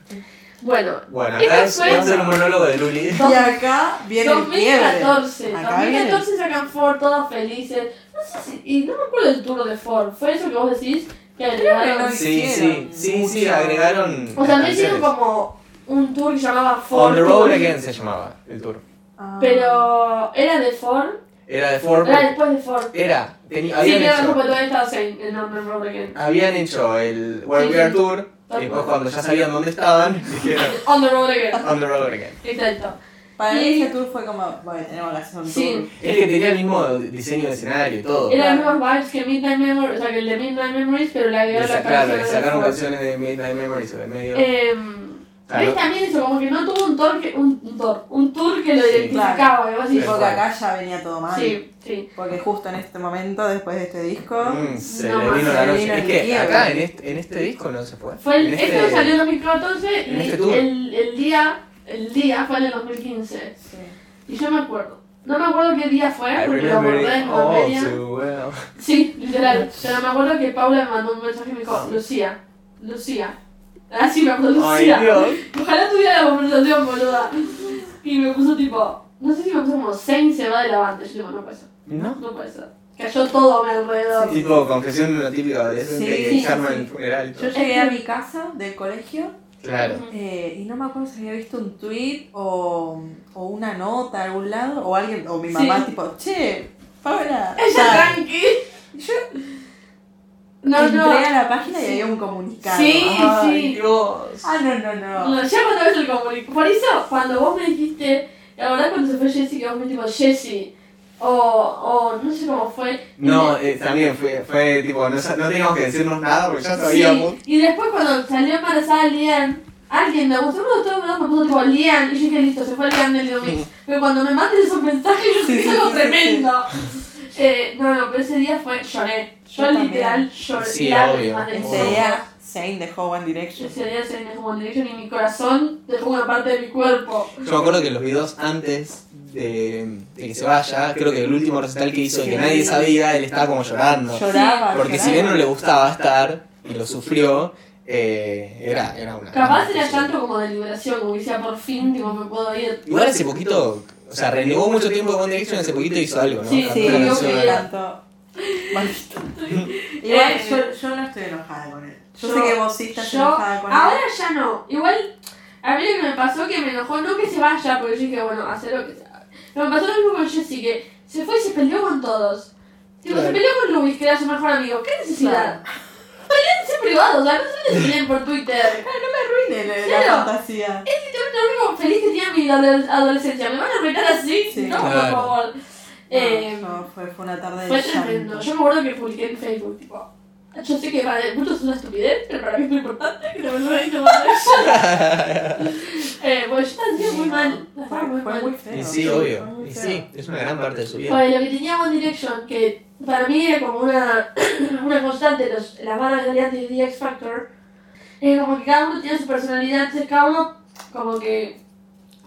Bueno,
Bueno,
¿Qué
acá es,
fue?
vamos a hacer un monólogo de Luli.
Y acá viene el quiebre.
2014.
Acá viene el-
2014 sacan Ford todos felices. No sé si. Y no me acuerdo del tour de Ford. ¿Fue eso que vos decís? Que agregaron.
no
Sí, sí,
hicieron
sí, sí,
mucho.
agregaron.
O sea, no
canciones.
hicieron como un tour que llamaba Ford.
On the Road
Tour,
Again se llamaba el tour.
Ah.
Pero. ¿Era de Ford?
Era de Ford.
Era después de Ford.
Era. tenía-
Sí,
habían,
era
hecho,
como todavía estaba en en On the Road Again.
habían hecho el Where
Sí,
We Are
sí.
Tour. Y después, cuando ya sabían dónde estaban, dijeron
On the Road Again.
On the Road Again.
Exacto.
Ah. Para mí
Y-
ese tour fue como, bueno, tenemos que hacer un tour.
Sí.
Es que tenía el mismo diseño de escenario y todo.
Era los mismos vibes que Midnight Memories, o sea, que el de Midnight Memories, pero le
Le
agregaron la
sa- Claro, le
canción de
sacaron
Ford.
canciones de Midnight Memories o de medio.
Em,
Claro.
¿Ves también eso? Como que no tuvo un tour que, un, un tour, un tour que lo
Sí,
identificaba. y vos
Sí,
decís,
porque acá ya venía todo mal.
sí, sí.
Porque justo en este momento, después de este disco,
Mm, se
No,
le vino
se
la
le
noche.
vino
Es
el
que
quiebre.
acá en este, en este disco no se fue.
Fue el,
en
este, salió en 2014 y
en este tour.
el, el día el día fue en el 2015. Y yo me acuerdo. No me acuerdo qué día fue,
I
porque lo
remember
abordé
it Oh,
en
all
materia.
too well.
Sí, literal. Pero me acuerdo que Paula me mandó un mensaje y me dijo, Lucía, Lucía. Ah, sí, me acuerdo,
Ay,
Lucía.
Dios.
Ojalá tuviera la conversación, boluda. Y me puso tipo, no sé si me puso como Zane se va de la banda. Yo digo, no puede ser,
¿No?
no puede ser. Cayó todo a mi alrededor.
Sí.
Tipo, confesión una típica de eso,
Sí,
que
sí,
Carmen
sí.
en el funeral y todo.
Yo llegué a mi casa del colegio
Claro.
eh, y no me acuerdo si había visto un tweet o, o una nota a algún lado o alguien o mi mamá
Sí.
tipo, che, Paula.
Ella
tal".
tranqui.
Yo
No,
entré
no.
a la página y
Sí.
había un comunicado.
Sí,
Ay,
sí.
Dios.
Ah, no, no, no.
No, ya cuando ves el comunicado. Por eso, cuando vos me dijiste, la verdad cuando se fue Jessie, que vos me tipo, Jessie, o, o no sé cómo fue.
No, eh, también fue, fue tipo, no, sa- no teníamos que decirnos nada porque ya sabíamos.
Sí, y después cuando salió embarazada Lian, alguien me gustó, me gustó, me gustó, me puso tipo Lian, y yo dije, listo, se fue Lian del Domix. Pero cuando me mandes esos mensajes, yo
Sí,
sentí
sí,
algo
sí, sí,
tremendo. Eh, no, no, pero ese día fue, lloré. Yo,
Yo también.
literal lloré.
Sí,
lágrimas
obvio.
de
Ese día Zayn dejó One Direction.
Ese día se me como dirección y mi corazón dejó una parte de mi cuerpo.
Yo me acuerdo que los videos antes de, de que se vaya, creo que el último recital que hizo y que nadie sabía, él estaba como llorando.
Lloraba.
Porque si bien no le gustaba estar y lo sufrió, eh, era, era una.
Capaz
una-
era llanto como de liberación, como que decía por fin, tipo, me puedo ir.
Igual hace poquito, o sea, renegó mucho tiempo con One Direction, hace poquito hizo algo, ¿no?
Sí,
Cantó
Sí,
una
yo
yo
canción,
creo
me
que-
¿verdad?
encantó. Igual
Eh,
yo, yo no estoy enojada con él. Yo,
yo-
sé que vos sí estás
yo-
enojada con
Ahora
él.
ya no. Igual, a mí lo que me pasó que me enojó, no que se vaya, porque yo dije, bueno, hacer lo que sea. Pero me pasó lo mismo con Jessie, que se fue y se peleó con todos. Tipo,
Claro.
se peleó con Luis, que era su mejor amigo. ¿Qué necesidad? Peleense privado, o sea, no se peleen por Twitter.
Arruine la- la
Claro.
fantasía.
Lo mismo feliz que tenía mi adole- adolescencia. ¿Me van a retar así?
Sí.
no,
Claro.
por favor. Eh,
No, no, fue, fue una tarde
Fue
de
tremendo.
llanto.
Yo me acuerdo que publiqué en Facebook, tipo. "Ah, Yo sé que para el mundo es una estupidez, pero para mí es muy importante que la persona ahí te mande eso. eh, bueno, yo la sentía muy mal. La
Fue,
estaba muy
fue muy
mal.
feo.
Y sí,
Fue
obvio.
muy
Y
feo.
sí, es una gran parte de su vida.
Bueno, lo que tenía One Direction, que para mí era como una, una constante, los, las bandas que salían de The X Factor, es como que cada uno tenía su personalidad, entonces cada uno como que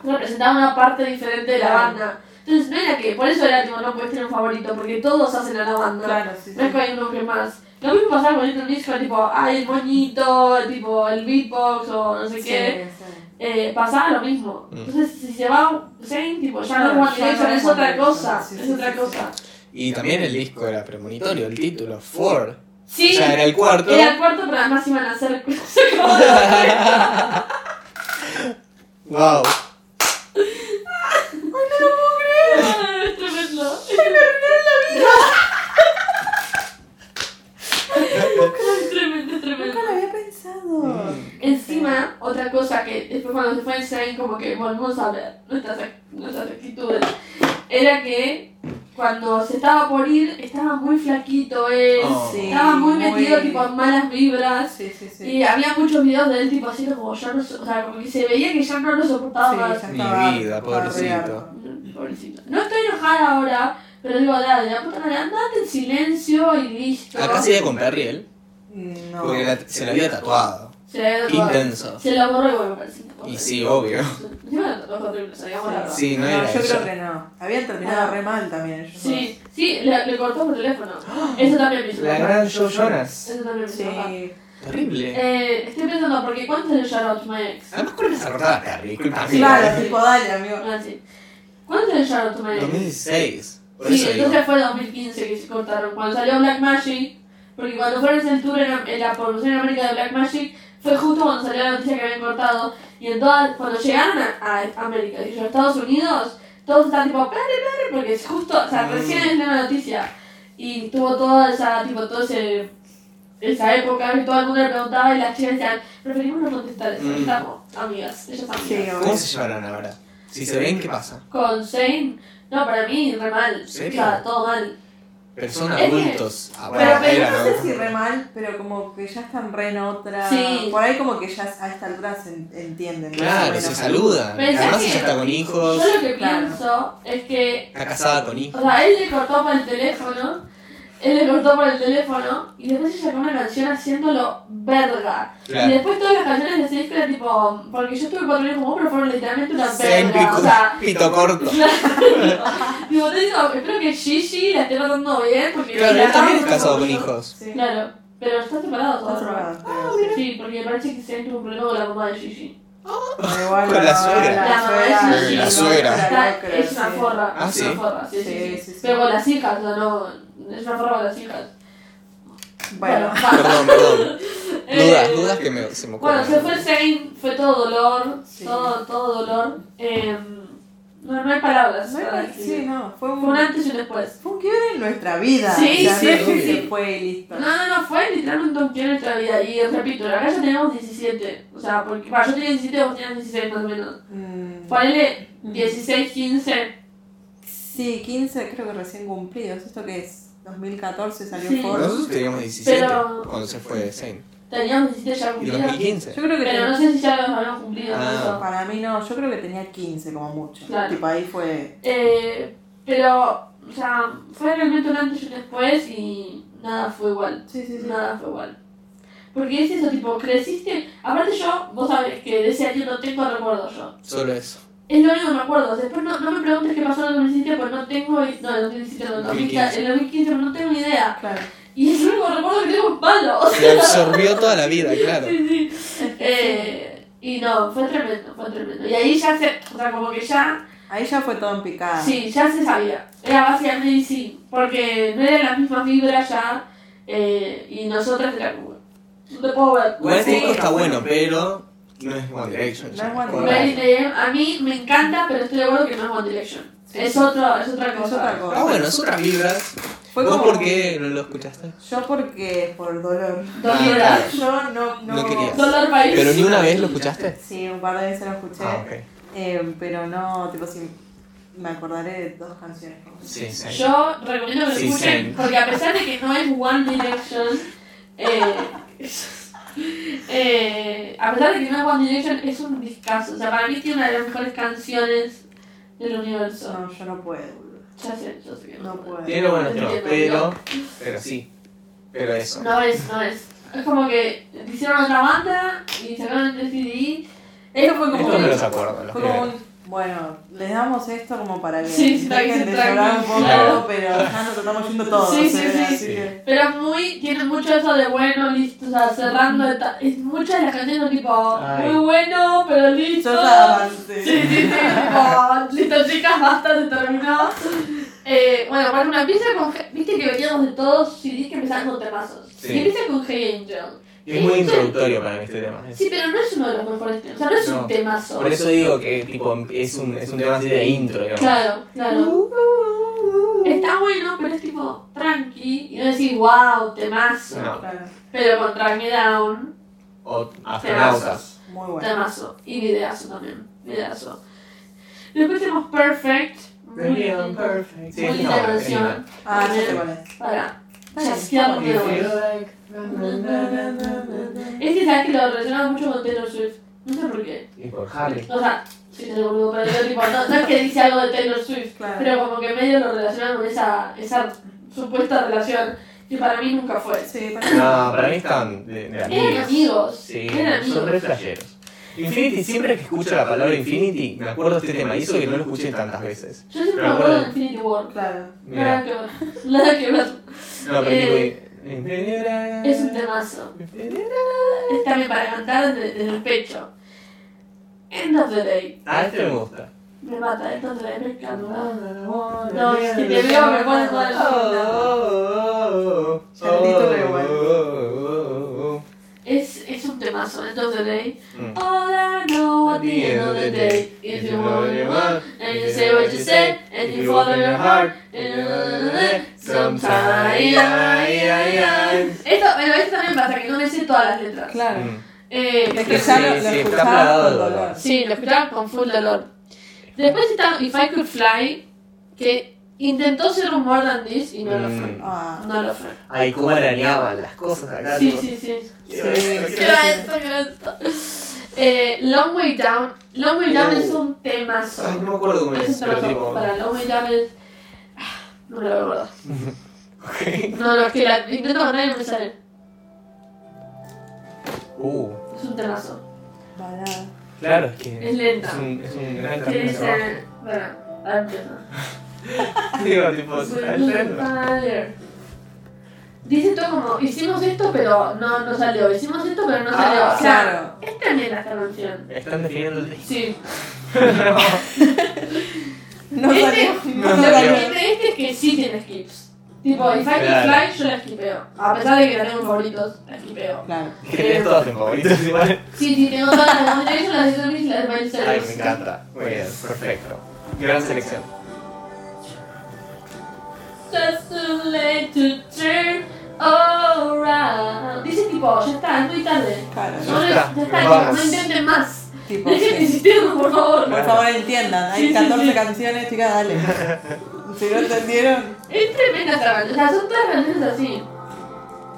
representaba una parte diferente de la
Claro.
banda. Entonces no era que, por eso era tipo, no puedes tener un favorito, porque todos hacen a la banda.
Claro, sí, sí.
No es que hay un nombre más. Lo mismo pasaba con Little Mix, con tipo, ay, el moñito, el tipo, el beatbox o no sé qué.
Sí, sí.
Eh, pasaba lo mismo.
Mm.
Entonces, si se va Zayn, tipo, ya
Claro,
no es One
Ah, ya no
Direction,
es
es
One
otra
Direction.
cosa.
Sí,
es
sí,
otra
sí,
cosa.
Y también el disco era premonitorio, el título, Ford.
Sí,
Ya era el cuarto.
era el cuarto, pero además iban a hacer cosas como de
wow. Mm.
otra cosa que después cuando se fue Einstein como que volvimos a ver nuestras, ac- nuestras actitudes, era que cuando se estaba por ir estaba muy flaquito él,
Oh.
Sí,
estaba muy,
muy-
metido tipo en malas vibras.
Sí, sí, sí.
Y había muchos videos de él tipo haciendo como ya no, so- o sea, como que se veía que ya no lo soportaba
Sí,
más.
ya
Mi
estaba-
vida,
estaba re
pobrecito.
harto.
Pobrecito. No estoy enojada ahora, pero digo, dale, la puta madre, andate en silencio y listo.
Acá sigue con Perry él,
No.
porque la- se lo había tatuado.
Se la había tatuado.
Intenso.
Se la borró y bueno, parece un
Y
poco horrible.
sí, obvio.
Encima era un tatuaje horrible, sabíamos la verdad.
Sí. no era
yo
ella.
creo que no. Habían terminado re mal también ellos.
Ah. Sí, sí, le, le cortó por teléfono. Eso también me hizo enojar.
Joe Jonas.
Eso también me
dos.
hizo enojar.
Sí.
Terrible.
Eh, estoy pensando, porque ¿cuántos años ya Charlotte, my ex?
Además, ¿cuál es la cortada de Perry? Culpa mía.
Claro, tipo, dale, amigo.
Ah, sí. ¿Cuántos años ya Charlotte, my ex?
2016. Por
Sí,
eso digo.
entonces fue 2015 que se cortaron. Cuando salió Black Magic, porque cuando fueron el tour en, en la promoción en América de Black Magic, fue justo cuando salió la noticia que habían cortado. Y en todas, cuando llegaron a, a América, y a Estados Unidos, todos estaban tipo, perre, perre, porque es justo, o sea,
Mm.
recién es la noticia. Y tuvo toda esa, tipo, todo ese. Esa época que todo el mundo le preguntaba y las chicas decían, preferimos no contestar eso,
Mm.
estamos amigas, ellas amigas.
Sí, obvio.
¿Cómo se llevarán ahora? Si se ven, ¿qué pasa?
Con Zane, no, para mí, re mal, o
¿Serio?
sea, todo mal.
Pero son
Es que-
adultos. Ah,
Pero,
Ahora,
pero
era,
yo no sé
¿no?
si re mal, pero como que ya están re en otra.
Sí.
Por ahí como que ya a esta altura se en- entienden. más o
Claro,
menos.
se saludan.
Pensá
Además,
que-
ella está con
Yo
hijos,
lo que
Claro.
pienso es que,
está casada con
o
hijos.
sea, él le cortó por el teléfono, él le cortó por el teléfono y después ella sacó una canción haciéndolo verga. Y
Claro.
después todas las canciones de Seis eran tipo, porque yo estuve cuatro años como vos, pero fueron literalmente una verga. O sea,
Pito, pito corto.
digo, te digo, espero que Gigi la esté tratando bien porque
Claro,
la
él también es
amo,
casado con
pero-
hijos.
Sí.
Claro, pero están separados
Está
todavía.
probado, pero-
Sí, porque parece que se tuvo un problema con la mamá de Gigi.
Pero igual
Con la
no,
suegra.
La
La
mamá
suegra.
es
La
no,
suegra.
no,
Está-
no,
es una
sí.
forra,
Ah,
es
sí.
una forra, sí, sí,
Sí,
sí.
sí, sí.
Pero con las hijas, o sea, no, es una forra con las hijas.
Bueno,
va.
Perdón, perdón.
Eh,
Dudas, dudas que me, se me ocurren.
Bueno, se fue Zane, fue todo dolor,
Sí.
todo, todo dolor. Eh, no, no hay palabras.
no hay
para
pa-
describir.
sí, no, fue
Fue un
un,
antes y un después.
fue un quiebre en nuestra vida.
Sí,
O sea,
sí,
no es que
sí.
se fue y listo.
No, no, no, fue literalmente un quiebre en nuestra vida. Y repito, acá ya teníamos 17. O sea, porque para yo tenía 17, vos tenías 16 más o menos.
Mm,
Ponele 16, 15.
sí, 15 creo que recién cumplidos. ¿Esto que es? 2014 salió
Sí.
Ford.
Nosotros teníamos 17
Pero-
cuando se fue Zane.
Teníamos 17 ya
Y
cumplidos.
2015.
Yo creo que
Pero
ten-
no sé si ya los habíamos cumplido.
Ah.
¿no?
para mí no, yo creo que tenía 15 como mucho.
Claro.
Tipo ahí fue.
Eh, pero, o sea, fue realmente un antes y un después y nada fue igual.
Sí, sí, sí.
Nada fue igual. Porque es eso, tipo, creciste. Aparte, yo, vos sabés que de ese año no tengo recuerdo yo.
Solo eso.
Es lo único que me acuerdo. Después no, no me preguntes qué pasó en el 2017, pues no tengo. i- No, en el 2017, no, en el 2015, en el 2015, pues no tengo ni idea.
Claro.
Y es el único recuerdo que tengo es malo.
Se absorbió toda la vida, claro.
Sí, sí. Eh, y no, fue tremendo, fue tremendo. Y ahí ya se. O sea, como que ya.
Ahí ya fue todo en picada.
Sí, ya se sabía. Era básicamente sí, porque no eran las mismas vibras ya eh, y nosotras era como. No te puedo ver.
Igual el
Sí.
disco está bueno, pero no es One Direction.
No
ya.
es One
Por
Direction.
Ready to Aim, eh, A mí me encanta, pero estoy de acuerdo que no es One Direction.
Sí.
Es, otro, es otra
Es
cosa.
otra
ahora. Ah,
cosa.
bueno, es otras vibras.
Fue
¿Vos
como-
por qué no lo escuchaste?
Yo porque por dolor.
Dolor,
Ah,
Yo no, no,
No querías.
dolor país.
Pero ni una vez lo escuchaste.
Sí, un par de veces lo escuché.
Ah, ok.
eh, pero no, tipo si me acordaré de dos canciones. como-
Sí, sí.
Yo recomiendo que lo
Sí,
escuchen,
sí.
porque a pesar de que no es One Direction, eh, eh, a pesar de que no es One Direction, es un discazo. O sea, para mí tiene una de las mejores canciones del universo.
No, yo no puedo. boludo.
Ya sé, yo sé que no.
No puedo.
Tiene buenos
Entiendo,
temas, pero. Pero sí. Pero eso.
No es, no es. Es como que hicieron otra banda y sacaron el CD. Esto fue como.
Esto me los acuerdo, los
Fue como
primeros.
un. Bueno, les damos esto como para que
Sí, sí, para que
dejen
se
de llorar un
tranquen.
poco,
Claro.
pero ya nos estamos yendo todos.
Sí, sí,
¿eh?
sí.
Así
Sí.
que-
Pero es muy, tiene mucho eso de bueno, listo, o sea,
Mm.
cerrando, eta- es muchas de las canciones son tipo,
Ay.
muy bueno, pero listo.
Yo ya avancé.
Sí, sí, sí, tipo, listo chicas, basta, se terminó. Eh, bueno, por ejemplo, empieza con, He- viste que veníamos de todos CDs que empezaban con temazos.
Sí.
Y empieza con Hey Angel.
Es muy
Sí.
introductorio para mí este tema. Es-
Sí, pero no es uno de los mejores temas, o sea, no es
No.
un temazo.
Por eso digo que tipo, es, un, es un tema así de intro, digamos.
Claro, claro. Está bueno, pero es tipo, tranqui, y no decís, wow, temazo.
No.
Claro.
Pero con Drag Me Down,
O astronautas.
Muy bueno.
Temazo. Y videazo también. Videazo. Y después tenemos Perfect. Muy bien.
Perfect.
Sí,
Muy
no,
linda
es
canción.
linda.
Ah, ya sé cuál es.
Para.
Dale.
chasquearlo de
If you
vuelta.
like, na, na, na, na, na, na.
Este sabes que lo relacionaba mucho con Taylor Swift. No sé por qué.
Y por Harry.
O sea, si te lo vuelvo para el tipo, no, no es que dice algo de Taylor Swift,
Claro.
pero como que medio lo relacionan con esa, esa supuesta relación que para mí nunca fue.
Sí,
No,
para
para mí están de, de
Eran
amigos.
amigos.
Sí,
eran
son re
amigos.
flasheros. Infinity, siempre que escucho la palabra Infinity, me acuerdo de este tema. Y eso que no lo escuché tantas veces.
Yo siempre
Pero
me acuerdo de
bueno.
Infinity War.
Claro.
Mira.
Nada que ver. Nada que ver.
No, pero
Eh,
tipo.
Es un temazo. Es también para cantar desde, desde el pecho. End of the day.
Ah, este me gusta.
Me mata, end of the day me encanta.
No,
No, es que te veo, me pone toda
Oh,
la
oh, oh, oh,
Ya el título es bueno.
oh, oh, oh, oh.
Es, es un temazo, end of the day.
Mm.
All I know at the end of the day is you want you want, and you say what you say, and you follow your heart. eh, and Sometimes. Esto, bueno, esto también pasa que no me sé todas las letras.
Claro.
Mm.
Eh,
Es que
pero-
ya lo,
Sí,
lo
sí, está
escuchaba con
plagado de
dolor.
dolor.
Sí, lo escuchaba con full dolor. Después está If I Could Fly, que intentó ser un More Than This y no lo fue.
Mm.
Ah,
No lo fue.
Ay, cómo arañaban las cosas acá.
Sí,
tipo.
sí, sí.
Quiero esto,
Sí.
¿Qué
quiero
era
esto.
esto? ¿Qué era esto? Eh, Long Way Down. Long Way Down
Oh.
es un temazo.
Ay, no me acuerdo cómo
Es
es,
un
pero
temazo.
tipo.
Para Long Way Down es... Ah, No lo recuerdo.
Ok.
No, no, es que la intento poner y no me sale.
Uh,
Es un temazo.
balada.
claro, es que.
Es lenta.
Es un, es un gran
Que
camino de trabajo.
dice... Bueno, ahora empieza.
Digo, tipo, está yendo.
Fire. Dice todo como, hicimos esto pero no, no salió, hicimos esto pero no salió.
Ah,
o sea,
claro.
es tan linda esta canción.
Están definiendo el disco.
Sí.
No
Este-
salió.
No
Lo
salió.
que tiene este es que sí tiene skips. Tipo, If I Could
Claro.
Fly yo la skipeo. A pesar de que la tengo en favoritos, la skipeo.
Claro.
Que tienes todos en favoritos igual.
Sí, sí, tengo todas las de Motivation, las de Zombies y las de Miley
Ay, me
Cyrus.
encanta. Muy bien, Pues, perfecto. Gran selección.
Just too late to turn around. Dice tipo, ya está, es muy tarde.
Claro.
No, no, ya está, no
Vamos.
intenten más.
Tipo,
Dejen de
sí.
insistir, por favor.
Por favor, entiendan.
Sí,
Hay
sí,
14
sí.
canciones, chicas, dale. Si no entendieron,
Es tremenda esta canción. O sea, son todas canciones así.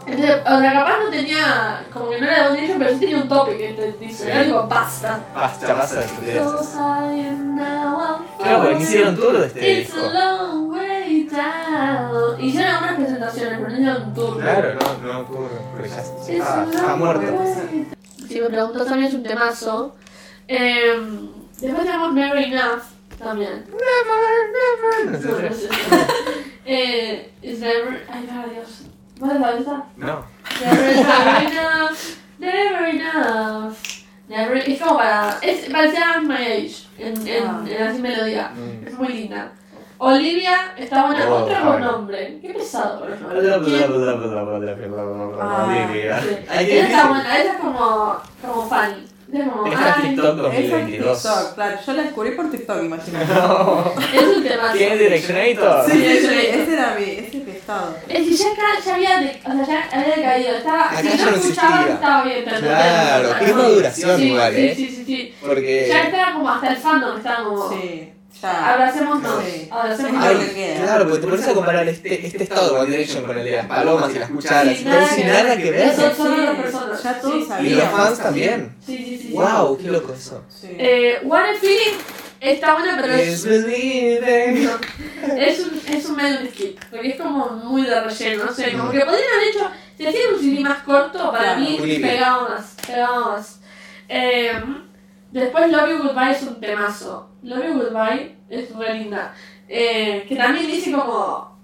Entonces, o sea, capaz no tenía. Como que no era de One Direction, pero sí tenía un tope que te dice.
Sí.
Era tipo, basta.
Basta, basta de estupideces.
So high and now I'm
Claro, porque
falling.
hicieron todo de este
It's
disco.
a long way down. Hicieron algunas presentaciones, pero no hicieron un tour.
Claro, Ah, no, no ocurre. Porque ya
It's
está,
a
está
long
muerto.
way. Si me preguntas también es un temazo. Em, después tenemos Never Enough también.
No sé, no sé.
eh, is never. Ay, para Dios. ¿Vos la sabés esa?
No.
Never is never enough. Never enough. Never. Es como para. Es parecía My Age. En, en,
Ah.
en así melodía.
Mm.
Es muy linda. Olivia está buena.
Oh,
Otra con
Harry.
nombre. Qué pesado con los
Bla, bla, bla,
nombres.
bla, bla, bla, bla, bla, bla, bla,
Ah,
Olivia.
Sí.
Ay, qué
Ella está
difícil.
buena. Ella es como. Como fan. Ella es como.
Esta es
ay,
TikTok
esa es
2022.
TikTok. Claro, yo la descubrí por TikTok, imagínate.
es un tema.
¿Qué Directionator?
Sí, sí, sí, ese era mi, ese es mi estado.
Es que ya, acá- ya había, de- o sea, ya había decaído, estaba,
Acá
si
ya
no
no
escuchabas
existía.
estaba bien, pero no
Claro,
era-
qué maduración
sí,
igual,
sí,
eh.
Sí, sí, sí, ya
Porque.
estaba como hasta el fandom, estaba como,
Sí, ya.
abracémonos,
Sí.
abracémonos.
Ay,
Sí,
Claro, porque te pones a comparar este, este estado de One Direction con el de las palomas y las cucharas.
Sí,
no
nada
dice
que
nada
ver.
que
Eso
ver.
es solo las personas.
Ya
Sí.
todos
Y
sabían.
los fans también.
sí, sí, sí.
¡Wow! ¡Qué loco eso!
Sí.
Eh, What a Feeling está buena, pero
It's
es,
believing.
no, es, un, es un medio un skip, porque es como muy de relleno, no sé, como que podrían haber hecho, si hacían un CD más corto, para
Claro,
mí
un libro.
pegaba más, pegaba más. Eh, después Love You Goodbye es un temazo, Love You Goodbye es re linda, Eh, que también dice como,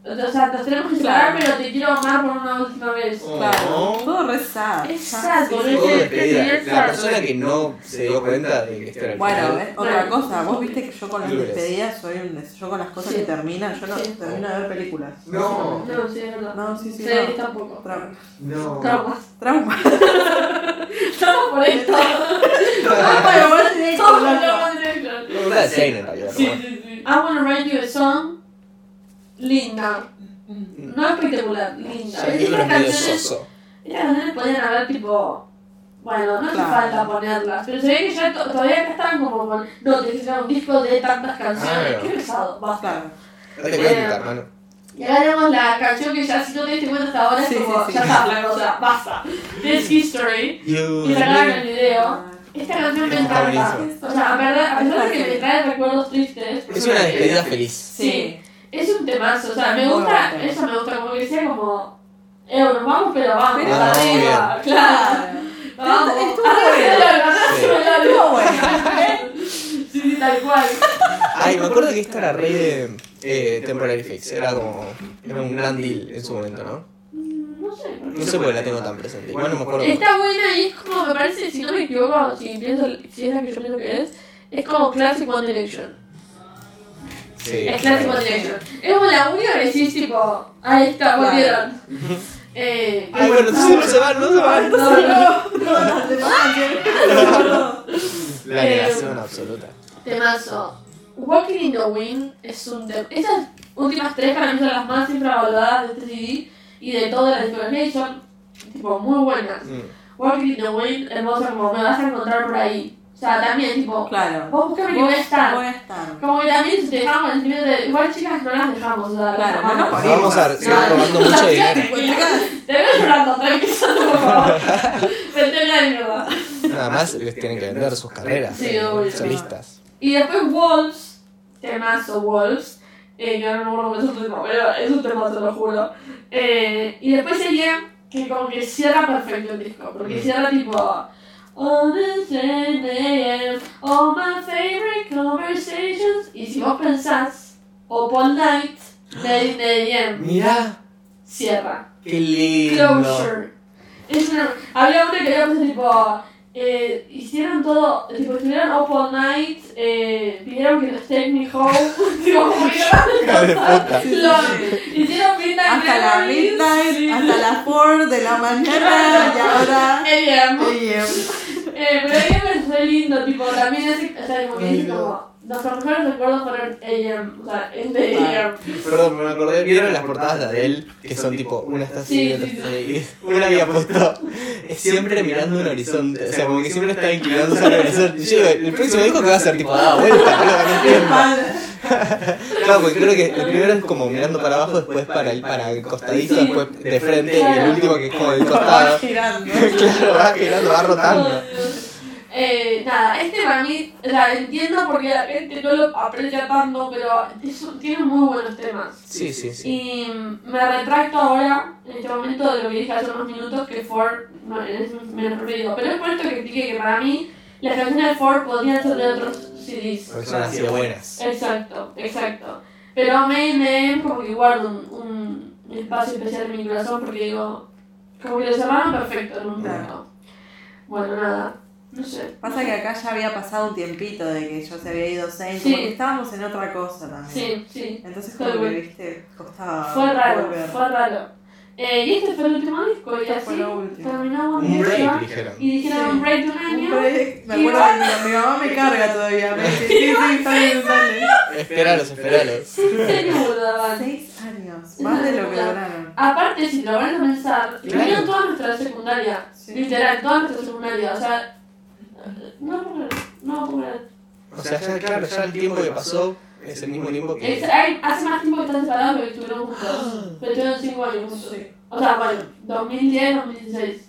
o sea, nos tenemos que separar,
Claro.
pero te quiero amar por una última vez.
Claro.
Oh.
Todo re sad.
Es
Ya,
sad,
sí.
boludo.
Todo despedida. La persona que no se dio cuenta de que este era el
Bueno,
final.
¿ves? otra cosa, vos viste que yo con las
Libres.
despedidas soy un des- yo con las cosas
Sí.
que terminan, yo no
Sí.
termino de ver películas.
No.
No, sí, es verdad.
No, sí, sí,
Sí,
no.
tampoco.
Trauma.
No.
Traumas.
Trauma.
Traumas por esto.
Trauma, igual tenía que
Todos los
hablarlo.
traumas de Taylor.
Una de Zayn en realidad.
Sí,
¿no?
sí, sí. I wanna write you a song. Linda. No espectacular, linda.
Ya el título es medio
Estas canciones,
soso.
estas canciones podían haber tipo Bueno, no hace
Claro.
falta ponerlas, pero se ve que ya to- todavía acá están como con. No, tienes que sacar un disco de tantas canciones.
Claro.
Qué pesado, basta.
Ah, Claro.
Date cuenta, hermano.
Y acá tenemos la canción que ya si no te diste cuenta hasta ahora
Sí,
es como.
sí, sí.
Ya está, la cosa, basta. Es history.
You
Y sacaron el video.
Ah,
Esta canción me
Está
encanta.
buenísimo.
O sea, a, verdad, a pesar de que me trae recuerdos tristes.
Es una despedida feliz.
Sí. Es un temazo, o sea, me gusta, eso me gusta, como que sea como, eh, nos vamos, pero vamos,
Pero
para
vamos
arriba, claro, vamos, Ah,
Estuvo
arriba,
Sí.
arriba, sí, sí, tal cual,
Ay, me acuerdo que esta era re de eh, Temporary Fix. Era como. Era un gran deal en su momento, ¿no?
Mm, no sé,
No sé por qué la tengo tan presente. Igual no me acuerdo.
Está buena y es como, me parece, si no me equivoco, si pienso, si es la que yo pienso que es, es como Classic One Direction.
Sí.
Es Classic One Direction. Es como la única que decís, tipo, ahí está,
Claro.
volvieron. Eh,
Ay, bueno, entonces no se van, no se van.
no, no, Eh,
La negación absoluta.
Temazo. Walking in the Wind es un tema. Esas últimas tres para mí son las más siempre valoradas de este CD y de toda la discografía y son tipo muy buenas.
Mm.
Walking in the Wind, hermosa, como me vas a encontrar por ahí. O sea, también tipo,
Claro.
vos buscame que voy a estar.
Voy a estar.
Como que también te dejamos el sentimiento de, igual chicas no las dejamos, o sea, las
Claro,
amamos.
no nos
Nos vamos a seguir
No,
robando
no,
mucho
no,
dinero.
Te veo llorando, tranquilo, por favor. Vete la mierda.
Nada más les tienen que vender sus carreras. eh,
Sí, obvio.
Solistas.
Y después Wolves, temazo Wolves, eh, que ahora no me acuerdo cómo es un tema, pero es un temazo, lo juro. Eh, y después sería que como que cierra perfecto el disco, porque
Mm.
cierra tipo... On the 10 a.m., all my favorite conversations. Y si vos pensás, up all night, 9 a.m.,
Mirá,
cierra.
qué lindo.
Closure. Es una, había una que había puesto tipo. Eh, hicieron todo. Tipo, estuvieron up all night. Eh, pidieron que los take me home. tipo, como que
Hija de puta.
Lol. Hicieron midnight
Hasta la
memories. Sí.
midnight, hasta las 4 de la mañana y ahora.
AM.
Oye,
Em, Eh, pero AM es re lindo. Tipo, también es. O sea, como que dice como. Nuestros mejores recuerdos fueron AM. O sea, es de em, AM.
Perdón, me acordé. ¿Vieron las portadas de Adele? Que son tipo, una está así,
Sí,
otra
sí,
está así. Una había puesto es siempre mirando un horizonte. O sea, como que siempre está inclinándose al horizonte. Y yo digo, el próximo disco que va a ser tipo, ah, da vuelta, boludo, no
qué
entiendo.
padre.
Claro, porque creo que el primero es como mirando para abajo, después para el, para el costadito,
Sí.
después de frente, y el último que es como del
Va
costado.
girando.
claro, va girando, va
Oh,
rotando.
Dios. Eh, nada, este para mí, o sea, entiendo porque la gente no lo aprecia tanto, pero es un- tiene muy buenos temas.
Sí, sí, sí.
Y mm, me retracto ahora, en este momento, de lo que dije hace unos minutos, que Ford no, es menos ruido. Pero es por esto que expliqué que para mí las canciones de Ford podrían ser de otros CDs.
Porque son así de buenas.
Exacto, exacto. Pero me, me como que guardo un, un espacio especial en mi corazón porque digo, como que lo cerraron perfecto en un punto. Bueno, nada, no sé.
Pasa que acá ya había pasado un tiempito de que yo se había ido Zane,
Sí.
como que estábamos en otra cosa también.
Sí, sí.
Entonces como que, viste, costaba
Fue raro,
volver.
fue raro. Eh, y este fue el último disco y
Este fue
así
lo último.
terminamos
Un break,
Amnesia
dijeron.
y dijeron
Sí.
un break de un
Un
año.
break, Me
Y
acuerdo
va-
que mi, mi mamá me carga todavía, me dice, sí, sí, sale, sale.
Esperalos, esperalos.
Sí, sé que boludaban.
Seis años, más de lo que lograron.
Aparte, si lo van a pensar,
Claro.
vinieron toda nuestra secundaria.
Sí.
Literal, toda nuestra secundaria. O sea, no lo puedo creer, no lo puedo creer.
O sea, ya, claro, ya el tiempo que pasó es el mismo tiempo
Es-
que.
hay- hace más tiempo que están separados pero que estuvieron juntos. Pero estuvieron 5 años juntos. O sea, bueno, 2010, 2016.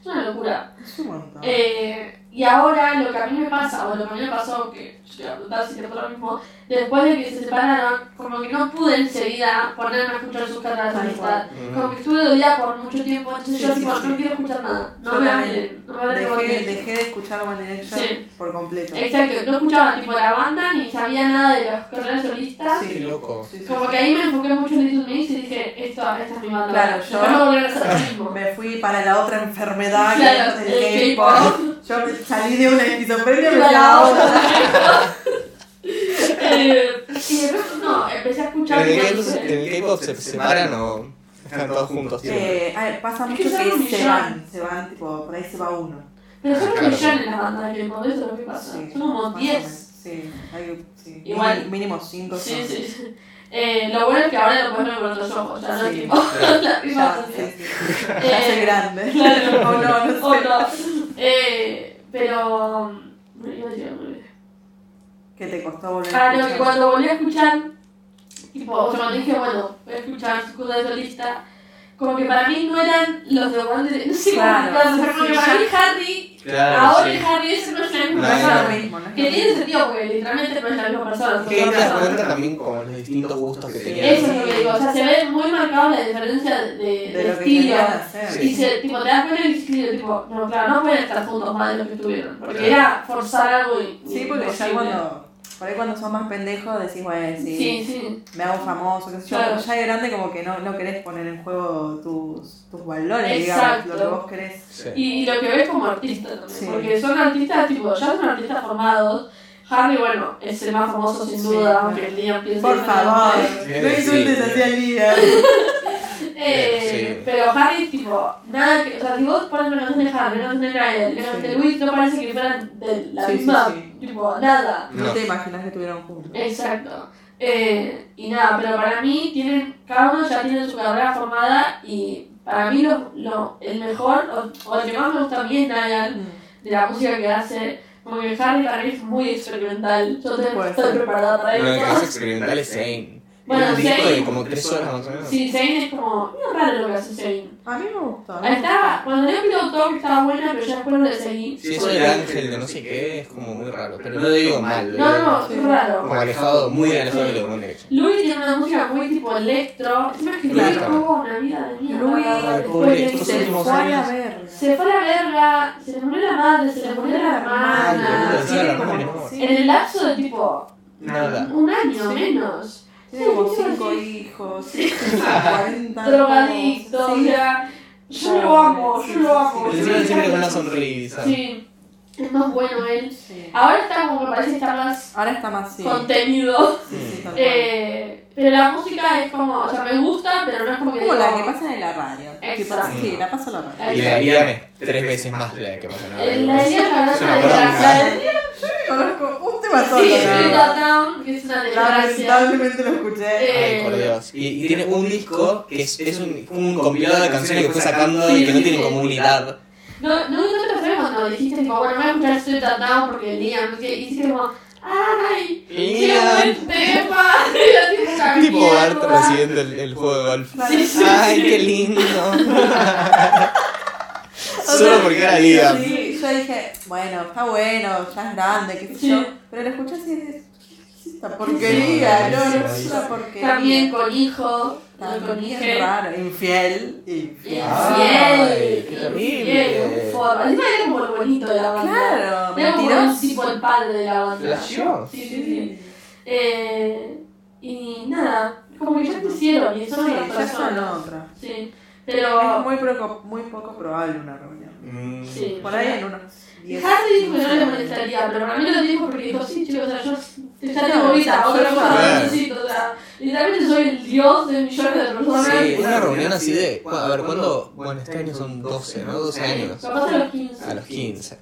Es una locura.
Es un montón.
Eh, y ahora lo que a mí me pasa, o lo que a mí me pasó, que yo te voy a preguntar si te pasó lo mismo, después de que se separaron, como que no pude enseguida ponerme a escuchar sus cartas de amistad. Como que estuve dolida por mucho tiempo, entonces yo
Sí,
tipo,
sí, sí.
no quiero escuchar nada. No
Yo
me
también.
hablen, no me hablen de
Dejé,
One
dejé de escuchar One Direction
Sí.
por completo.
Exacto, no escuchaba tipo la banda ni sabía nada de las carreras solistas.
Qué loco.
Sí, sí,
Como que ahí me enfoqué mucho en Little Mix y dije, esto, esta es mi banda.
Claro,
yo
yo-
no voy a volver a hacer lo mismo.
Me fui para la otra enfermedad
Claro,
que es
el
el
K-pop.
K-pop. Yo me salí de una esquizofrenia y me
Para
fui a
la
la otra.
Eh, y después, no, empecé a
¿En
escuchar.
el
y
K-pop-
dije,
en el K-pop se separan o están todos juntos siempre?
Eh, a ver, pasa
Es que
mucho que,
son un
se
millón.
van, se van, tipo, por ahí se va uno.
Pero son
Claro.
un millón en las bandas de K-pop, eso es lo que pasa.
Sí,
Son como
más o menos.
10.
Sí, hay, sí.
Igual.
Mínimo 5
Sí, sí. Eh, lo bueno es que ahora lo puedes ver con los ojos, ya no es
Sí.
tipo la misma
Ya,
sensación.
sí, sí.
Eh,
Ya soy grande.
Claro,
O no, no sé.
o oh, no. Eh, pero. bueno, iba a decir algo, me olvidé.
Que te costó volver a
Ah, no, que
escuchar.
cuando volví a escuchar, tipo, o sea, cuando dije, bueno, voy a escuchar sus cosas de solista, como que para mí no eran los de One Direction. No sé cómo
Claro,
explicarlo, o sea, como
sí,
que para
sí.
mí Harry,
Claro,
ahora
sí.
Harry, eso no es la misma
No es
persona.
lo mismo, no es lo
Que tiene
mismo.
sentido, porque literalmente no es la misma persona. son
Que
dos
te das
personas.
cuenta también con los distintos gustos que tenían.
Eso es lo que digo, o sea, se ve muy marcada la diferencia de, de
De lo que
estilo.
querían hacer.
Sí.
Y se, tipo, te das cuenta y dices, tipo, no, claro, no pueden estar juntos más de lo que estuvieron. Porque
Claro.
era forzar algo y.
Sí,
y
porque ya
imposible.
cuando. Por ahí cuando sos más pendejo decís, bueno, sí,
Sí, sí.
me hago famoso, qué sé yo.
Claro.
Pero ya de grande como que no, no querés poner en juego tus, tus valores,
Exacto.
digamos, lo que vos querés.
Sí.
Y, y lo que ves como artista también.
Sí.
Porque son artistas, tipo, ya son artistas formados. Harry, bueno, es el más famoso sin
Sí,
duda,
claro.
aunque el día piense.
Por favor, no
Sí.
insultes así al día.
Eh,
Sí.
Pero Harry, tipo, nada que. O sea, si vos pones una canción de Harry, una canción de Ryan, una canción de Will, no parece que fueran de la
Sí, sí,
misma.
sí.
Tipo, nada.
No
No.
te imaginas que estuvieron juntos.
Exacto. Eh, y nada, pero para mí, tienen, cada uno ya tiene su carrera formada y para mí lo, lo, el mejor, o, o el que más me gusta a mí es Niall. de la música que hace. Como que Harry para mí es muy experimental. Yo te-
Puede
estoy
ser.
preparada para
Bueno, lo que hace
eso.
experimental es Zane.
Bueno,
Bueno, un disco
Zayn-
de como tres horas más o menos.
Sí, Zayn es como. No es raro lo que hace Zayn.
A mí me gustó.
Ahí Estaba, cuando yo piloto todo que estaba buena, pero ya después no le seguí.
Sí, eso del ángel de no sé qué es como muy raro, pero no lo digo mal. lo
No,
digo
no,
Sí.
es raro.
Como alejado, muy alejado de lo que uno le echa.
Louis tiene una música muy tipo electro. Encima es que
Louis
Louis
está-
tuvo una vida de mierda.
Louis,
Ay,
después
pobre,
le
estos
se,
últimos
fue a la
años.
verga.
se fue a la verga, se le murió la madre, se le murió la
Ay, boludo,
hermana.
encima la hermana
Sí,
es como-
sí.
En el lapso de tipo
Nada.
un año
Sí.
menos.
Tiene como cinco hijos, 40
drogadicto, o
Sí. Ah,
sea, yo lo amo, yo lo amo.
Sí,
Encima
sí,
siempre con una sonrisa.
Sí, es más bueno él.
Sí.
Ahora está como que parece que está más
Ahora está más sí.
contenido.
Sí,
Mm.
sí, tal cual.
Eh, pero la música es como, o sea, me gusta, pero no es como que.
como la
digo,
que pasa en la radio. Que
Exacto.
pasa- Sí, la pasa en la radio.
Ahí
Y le
está.
daría tres veces más de la que pasa nada.
Eh, La idea la
Es una
verdad,
bronca.
la de la-
Conozco un tema
Sí,
la-
Spirit of Down, que es una desgracia.
Lamentablemente lo escuché.
Ay, por Dios. Y, y tiene un disco que es, es un, un compilado de canciones que fue sacando y que no tienen comunidad.
No, no, no te refieres cuando dijiste, tipo, bueno, voy a escuchar Spirit of Down porque Liam, no sé qué, y hiciste como, ¡ay! ¡Qué buen tema! Era tipo una
Tipo Bart
mierda.
recibiendo el, el juego de golf.
Sí, sí,
Ah,
Ay,
sí.
qué lindo. Solo porque era Liam.
Sí, yo dije, bueno, está bueno, ya es grande, qué sé
Sí.
yo. Pero lo escuché así de. Esta porquería, no, no es una porquería.
También con hijo, no con
También
hija.
raro, infiel, Ah. infiel.
Ay,
Infiel,
qué
infiel,
terrible.
un forro. Encima era como el bonito de la banda.
Claro,
Era como el
mentiroso.
tipo el padre de la banda.
Flasheó.
Sí, sí, sí. Eh, y nada, como que ya crecieron y son otras
ya son
personas.
otras.
Sí,
Es
pero.
muy poco, muy poco probable una reunión.
Mm.
Sí.
Por ahí en unos 10
Harry dijo que no le molestaría, pero para mí lo dijo porque dijo, sí, chicos, o sea, yo ya tengo vida, otra cosa no
Claro.
necesito, o sea, literalmente soy el dios de millones de personas.
Sí, una reunión así de. A ver, ¿cuándo? Bueno, este año son 12, ¿no? 12 años.
Capaz a los 15.
A los 15.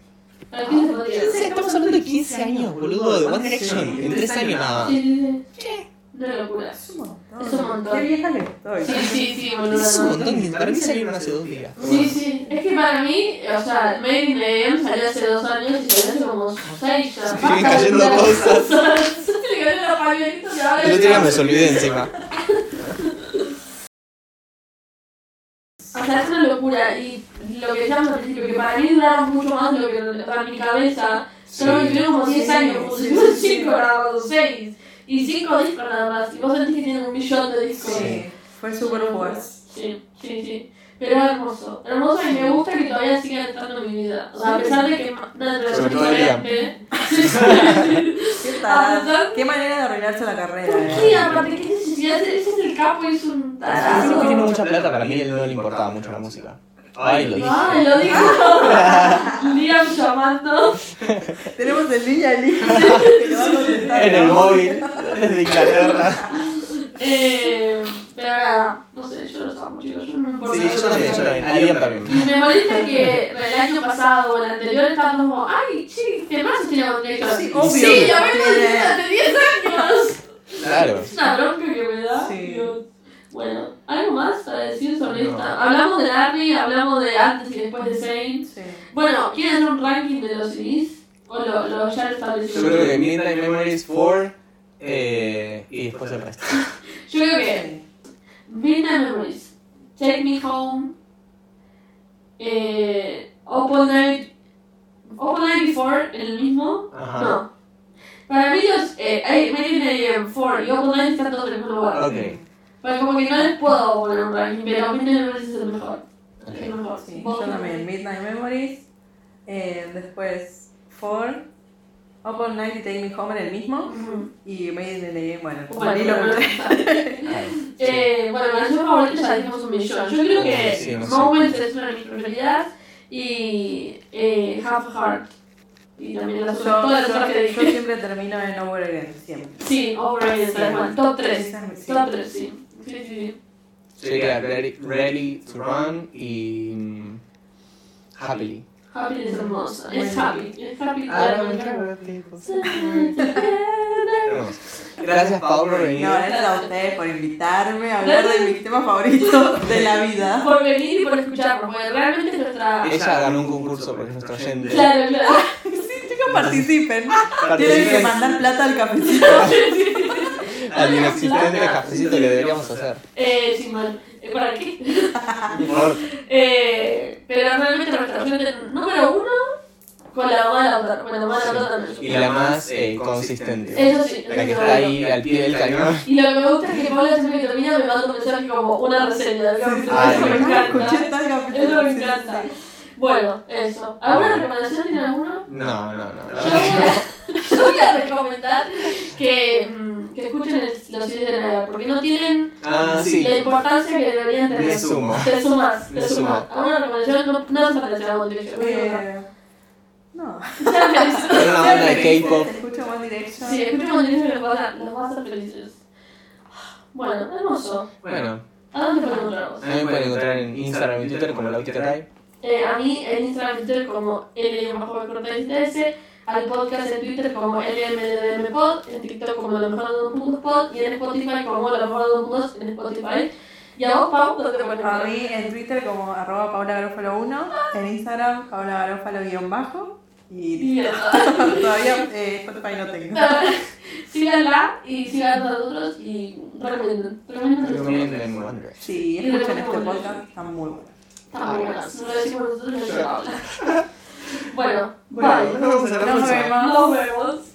A los 15 podría. Sí,
Estamos hablando de 15 años, boludo, de One Direction. En 3 años nada. más.
sí, sí. Una locura.
Es un montón.
Es un montón.
Qué vieja que estoy.
Sí, sí, sí, boludo.
Es un
no.
montón. y Para mí salieron hace dos días.
Sí, sí. Es que para mí, o sea, Made in the AM salió hace dos años y salió hace como seis ya.
Siguen cayendo cosas.
Se le cayó la pañuelito y ahora...
El otro día me olvidé encima.
O sea, es una locura y lo que decíamos al principio, que para mí duraron mucho más de lo que para mi cabeza. Solo que tuvieron como 10
Sí,
años, como si fueran
sí, sí.
5 nada más, o 6. Y 5 discos nada más. Y vos sentís que tienen un millón de discos.
Sí, fue súper fuerte.
Sí, sí, sí. Pero hermoso. Hermoso y me gusta que todavía siga entrando en mi vida. O sea, a pesar de que ma- una relación
Sobre todo Liam.
diferente. Sí, sí.
Qué
Aparte-
tarado. Qué manera de arruinarse la carrera.
Ah,
eh.
¿Por qué? Aparte, ¿qué necesidad? Ese ese es el capo, es un
Encima que tiene
tarado.
Ah, mucha plata, para mí no le importaba mucho la música. Ay, lo dije.
Ay, lo dijo. Liam llamando.
Tenemos el niño al hijo que le va a contestar.
En el
¿no?
móvil, desde Inglaterra.
Eh, pero nada, no sé, yo los amo, chicos. Yo no me importa.
Sí, yo también, yo también. Alguien también.
Y me molesta que el año pasado o el anterior estaban como, ay, sí, ¿qué más tiene One Direction?
Sí, obvio
Sí,
que
la verdad
tiene.
es que hace 10 años.
Claro.
Es una bronca que me da.
Sí.
Dios. Bueno, ¿algo más a decir sobre
No.
esta? Hablamos de Larry, hablamos de antes y después de Saints.
Sí.
Bueno, ¿quieren hacer un ranking de los CDs? ¿O lo, lo ya
Yo
lo establecimos?
creo que Midnight Memories 4 eh, y después el resto.
Yo creo que Midnight Memories, Take Me Home, eh, Open Night, Open Night Before, el mismo.
Ajá.
No. Para mí los eh, eh, Midnight AM 4 y Open Night están todos en el mismo lugar.
Ok.
Pero como que no les puedo poner un ranking, pero Midnight Memories es el mejor. El
ok.
mejor.
Sí,
Vos
yo también.
también.
Midnight Memories. eh, después, Four. Open Night y Take Me Home en el mismo.
Ujú.
Y Made in the Game, bueno, como
Bueno,
el hilo
pero-
que-
Sí.
Eh, bueno, la canción favorita ya dijimos un millón. Yo creo que
Sí, no sé.
Moments es una de mis preferidas y eh, Half a Heart. Y también las
Yo,
todas las
yo-
otras que
yo
dije.
siempre termino en Over Again, siempre.
Sí, Overrated,
Sí.
tal cual. Top 3.
Esa es mi-
Top 3, sí. Sí, sí, sí.
Sería Ready, Ready to Run y mm, Happily.
Happy es hermosa. Es
Bueno.
happy. Es happy.
Ah, pues. Hermoso. Gracias, Pablo, por venir.
No, gracias a ustedes por invitarme a hablar de mis temas favoritos de la vida.
por venir y por escucharnos, porque realmente es nuestra.
Ella ganó un concurso porque es nuestro oyente.
Claro, claro.
Chicos, participen. Tienen que
Participen
mandar plata al cafecito.
al inexistente cafecito que deberíamos hacer.
Eh, sin mal. Eh, ¿Para qué?
Por-
Eh, pero realmente nuestra oyente número uno con la mamá de la otra. Bueno, la mamá de la otra también.
Y la más eh, consistente.
Eso sí,
La que
eso
está
sí.
ahí al pie del cañón.
Y lo que me gusta es que Paula siempre que termina me manda un mensaje como una reseña del capítulo.
Ay,
eso me
Ah,
encanta.
escuché todo el capítulo.
Eso me
Sí, sí,
encanta.
sí.
Bueno, eso. ¿Alguna recomendación tiene alguno?
No, no, no.
Yo voy a, yo voy a recomendar que, mm, que escuchen el- los series de la porque no tienen
Ah, sí.
la importancia que deberían tener.
Me sumo.
Te sumas,
Me
te
sumo.
sumas. A una recomendación no, no se relaciona con dirección.
Eh, No.
Era una banda de K-pop.
Te escucho One Direction.
Si escuchan con dirección los vas a- los vas a hacer felices. Bueno, hermoso.
Bueno,
¿A dónde podemos encontrarnos?
a mí me pueden encontrar en Instagram y Twitter como Lautitray.
Eh, a mí en Instagram y Twitter como LM-cortesds, al podcast en Twitter como LMDMPod, en TikTok como lo mejor de dos mundos pod y en Spotify como lo mejor de dos mundos en Spotify. Y a vos, Pau, ¿dónde te pueden
A
encontrar?
mí en Twitter como arroba paula Garofalo 1, en Instagram paula Garofalo guión bajo y
Y Ah. eso.
todavía eh, Spotify no tengo.
Síganla y sigan a nosotros y recomienden. Recomienden.
Recomienden Wanderers.
Sí, escuchen este podcast, está muy bueno.
Está muy buena. No lo decimos nosotros, lo dice Paula. Bueno,
Bueno,
bye.
nos vemos en la
Nos
próxima.
vemos.
Nos vemos.